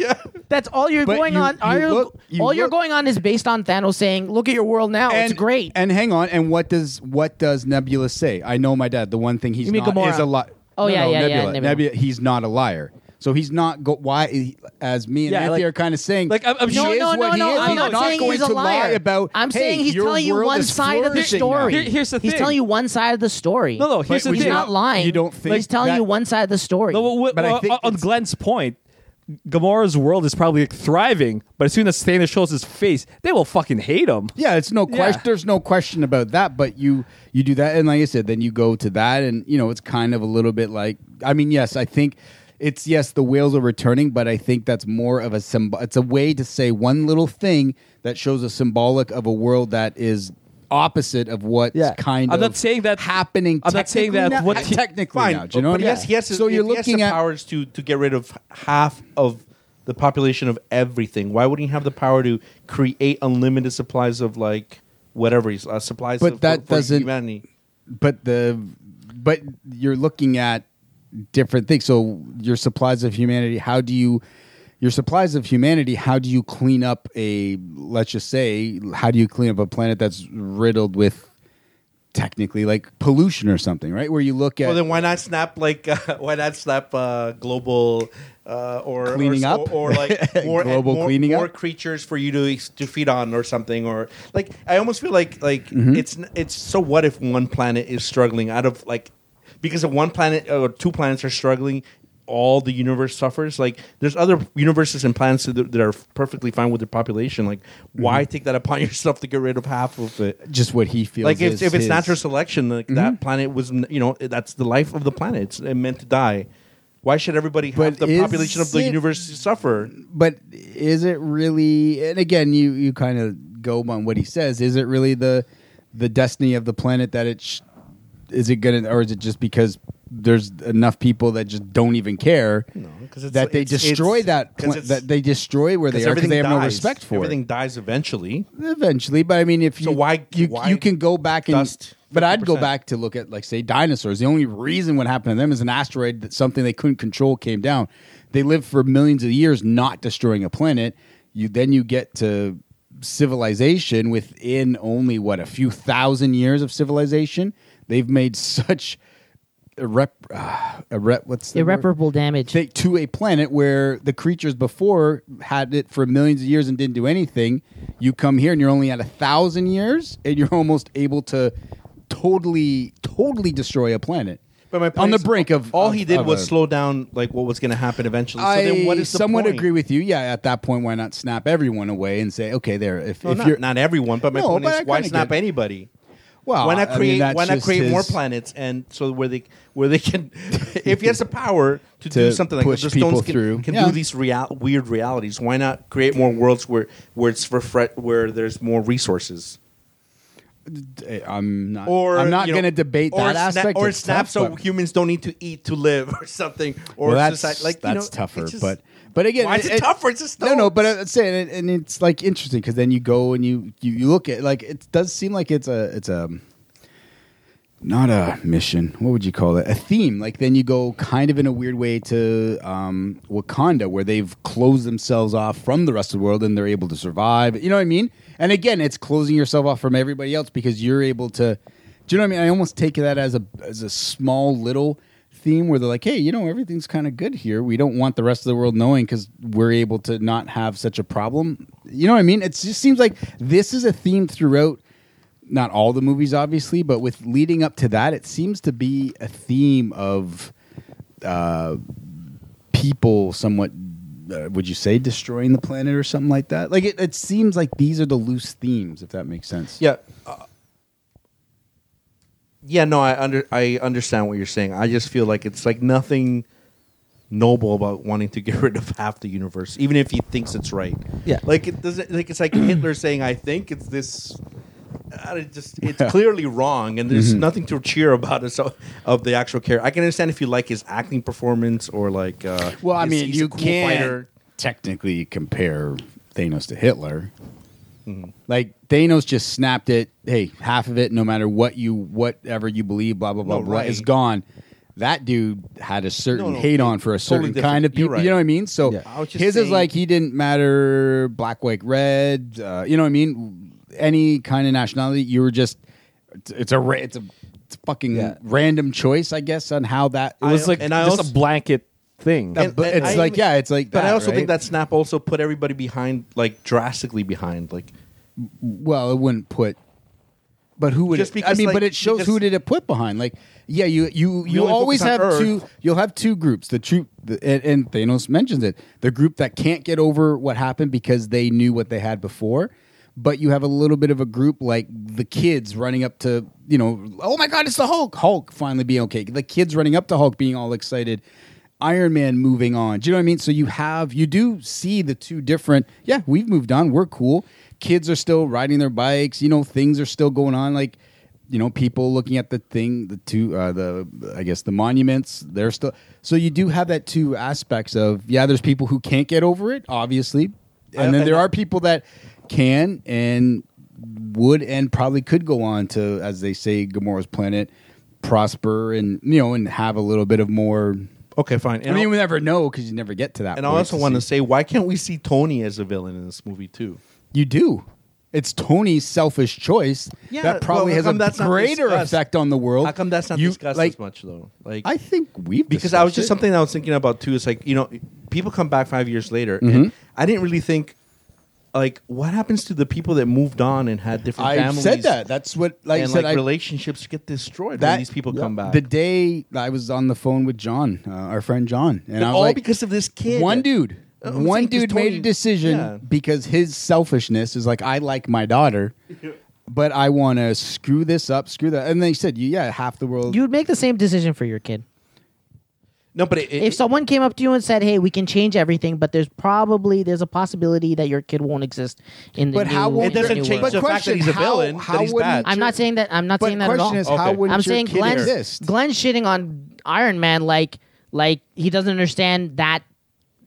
S4: That's all you're
S5: But
S4: going
S5: you-
S4: on. Are
S5: you
S4: you-
S5: look- you
S4: all you're
S5: look-
S4: going on is based on Thanos saying, "Look at your world now.
S5: And,
S4: it's great."
S5: And hang on. And what does what does Nebula say? I know my dad. The one thing he's
S4: You mean
S5: not
S4: Gamora.
S5: is a liar.
S4: Oh,
S5: no,
S4: yeah,
S5: no,
S4: yeah, yeah,
S5: Nebula.
S4: Nebula.
S5: Nebula. He's not a liar. So he's not go- why as me and
S7: Yeah,
S5: Anthony
S7: like-
S5: are kind of saying
S7: like, I'm- I'm
S5: he
S7: sure-
S5: is
S4: no, no,
S5: what
S4: no,
S5: he
S4: no.
S5: is.
S4: I'm
S5: He's
S4: not, saying
S5: going
S4: he's a
S5: to
S4: liar
S5: lie about.
S4: I'm
S5: "Hey,
S4: saying he's
S5: your
S4: telling you
S5: world
S4: one
S5: is
S4: side of the
S5: flourishing now."
S4: story.
S7: Here- here's the
S4: he's
S7: thing.
S4: telling you one side of the story.
S7: No, no, here's
S5: But
S7: the
S5: would
S4: he's
S5: you
S7: thing.
S4: not lying.
S5: You don't think
S4: he's telling
S5: that-
S4: you one side of the story?
S7: No, Oh, well,
S5: But I
S7: well,
S5: think
S7: on- on
S5: it's-
S7: Glenn's point, Gamora's world is probably like, thriving, but as soon as Thanos shows his face, they will fucking hate him.
S5: Yeah, it's no question.
S7: Yeah.
S5: There's no question about that. But you you do that, and like I said, then you go to that, and you know it's kind of a little bit like. I mean, yes, I think it's yes the whales are returning, but I think that's more of a symbol. It's a way to say one little thing that shows a symbolic of a world that is opposite of what's
S7: Yeah.
S5: kind
S7: I'm
S5: of
S7: not saying that-
S5: happening
S7: I'm not saying
S5: technically
S7: that
S5: now-
S7: what he-
S5: technically
S6: Fine,
S5: now, do you know
S6: but
S5: what I mean?
S6: yes, he has.
S5: so you're
S6: if he has
S5: looking
S6: the
S5: at
S6: powers to to get rid of half of the population of everything. Why wouldn't he have the power to create unlimited supplies of like whatever he's uh, supplies?
S5: But
S6: of,
S5: that
S6: for
S5: doesn't-
S6: humanity.
S5: but the but you're looking at different things so your supplies of humanity how do you your supplies of humanity how do you clean up a let's just say how do you clean up a planet that's riddled with technically like pollution or something right where you look at
S6: Well, then why not snap like uh, why not snap uh, global uh, or or-
S5: Cleaning
S6: or,
S5: up?
S6: or, like more
S5: Global
S6: more,
S5: cleaning
S6: more
S5: up?
S6: creatures for you to to feed on or something or like I almost feel like like
S5: Mm-hmm.
S6: it's n- it's so what uh, if one planet is struggling out of like because if one planet or two planets are struggling all the universe suffers. Like there's other universes and planets that, that are perfectly fine with their population. Like why
S5: Mm-hmm.
S6: take that upon yourself to get rid of half of it?
S5: Just what he feels.
S6: Like if,
S5: is
S6: if it's
S5: his- Mm-hmm.
S6: natural selection, like that planet was n- you know that's the life of the planet. It's meant to die. Why should everybody
S5: But
S6: have the population of the
S5: is it-
S6: universe suffer?
S5: but is it really? And again, you you kind of go on what he says. Is it really the the destiny of the planet that it sh- is it gonna, or is it just because there's enough people that just don't even care
S6: 'cause it's-
S5: that they
S6: it's-
S5: destroy
S6: it's-
S5: that
S6: 'cause
S5: pla-
S6: it's-
S5: that they destroy where they are because they have no respect for
S6: everything dies eventually.
S5: it eventually. But I mean, if you
S6: So why-
S5: you,
S6: why
S5: you can go back and
S6: dust
S5: but I'd go
S6: 50%?
S5: back to look at like say dinosaurs. The only reason what happened to them is an asteroid that something they couldn't control came down. They lived for millions of years not destroying a planet. You then you get to civilization within only what a few thousand years of civilization. They've made such irrep, uh, irrep what's the word?
S4: Irreparable damage.
S5: They- to a planet where the creatures before had it for millions of years and didn't do anything. You come here and you're only at a thousand years, and you're almost able to totally, totally destroy a planet.
S6: But my point
S5: on the
S6: is,
S5: brink of
S6: all
S5: of-
S6: he did
S5: of
S6: was
S5: a-
S6: slow down, like what was going to happen eventually. So
S5: I
S6: then, what is the
S5: somewhat
S6: point?
S5: agree with you. Yeah, at that point, why not snap everyone away and say, okay, there. If,
S6: No,
S5: if
S6: not,
S5: you're
S6: not everyone, but my
S5: No,
S6: point
S5: but
S6: is,
S5: I
S6: why
S5: kinda
S6: snap
S5: get-
S6: anybody?
S5: well,
S6: why not
S5: I mean,
S6: create?
S5: that's
S6: why not
S5: just
S6: create more
S5: his-
S6: planets and so where they where they can, if he has the power to,
S5: To
S6: do something like
S5: push
S6: that, the
S5: people
S6: stones can,
S5: through.
S6: can
S5: Yeah.
S6: do these real, weird realities. Why not create more worlds where where it's for fre- where there's more resources?
S5: Uh, I'm not.
S6: Or
S5: I'm not
S6: you know,
S5: going to debate
S6: or
S5: that
S6: sna-
S5: aspect.
S6: Or
S5: It's
S6: snap
S5: tough,
S6: so
S5: but-
S6: humans don't need to eat to live or something. Or
S5: well, that's
S6: society, like you
S5: that's
S6: know,
S5: tougher.
S6: it's just-
S5: but but again,
S6: why is it tougher? It's just
S5: no, no.
S6: stones.
S5: But I'm saying, and, and it's like interesting because then you go and you, you you look at like it does seem like it's a it's a not a mission. What would you call it? A theme. Like then you go kind of in a weird way to um, Wakanda, where they've closed themselves off from the rest of the world and they're able to survive. You know what I mean? And again, it's closing yourself off from everybody else because you're able to. Do you know what I mean? I almost take that as a as a small little theme where they're like, hey, you know, everything's kind of good here. We don't want the rest of the world knowing because we're able to not have such a problem. You know what I mean? It just seems like this is a theme throughout not all the movies obviously but with leading up to that it seems to be a theme of uh, people somewhat uh, would you say destroying the planet or something like that like it, it seems like these are the loose themes if that makes sense
S6: Yeah. uh, yeah, no, I under I understand what you're saying. I just feel like it's like nothing noble about wanting to get rid of half the universe, even if he thinks it's right.
S7: Yeah.
S6: like it doesn't. Like it's like Hitler saying, "I think it's this." I just it's clearly wrong, and
S5: Mm-hmm.
S6: there's nothing to cheer about us of, of the actual character. I can understand if you like his acting performance or like. Uh,
S5: well i
S6: he's-
S5: mean
S6: he's a
S5: you
S6: cool
S5: can't
S6: fighter.
S5: technically compare thanos to hitler
S6: Mm-hmm.
S5: like thanos just snapped it hey half of it no matter what you whatever you believe blah blah blah
S6: No,
S5: blah
S6: right.
S5: is gone that dude had a certain
S6: No, no,
S5: hate on for a certain
S6: totally different.
S5: kind of
S6: You're
S5: people
S6: right.
S5: you know what i mean so
S7: Yeah.
S6: I was just
S5: his is
S6: saying-
S5: like he didn't matter black white red uh, you know what i mean any kind of nationality you were just it's, it's a ra- it's a it's a fucking
S7: Yeah.
S5: random choice i guess on how that
S7: It was like
S6: and I
S7: just
S6: also-
S7: a blanket thing.
S5: Uh, but
S6: and
S5: it's
S6: I-
S5: like yeah it's like
S6: But
S5: that,
S6: I also
S5: right?
S6: think that Snap also put everybody behind, like drastically behind, like
S5: Well, it wouldn't put. But who would?
S6: Just
S5: it, I
S6: because,
S5: mean,
S6: like,
S5: but it shows
S6: because-
S5: who did it put behind. Like, yeah, you you you
S6: only
S5: always
S6: focus
S5: have
S6: on
S5: two.
S6: Earth.
S5: You'll have two groups. The troop the, and, and Thanos mentions it. The group that can't get over what happened because they knew what they had before. But you have a little bit of a group like the kids running up to you know, oh my god, it's the Hulk. Hulk finally being okay. The kids running up to Hulk being all excited. Iron Man moving on. Do you know what I mean? So you have you do see the two different. Yeah, we've moved on. We're cool. Kids are still riding their bikes. You know, things are still going on. Like you know, people looking at the thing, the two, uh, the I guess the monuments. They're still. So you do have that two aspects of yeah. There's people who can't get over it, obviously, and then there are people that can and would and probably could go on to, as they say, Gamora's planet prosper and you know and have a little bit of more
S6: okay, fine. And
S5: I mean,
S6: I'll-
S5: we never know because you never get to that.
S6: And I
S5: point
S6: also want to
S5: see.
S6: say, why can't we see Tony as a villain in this movie too?
S5: you do. It's Tony's selfish choice
S6: Yeah,
S5: that probably
S6: well, how
S5: has a
S6: come that's not
S5: greater
S6: discussed?
S5: effect on the world.
S6: How come that's not
S5: You-
S6: discussed
S5: like,
S6: as much though? Like
S5: I think we've
S6: because I was
S5: discussed
S6: just
S5: it.
S6: something
S5: Mm-hmm.
S6: I was thinking about too. It's like you know, people come back five years later, and I didn't really think like what happens to the people that moved on and had different
S5: I
S6: families?
S5: said that. That's what like I
S6: and
S5: said.
S6: like
S5: I,
S6: relationships get destroyed
S5: that
S6: when these people
S5: yeah.
S6: come back.
S5: The day I was on the phone with John, uh, our friend John, and I was
S6: all
S5: like,
S6: because of this kid.
S5: One dude,
S6: Uh, who's
S5: one
S6: like this
S5: dude made
S6: 20
S5: a decision
S6: yeah.
S5: because his selfishness is like, I like my daughter, but I want to screw this up, screw that. And they said, yeah, half the world.
S4: You would make the same decision for your kid.
S6: No, but it, it-
S4: If someone came up to you and said, "Hey, we can change everything, but there's probably there's a possibility that your kid won't exist in the
S5: but how
S4: new-
S5: won't
S6: It doesn't
S4: new
S6: change
S4: world."
S6: the fact that he's a
S5: how-
S6: villain, that
S5: How
S6: he's
S5: wouldn't
S6: bad.
S4: I'm not saying that. I'm not
S5: But
S4: saying that at all.
S5: question is, how
S6: Okay.
S5: would
S4: I'm saying
S5: kid
S4: Glenn's
S5: exist?
S4: Glenn's shitting on Iron Man like like he doesn't understand that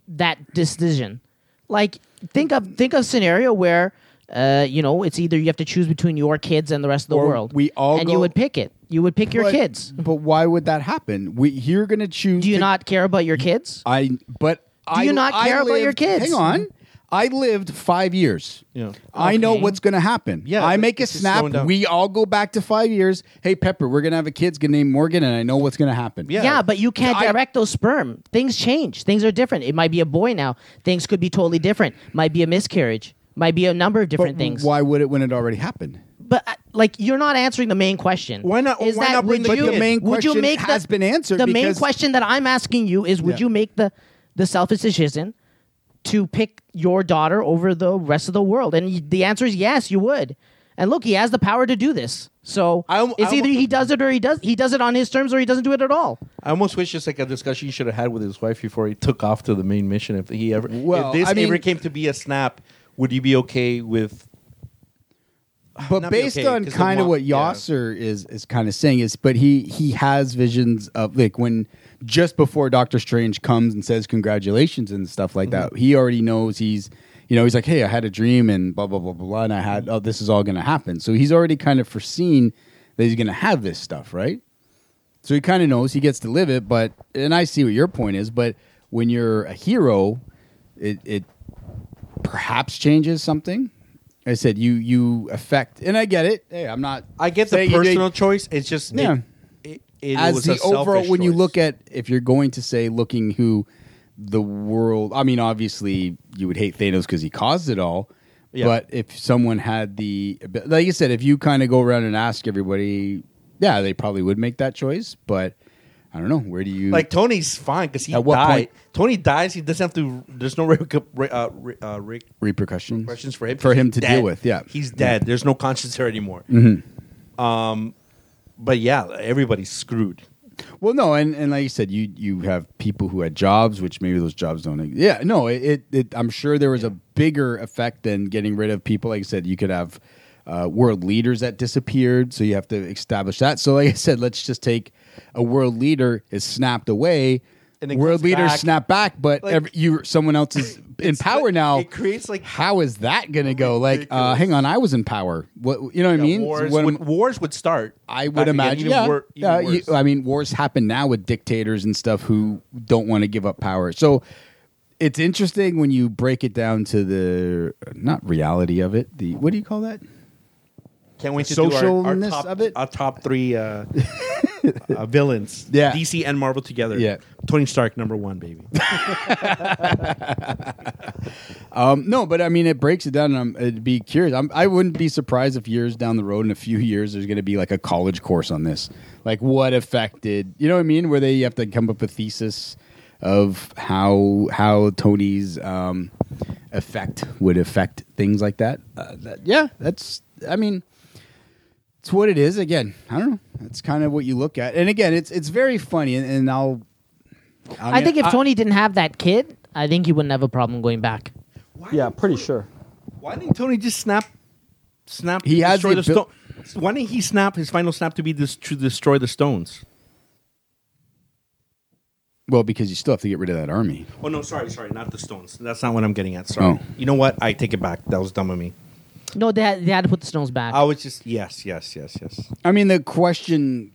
S4: that decision. Like think of think of scenario where uh, you know it's either you have to choose between your kids and the rest of the
S5: Or
S4: world.
S5: we all
S4: and
S5: go-
S4: you would pick it. You would pick your
S5: But-
S4: kids.
S5: But why would that happen? We, you're going to choose.
S4: Do you
S5: to-
S4: not care about your kids?
S5: I but I,
S4: you not
S5: I
S4: care about your
S5: lived-
S4: kids?
S5: Hang on. I lived five years.
S6: Mm-hmm. Yeah.
S5: I know
S4: Okay.
S5: what's going to happen.
S6: Yeah,
S5: I make a
S6: it's just
S5: snap.
S6: slowing down.
S5: We all go back to five years. Hey, Pepper, we're going to have a kid's going to name Morgan, and I know what's going to happen.
S6: Yeah.
S4: Yeah, but you can't
S5: I-
S4: direct those sperm. Things change. Things are different. It might be a boy now. Things could be totally different. Might be a miscarriage. Might be a number of
S5: But
S4: different things.
S5: Why would it when it already happened?
S4: But uh, like, you're not answering the main question.
S6: Why not-
S4: Is
S6: why
S4: that
S6: not bring
S4: would
S6: the
S4: you,
S6: kid in?
S5: main
S4: would you
S5: question
S4: make the-
S5: has been answered
S4: The main
S5: because-
S4: question that I'm asking you is: Would
S5: Yeah.
S4: you make the the selfish decision to pick your daughter over the rest of the world? And y- the answer is yes, you would. And look, he has the power to do this. So
S6: I al-
S4: it's
S6: I al-
S4: either he does it or he does he does it on his terms or he doesn't do it at all.
S6: I almost wish it's like a discussion you should have had with his wife before he took off to the main mission. If he ever,
S5: Well,
S6: if this
S5: I mean-
S6: ever came to be a snap, would you be okay with?
S5: But
S6: Not be
S5: based
S6: okay,
S5: on
S6: 'cause they
S5: kind of what
S6: want- yeah.
S5: Yasser is is kind of saying is, but he he has visions of like when just before Doctor Strange comes and says congratulations and stuff like
S6: Mm-hmm.
S5: that. He already knows he's you know he's like hey I had a dream and blah blah blah blah blah and I
S6: Mm-hmm.
S5: had oh this is all going to happen. So he's already kind of foreseen that he's going to have this stuff right. So he kind of knows he gets to live it, but and I see what your point is, but when you're a hero, it it perhaps changes something. I said you you affect, and I get it. Hey, I'm not.
S6: I get the
S5: saying you did-
S6: personal choice. It's just it-
S5: Yeah.
S6: It, it
S5: as
S6: was
S5: the
S6: a
S5: overall.
S6: selfish
S5: When you
S6: choice.
S5: look at if you're going to say looking who the world, I mean, obviously you would hate Thanos because he caused it all.
S6: Yeah.
S5: But if someone had the abi- like you said, if you kind of go around and ask everybody, yeah, they probably would make that choice. But I don't know. Where do you
S6: like Tony's fine because he
S5: At what
S6: died.
S5: point-
S6: Tony dies. He doesn't have to. There's no recu- re- uh, re- uh, re-
S5: repercussions?
S6: questions for him
S5: for him
S6: He's
S5: to
S6: dead.
S5: deal with. Yeah, Mm-hmm.
S6: he's dead. There's no conscience there anymore. Um, but yeah, everybody's screwed.
S5: Well, no, and, and like you said, you you have people who had jobs, which maybe those jobs don't. ex- Yeah, no, it, it, it I'm sure there was a bigger effect than getting rid of people. Like you said, you could have uh, world leaders that disappeared, so you have to establish that. So, like I said, let's just take a world leader is snapped away,
S6: And it
S5: world
S6: comes
S5: leaders
S6: back.
S5: snap back, but
S6: Like-
S5: every, you someone else is in
S6: It's
S5: power
S6: like-
S5: now.
S6: It creates like
S5: How is that going to go? Like, uh, hang on, I was in power. What you know? What I
S6: yeah,
S5: mean,
S6: wars,
S5: What am-
S6: would, wars would start.
S5: I
S6: back
S5: would
S6: again,
S5: imagine.
S6: even
S5: yeah,
S6: wor- even
S5: yeah, Uh, you-
S6: worse.
S5: I mean, wars happen now with dictators and stuff who don't want to give up power. So it's interesting when you break it down to the not reality of it. The what do you call that?
S6: Can't wait to do our,
S5: socialness
S6: our top,
S5: of it?
S6: Our top three uh, uh, villains.
S5: Yeah.
S6: DC and Marvel together.
S5: Yeah.
S6: Tony Stark number one, baby.
S5: Um, no, but I mean, it breaks it down. And I'm, I'd be curious. I'm, I wouldn't be surprised if years down the road, in a few years, there's going to be like a college course on this. Like what affected, you know what I mean? Where they have to come up with thesis of how how Tony's um, effect would affect things like that. Uh, that. Yeah, that's. I mean, it's what it is. Again, I don't know. That's kind of what you look at. And again, it's it's very funny. And, and I'll.
S4: I, think if Tony didn't have that kid, I think he wouldn't have a problem going back.
S7: Yeah, pretty sure.
S6: Why didn't Tony just snap? Snap.
S5: He has
S6: destroy
S5: the
S6: the
S5: abil-
S6: stone. Why didn't he snap his final snap to be this, to destroy the stones?
S5: Well, because you still have to get rid of that army.
S6: Oh no, sorry, sorry, not the stones. That's not what I'm getting at. Sorry.
S5: Oh.
S6: You know what? I take it back. That was dumb of me.
S4: No, they had, they had to put the stones back.
S6: I was just yes, yes, yes, yes.
S5: I mean, the question.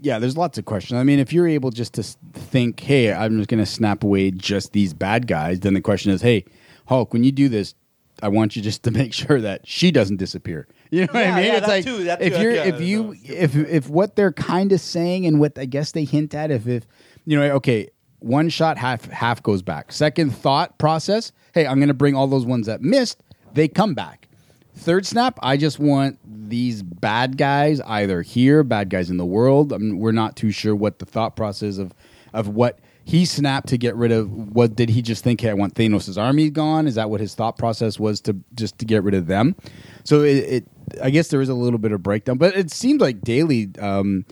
S5: Yeah, there's lots of questions. I mean, if you're able just to s- think, hey, I'm just going to snap away just these bad guys, then the question is, hey, Hulk, when you do this, I want you just to make sure that she doesn't disappear. You know what
S6: Yeah,
S5: I mean?
S6: yeah,
S5: it's
S6: that
S5: like
S6: too, that
S5: if
S6: too,
S5: you're
S6: yeah,
S5: if
S6: no,
S5: you
S6: no,
S5: if if what they're kind of saying and what I guess they hint at if if you know okay one shot half half goes back second thought process hey I'm gonna bring all those ones that missed They come back. Third snap, I just want these bad guys either here, bad guys in the world. I mean, we're not too sure what the thought process of of what he snapped to get rid of. What did he just think? Hey, I want Thanos' army gone. Is that what his thought process was to just to get rid of them? So it, it I guess there is a little bit of breakdown, but it seems like daily. Um,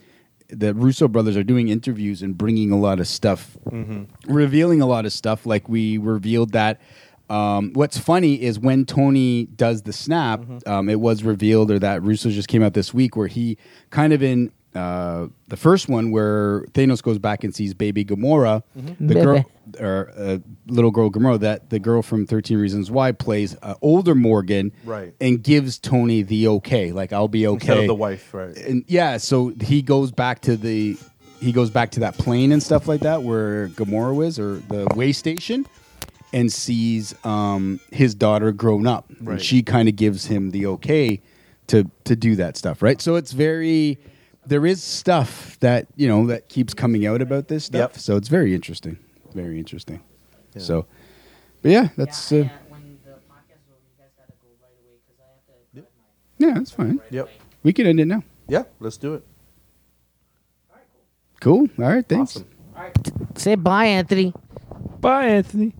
S5: the Russo brothers are doing interviews and bringing a lot of stuff, revealing a lot of stuff. Like we revealed that. Um, what's funny is when Tony does the snap,
S6: Mm-hmm.
S5: um, it was revealed, or that Russo just came out this week, where he kind of in uh, the first one where Thanos goes back and sees baby Gamora,
S6: Mm-hmm.
S5: the
S4: Bebe.
S5: girl or uh, little girl Gamora, that the girl from Thirteen Reasons Why plays uh, older Morgan,
S6: Right.
S5: and gives Tony the okay, like I'll be okay
S6: Instead of the wife, right.
S5: and yeah, so he goes back to the he goes back to that plane and stuff like that where Gamora is or the way station and sees um, his daughter grown up.
S6: Right.
S5: And she kind of gives him the okay to to do that stuff, right? So it's very there is stuff that, you know, that keeps coming out about this stuff.
S6: Yep.
S5: So it's very interesting. Very interesting. So but yeah, that's uh,
S4: when the podcast is over, you guys gotta go right away because I have to.
S5: yeah, that's fine.
S6: Yep.
S5: We can end it now.
S6: Yeah, let's do it.
S5: Cool. All right, thanks.
S6: Awesome.
S4: Say bye, Anthony.
S7: Bye, Anthony.